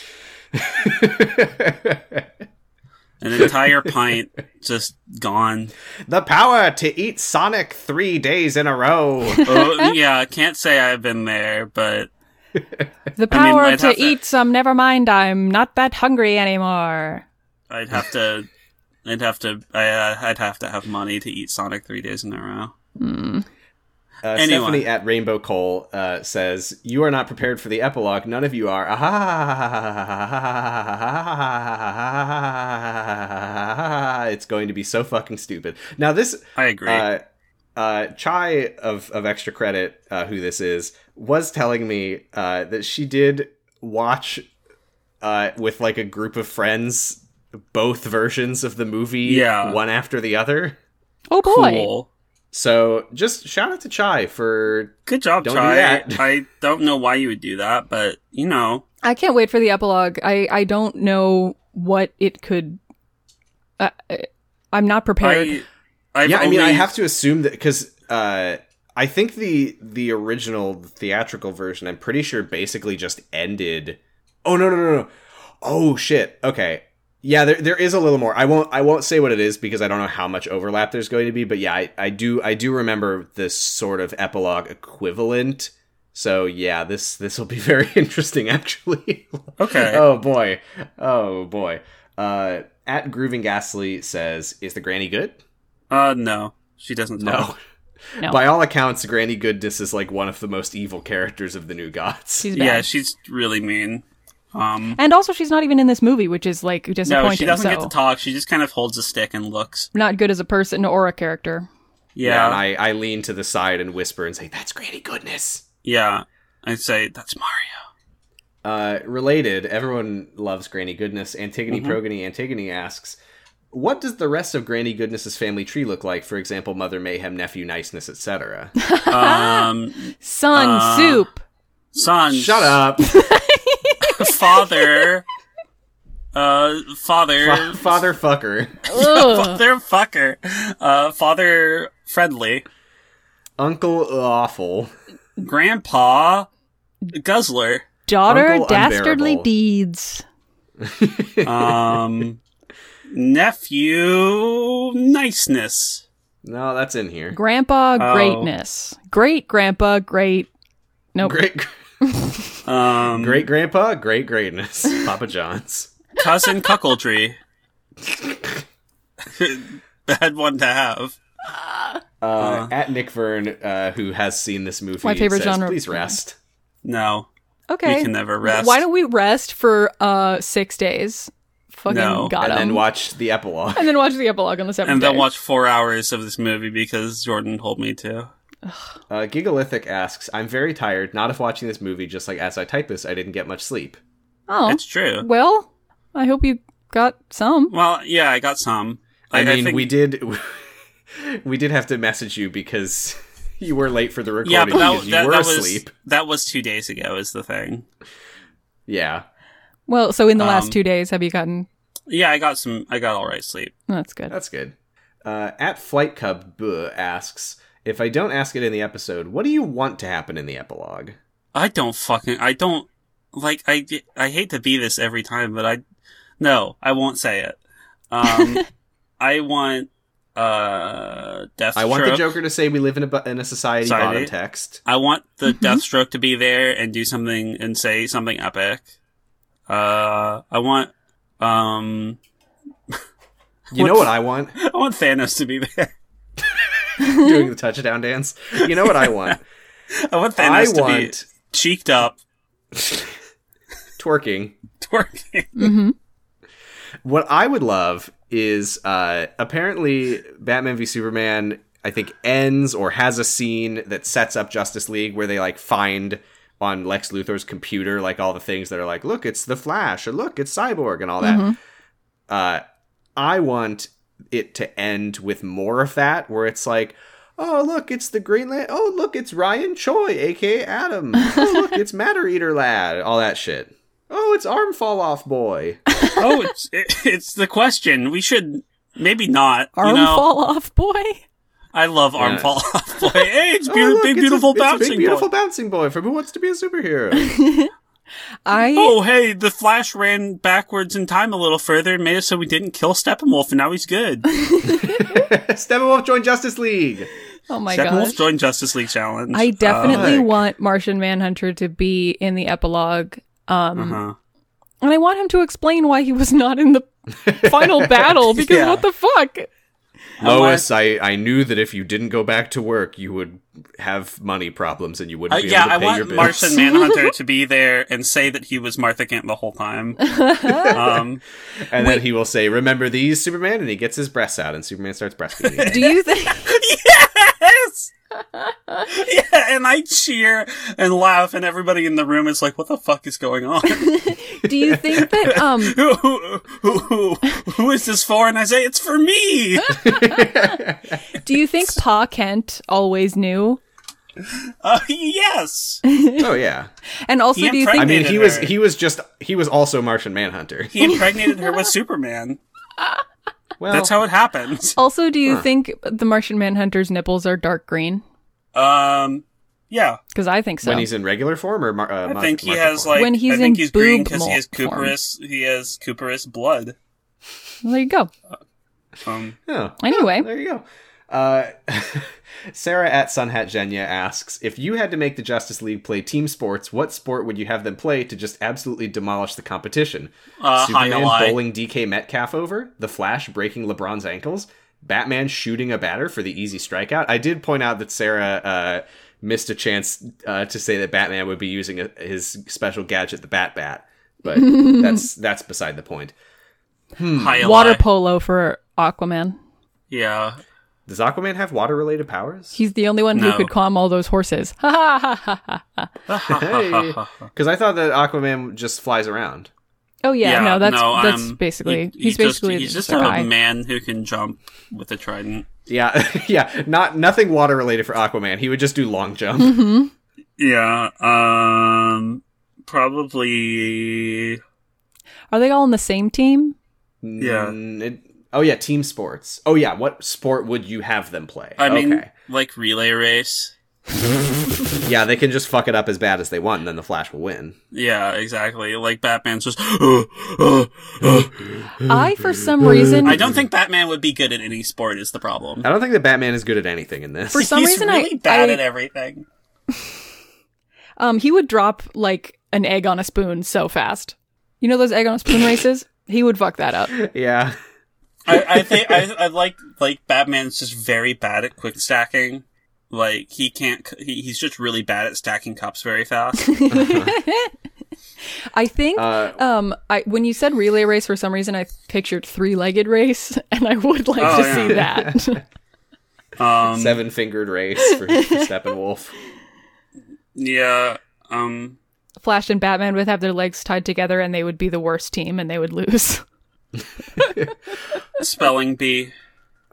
An entire pint just gone. the power to eat Sonic three days in a row. Oh yeah, I can't say I've been there, but The I mean, power I'd have to to- eat some. Never mind, I'm not that hungry anymore. I'd have to. I'd have to. I, uh, I'd have to have money to eat Sonic three days in a row. Hmm. Uh, Anyway. Stephanie at Rainbow Cole uh, says, "You are not prepared for the epilogue. None of you are." it's going to be so fucking stupid. Now this, I agree. uh, uh, Chai of of Extra Credit, uh, who this is, was telling me uh, that she did watch uh, with like a group of friends both versions of the movie, Yeah. one after the other. Oh boy. cool. So just shout out to Chai for Good job, Don't do Chai. that. I don't know why you would do that, but you know, I can't wait for the epilogue. I, I don't know what it could. Uh, I- I'm not prepared. I. I've yeah, I mean, I only- have to assume that because uh, I think the the original theatrical version, I'm pretty sure, basically just ended. Oh no no no no! Oh shit! Okay, yeah, there, there is a little more. I won't I won't say what it is because I don't know how much overlap there's going to be. But yeah, I, I do I do remember this sort of epilogue equivalent. So yeah, this this will be very interesting actually. Okay. Oh boy. Oh boy. Uh, at Grooving Ghastly says, "Is the granny good?" Uh, no, she doesn't. No. talk. No. Um, By all accounts, Granny Goodness is like one of the most evil characters of the new gods. She's bad. Yeah, she's really mean. Um, and also, she's not even in this movie, which is like disappointing. no, she doesn't so get to talk. She just kind of holds a stick and looks. not good as a person or a character. Yeah, And I, I lean to the side and whisper and say, That's Granny Goodness. yeah. I'd say that's Mario. Uh, related, everyone loves Granny Goodness. Antigone Progony Antigone asks, What does the rest of Granny Goodness's family tree look like? For example, Mother Mayhem, Nephew Niceness, etc. Um, Sun Uh, soup. son, Shut up. father. Uh, father, Fa- Father fucker. Ugh. father, fucker, uh, father, friendly, Uncle awful. grandpa, guzzler, Daughter Uncle dastardly Unbearable. deeds. um, nephew, niceness. No, that's in here. Grandpa Oh. greatness. Great grandpa great. Nope. Great Um, great grandpa, great greatness. Papa John's. cousin cuckoldry. Bad one to have. Uh-huh. Uh, at Nick Vern, uh, who has seen this movie, My favorite says, genre. Please rest. No, Okay. we can never rest. Why don't we rest for uh six days? Fucking No. got and then him. watch the epilogue. and then watch the epilogue on the seventh and day. then watch four hours of this movie because Jordan told me to. Uh, Gigalithic asks, "I'm very tired. Not of watching this movie. Just like as I type this, I didn't get much sleep. oh It's true. well, I hope you got some. Well, yeah, I got some. I, Like, mean, think- we did, we did have to message you because you were late for the recording Yeah, but that, because you that, were that was asleep. that was two days ago. Is the thing. Yeah, Well, so in the last Um, two days, have you gotten? oh, Yeah, I got some. I got all right sleep. That's good. that's good." Uh, at Flight Cub Buh asks, "If I don't ask it in the episode, what do you want to happen in the epilogue?" I don't fucking. I don't like. I I hate to be this every time, but I no. I won't say it. Um, I want uh Deathstroke. I want the Joker to say we live in a bu- in a society Society. bottom text. I want the Deathstroke to be there and do something and say something epic. Uh, I want um, You know what I want? I want Thanos to be there. Doing the touchdown dance. You know what I want? I want I Thanos to want be cheeked up, twerking. twerking. What I would love is uh, apparently Batman v Superman. I think ends or has a scene that sets up Justice League where they like find on Lex Luthor's computer like all the things that are like, look, it's the Flash or look, it's Cyborg and all that. uh, I want it to end with more of that, where it's like, Oh, look, it's the Green Lan- Oh, look, it's Ryan Choi, aka Adam. Oh, look, it's Matter Eater Lad. All that shit. Oh, it's Arm Fall Off Boy. oh, it's it, it's the question. We should maybe not. Arm you know, fall off, boy. I love arm Yeah. fall off boy. Hey, it's Oh, beau- look, big it's a- beautiful it's a bouncing big beautiful boy. bouncing boy from Who Wants to Be a Superhero. I Oh, hey, the Flash ran backwards in time a little further and made it so we didn't kill Steppenwolf, and now he's good. Oh Steppenwolf joined Justice League. oh my Steppenwolf gosh. joined Justice League Challenge. Uh, I definitely Fuck. want Martian Manhunter to be in the epilogue. Um, Uh-huh. and I want him to explain why he was not in the final battle because Yeah. what the fuck? Lois, I, I knew that if you didn't go back to work, you would have money problems and you Uh, wouldn't be yeah, able to I pay your want bills. Martian Manhunter to be there and say that he was Martha Kent the whole time. um, and then he will say, "Remember these, Superman," and he gets his breasts out, and Superman starts breastfeeding. him. Do you think? yes! yeah, and I cheer and laugh, and everybody in the room is like, what the fuck is going on? Do you think that? Um, who, who, who, who, who is this for? And I say, it's for me! do you think Pa Kent always knew? uh, yes! oh yeah, And also, He do you impregn- think? I mean Hated he was her. he was just he was also Martian Manhunter. He impregnated her with Superman. Well, That's how it happened. Also, do you think the Martian Manhunter's nipples are dark green? Oh. Um, yeah, Because I think so. when he's in regular form or Mar- uh, I Mar- think he Martian has form. like When he's I think in he's green boob because he has molt form. Cooperus. He has Cooperus blood. Well, there you go. Um, Oh. Anyway. there you go. Uh, Sarah at Sunhat Genya asks if you had to make the Justice League play team sports, what sport would you have them play to just absolutely demolish the competition? uh, Superman High bowling DK Metcalf over, The Flash breaking LeBron's ankles, Batman shooting a batter for the easy strikeout. I did point out that Sarah uh, missed a chance uh, to say that Batman would be using a, his special gadget, the Bat Bat, but that's that's beside the point. Hmm. High Water polo for Aquaman. Yeah, Does Aquaman have water related powers? He's the only one No. who could calm all those horses. Ha ha ha ha ha. Because I thought that Aquaman just flies around. Oh yeah, yeah. no, that's that's um, basically he- he's, basically just, he's just a guy. a man who can jump with a trident. Yeah, yeah. Not nothing water related for Aquaman. He would just do long jump. Mm-hmm. Yeah. Um. Probably. Are they all on the same team? Yeah. Mm, it- oh yeah, team sports. Oh yeah, what sport would you have them play? I mean, okay. like relay race. yeah, they can just fuck it up as bad as they want, and then the Flash will win. Yeah, exactly. Like Batman's just. uh, I I for some reason don't think Batman would be good at any sport. Is the problem? I don't think that Batman is good at anything in this. For some He's reason, I- really bad I- at everything. um he would drop like an egg on a spoon so fast. You know those egg on a spoon races? He would fuck that up. yeah, I, I think I, I like like Batman's just very bad at quick stacking. Like he can't. c- He, he's just really bad at stacking cups very fast. I think Uh, um I when you said relay race for some reason I pictured three-legged race and I would like Oh, to yeah. see that. Um, seven fingered race for, for Steppenwolf. Yeah. Um. Flash and Batman would have their legs tied together and they would be the worst team and they would lose. Spelling bee.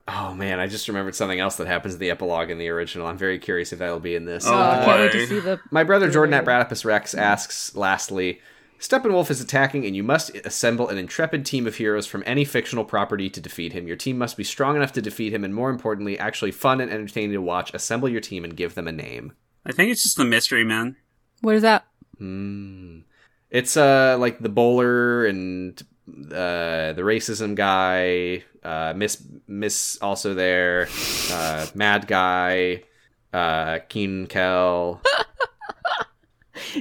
Oh man, I just remembered something else that happens in the epilogue in the original. I'm very curious if that'll be in this. Oh, I can't boy. wait to see the My brother Jordan at Bradipus Rex asks, lastly, Steppenwolf is attacking, and you must assemble an intrepid team of heroes from any fictional property to defeat him. Your team must be strong enough to defeat him, and more importantly, actually fun and entertaining to watch. Assemble your team and give them a name. I think it's just the mystery man. What is that? Hmm. It's uh like the bowler and uh the racism guy, uh Miss Miss also there, uh Mad Guy, uh Keen Kel.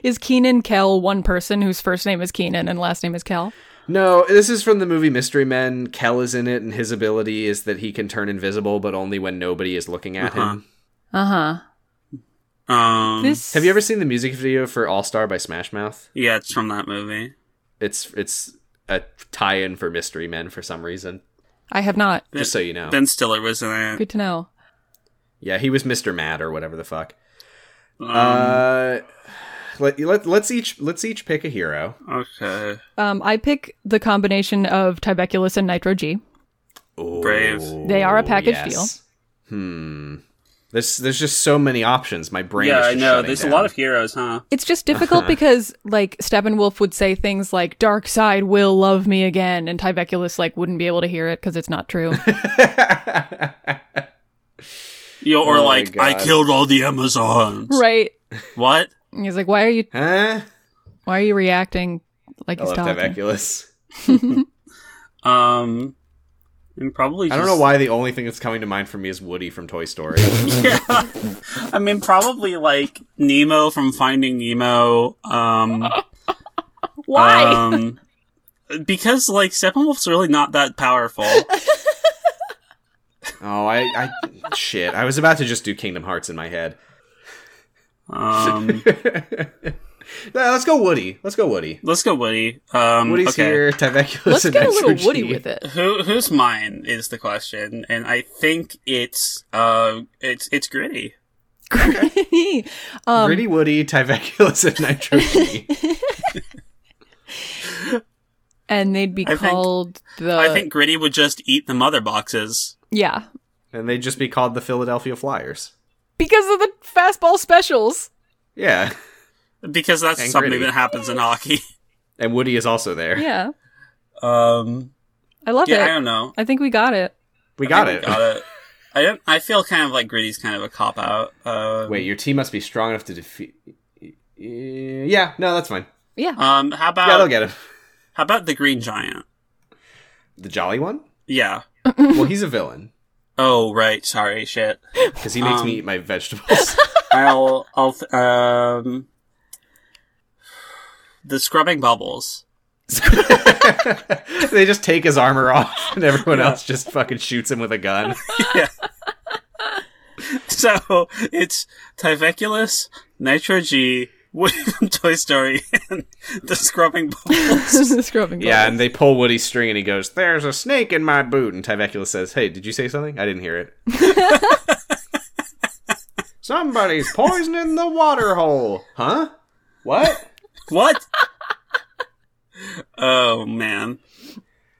Is Keenan Kel one person whose first name is Keenan and last name is Kel? No, this is from the movie Mystery Men. Kel is in it, and his ability is that he can turn invisible, but only when nobody is looking at Uh-huh. him. Uh huh. Um. This Have you ever seen the music video for All Star by Smash Mouth? Yeah, it's from that movie. It's it's a tie-in for Mystery Men for some reason. I have not. Just so you know, Ben Stiller was in it. Good to know. yeah, he was Mister Mad or whatever the fuck. Um, Uh, let, let let's each let's each pick a hero. okay. Um, I pick the combination of Tibeculus and Nitro G. Ooh, Brave. They are a package yes. Hmm. There's there's just so many options. My brain. yeah, is I just know. shutting There's down. a lot of heroes, huh? It's just Uh-huh. difficult because like Steppenwolf would say things like "Dark Side will love me again," and Tyveculus like wouldn't be able to hear it because it's not true. You know, or Oh my like, I God. killed all the Amazons. right? What? And he's like, "Why are you? huh? Why are you reacting like I he's love talking?" Taveculus. Um, and probably. I don't just- know why the only thing that's coming to mind for me is Woody from Toy Story. yeah. I mean, probably like Nemo from Finding Nemo. Um, Why? Uh, Um, because like Steppenwolf's really not that powerful. oh, I, I shit. I was about to just do Kingdom Hearts in my head. Um, Nah, let's go Woody. Let's go Woody. let's go Woody. Um, Woody's okay. here. Tyveculus. Let's and get a little Exergy. Woody with it. Who who's mine is the question, and I think it's uh it's it's gritty. Gritty. um, Gritty Woody, Tyveculus, and Nitrogen. and they'd be I think- called the. I think gritty would just eat the mother boxes. yeah, and they'd just be called the Philadelphia Flyers. because of the fastball specials. Yeah. Because that's And something Gritty. that happens in hockey. And Woody is also there. Yeah, Um, I love yeah, I it. don't know. I, think we got it. We got I it. got it. I don't. I feel kind of like Gritty's kind of a cop out. Uh, Wait, your team must be strong enough to defeat. Yeah, no, that's fine. Yeah, Um, how about Yeah, they'll get him. how about the Green Giant? The jolly one? Yeah. Well, he's a villain Oh right. Sorry. Shit. because he makes Um, me eat my vegetables. I'll I'll th- um the scrubbing bubbles. they just take his armor off, and everyone else just fucking shoots him with a gun. So it's Tyveculus, Nitro G, Woody from Toy Story, and the scrubbing bubbles. scrubbing. Yeah, bubbles. and they pull Woody's string, and he goes, "There's a snake in my boot." And Tyveculus says, "Hey, did you say something? I didn't hear it." Somebody's poisoning the water hole, huh? What? what? Oh man,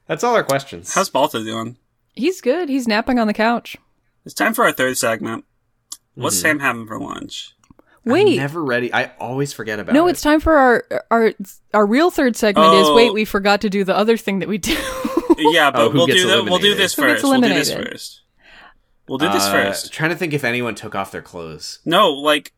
That's all our questions. how's Balta doing? he's good. He's napping on the couch. It's time for our third segment. What's Mm-hmm. Sam having for lunch? Wait, I'm never ready. I always forget about it. no, it's time for our our our real third segment. Is Oh. wait, we forgot to do the other thing that we do. Yeah, but Oh, who we'll gets do that. We'll do eliminated? this Who gets first. We'll do this eliminated? first. We'll do this Uh, first. Trying to think if anyone took off their clothes. No, like,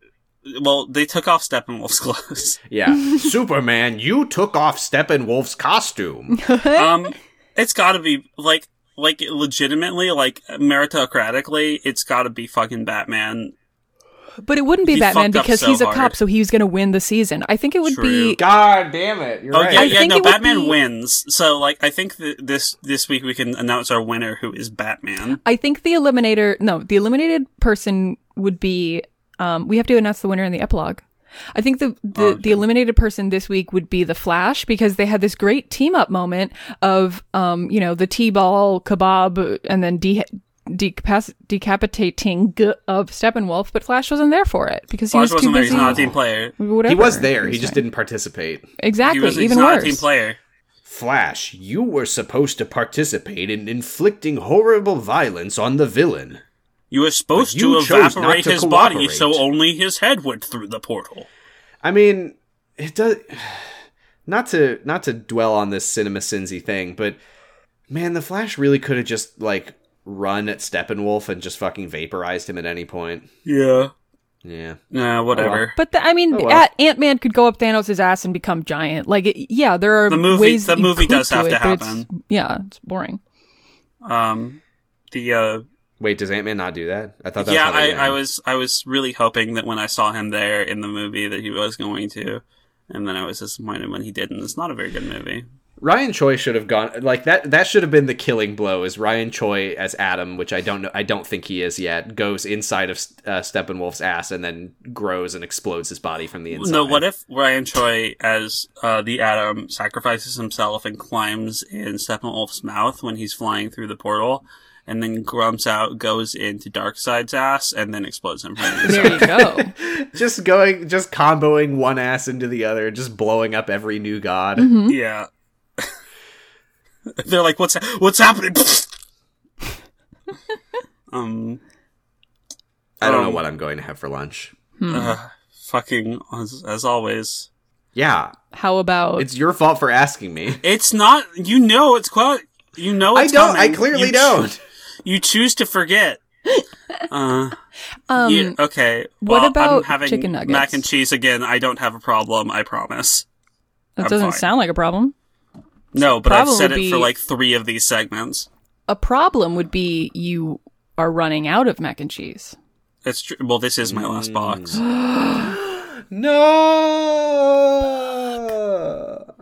well, they took off Steppenwolf's clothes. Yeah, Superman, you took off Steppenwolf's costume. um, it's got to be like, like legitimately, like meritocratically, it's got to be fucking Batman. but it wouldn't be He Batman fucked up because so he's a hard. cop, so he's going to win the season. I think it would True. be. God damn it! You're Oh right. yeah, I yeah. think No, it would Batman be- wins. So like, I think th- this this week we can announce our winner, who is Batman. I think the eliminator. No, the eliminated person would be. Um, we have to announce the winner in the epilogue. I think the the, Oh, the eliminated person this week would be the Flash because they had this great team up moment of um you know the T-ball kebab and then de- decapac- decapitating g- of Steppenwolf, but Flash wasn't there for it because he Flash was too wasn't there. He's busy. not a team player. whatever He was there. He was just doing. didn't participate. exactly He was he's even not worse. a team player. Flash, you were supposed to participate in inflicting horrible violence on the villain. You were supposed But you to chose not evaporate to his body, cooperate. so only his head went through the portal. I mean, it does. Not to not to dwell on this cinema sinsy thing, but man, the Flash really could have just like run at Steppenwolf and just fucking vaporized him at any point. Yeah. Yeah. Nah, whatever. But the, I mean, Oh, well. Ant Man could go up Thanos' ass and become giant. Like, it, yeah, there are The movie- ways the you movie could does do have it, to but it's- happen. yeah, it's boring. Oh, Um, the uh, Wait, does Ant Man not do that? I thought that yeah, was how I, they I win. was I was really hoping that when I saw him there in the movie that he was going to, and then I was disappointed when he didn't. It's not a very good movie. Ryan Choi should have gone like that. That should have been the killing blow. Is Ryan Choi as Adam, which I don't know, I don't think he is yet, goes inside of uh, Steppenwolf's ass and then grows and explodes his body from the inside. No, what if Ryan Choi as uh, the Atom sacrifices himself and climbs in Steppenwolf's mouth when he's flying through the portal, and then grumps out, goes into Darkseid's ass, and then explodes him. From the inside? There you go. just going, just comboing one ass into the other, just blowing up every new god. Mm-hmm. yeah. They're like, what's what's happening? um. I don't know Um, what I'm going to have for lunch. Mm-hmm. Hmm. Uh, fucking as, as always. Yeah, How about it's your fault for asking me. It's not. You know it's quite. You know I it's don't. I coming. clearly You ch- don't. You choose to forget. Uh, um you- okay. what well, I'm about having chicken nuggets? Mac and cheese again. I don't have a problem. I promise. that I'm doesn't fine. sound like a problem. No, but I've said Probably it for be- like three of these segments. A problem would be you are running out of mac and cheese. It's true. Well, this is my last box. Mm. No.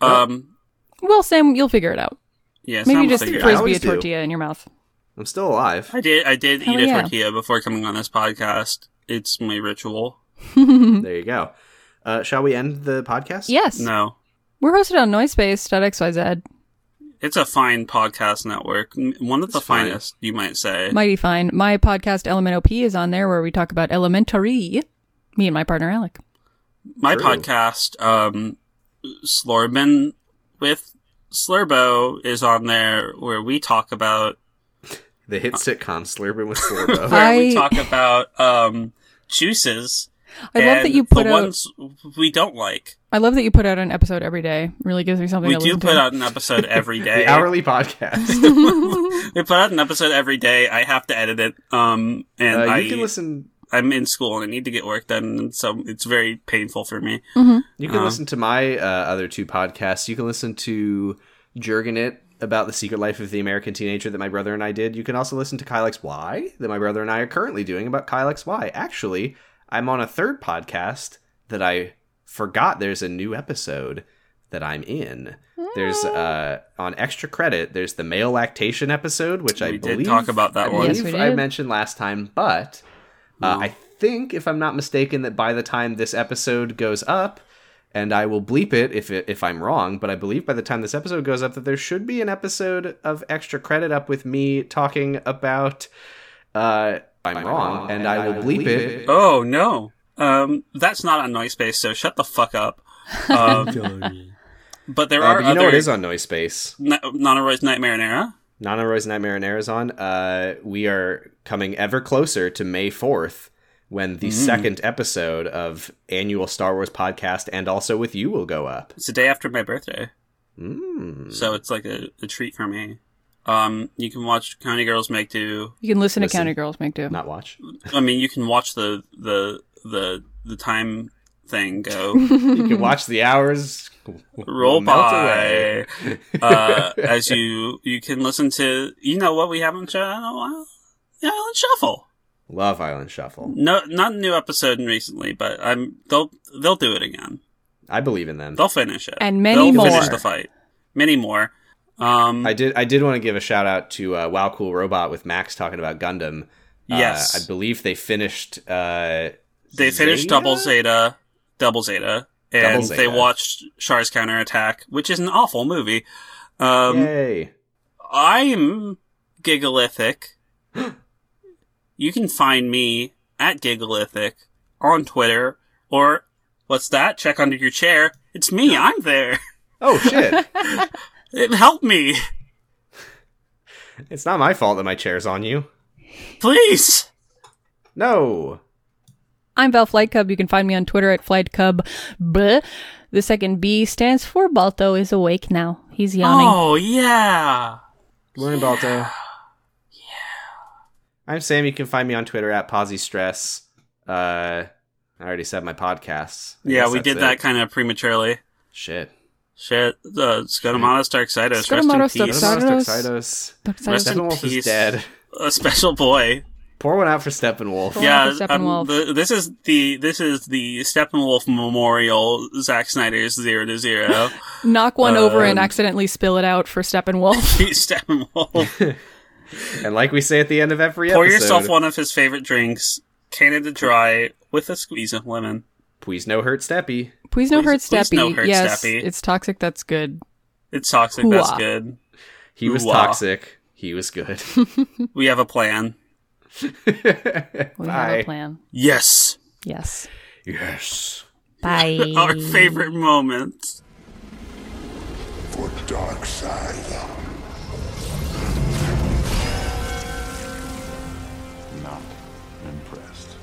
Um. Well, Sam, you'll figure it out. Yes. Maybe I'm just figure it out. frisbee always a do. tortilla in your mouth. I'm still alive. I did. I did Hell eat a yeah. tortilla before coming on this podcast. It's my ritual. There you go. Uh, shall we end the podcast? Yes. No, We're hosted on noisepace.xyz. it's a fine podcast network. M- One of the It's fine. finest, you might say. Mighty fine. My podcast Element OP is on there where we talk about elementary. Me and my partner Alec. my True. podcast, um, Slorbin with Slurbo is on there where we talk about The hit sitcom Slurping with Slurbo. where we I- talk about um juices. I love that and you put the out ones we don't like. I love that you put out an episode every day. Really gives me something We to do listen put to. out an episode every day. the hourly podcast. we put out an episode every day. I have to edit it. Um, and Uh, I you can listen. I'm in school and I need to get work done, and so it's very painful for me. You can Uh-huh. listen to my uh, other two podcasts. You can listen to Jurgen It about the secret life of the American teenager that my brother and I did. You can also listen to Kylex Y that my brother and I are currently doing about Kylex Y. Actually, I'm on a third podcast that I forgot there's a new episode that I'm in. There's Hmm. uh on extra credit, there's the male lactation episode, which We I did believe talk about that I one. Yes, believe we I did. mentioned last time, but uh, I think, if I'm not mistaken, that by the time this episode goes up, and I will bleep it if it, if I'm wrong, but I believe by the time this episode goes up that there should be an episode of extra credit up with me talking about. Uh, I'm, wrong, and, I will bleep, it. Oh no, um, that's not on Noisepace, so shut the fuck up. Um, but there Uh, are but you other know it is on Noise Space. N- Nanoroy's Nightmare and Era. Nana Roy's Nightmare in Arizona. Uh, we are coming ever closer to May 4th when Mm. the second episode of annual Star Wars podcast and also with you will go up. It's the day after my birthday, Mm. so it's like a, a treat for me. Um, you can watch County Girls Make Do. You can listen, Listen. to County Girls Make Do. Not watch. I mean, you can watch the the the the time thing go. You can watch the hours roll melt by away. uh, as you you can listen to you know what we haven't done in a while yeah Island shuffle Love Island Shuffle. no not a new episode recently but i'm they'll they'll do it again I believe in them. they'll finish it And many they'll more. finish the fight many more um I uh, did. I did want to give a shout out to uh, Wow Cool Robot with Max talking about Gundam. Uh, Yes. I believe they finished. Uh, they finished Zeta? double zeta double zeta and Double they Zeta. watched Char's counterattack which is an awful movie um yay! I'm Gigalithic. you can find me at Gigalithic on Twitter or what's that? Check under your chair. It's me. I'm there. Oh shit! It help me, it's not my fault that my chair's on you. please. No. I'm Val Flight Cub. You can find me on Twitter at Flight Cub. Bleh. The second B stands for Balto is awake now. He's yawning. Oh yeah. Good morning, Balto. Yeah. I'm Sam. You can find me on Twitter at Posy Stress. Uh, I already said my podcasts. I Yeah, guess we that's did it. that kind of prematurely. Shit. Shit. Uh, Scutomatus Darksidos. Scutomatus Rest in peace. Steppenwolf Darksidos. Dark side of Rest the- in is peace. dead. A special boy. Pour one out for Steppenwolf. Pour one yeah, um, out for Steppenwolf. the, this is the this is the Steppenwolf Memorial. Zack Snyder's zero to zero. Knock one over and Um, accidentally spill it out for Steppenwolf. Steppenwolf. And like we say at the end of every Pour episode, yourself one of his favorite drinks, Canada Dry, with a squeeze of lemon. please no hurt Steppy. Please no Please- hurt please Steppy. no hurt yes, Steppy. it's toxic. That's good. It's toxic. That's Hooah. good. He was Ooh-wah. toxic. He was good. We have a plan. We have Bye. a plan. Yes. Yes. Yes. Bye. Our favorite moments. For dark side. Not impressed.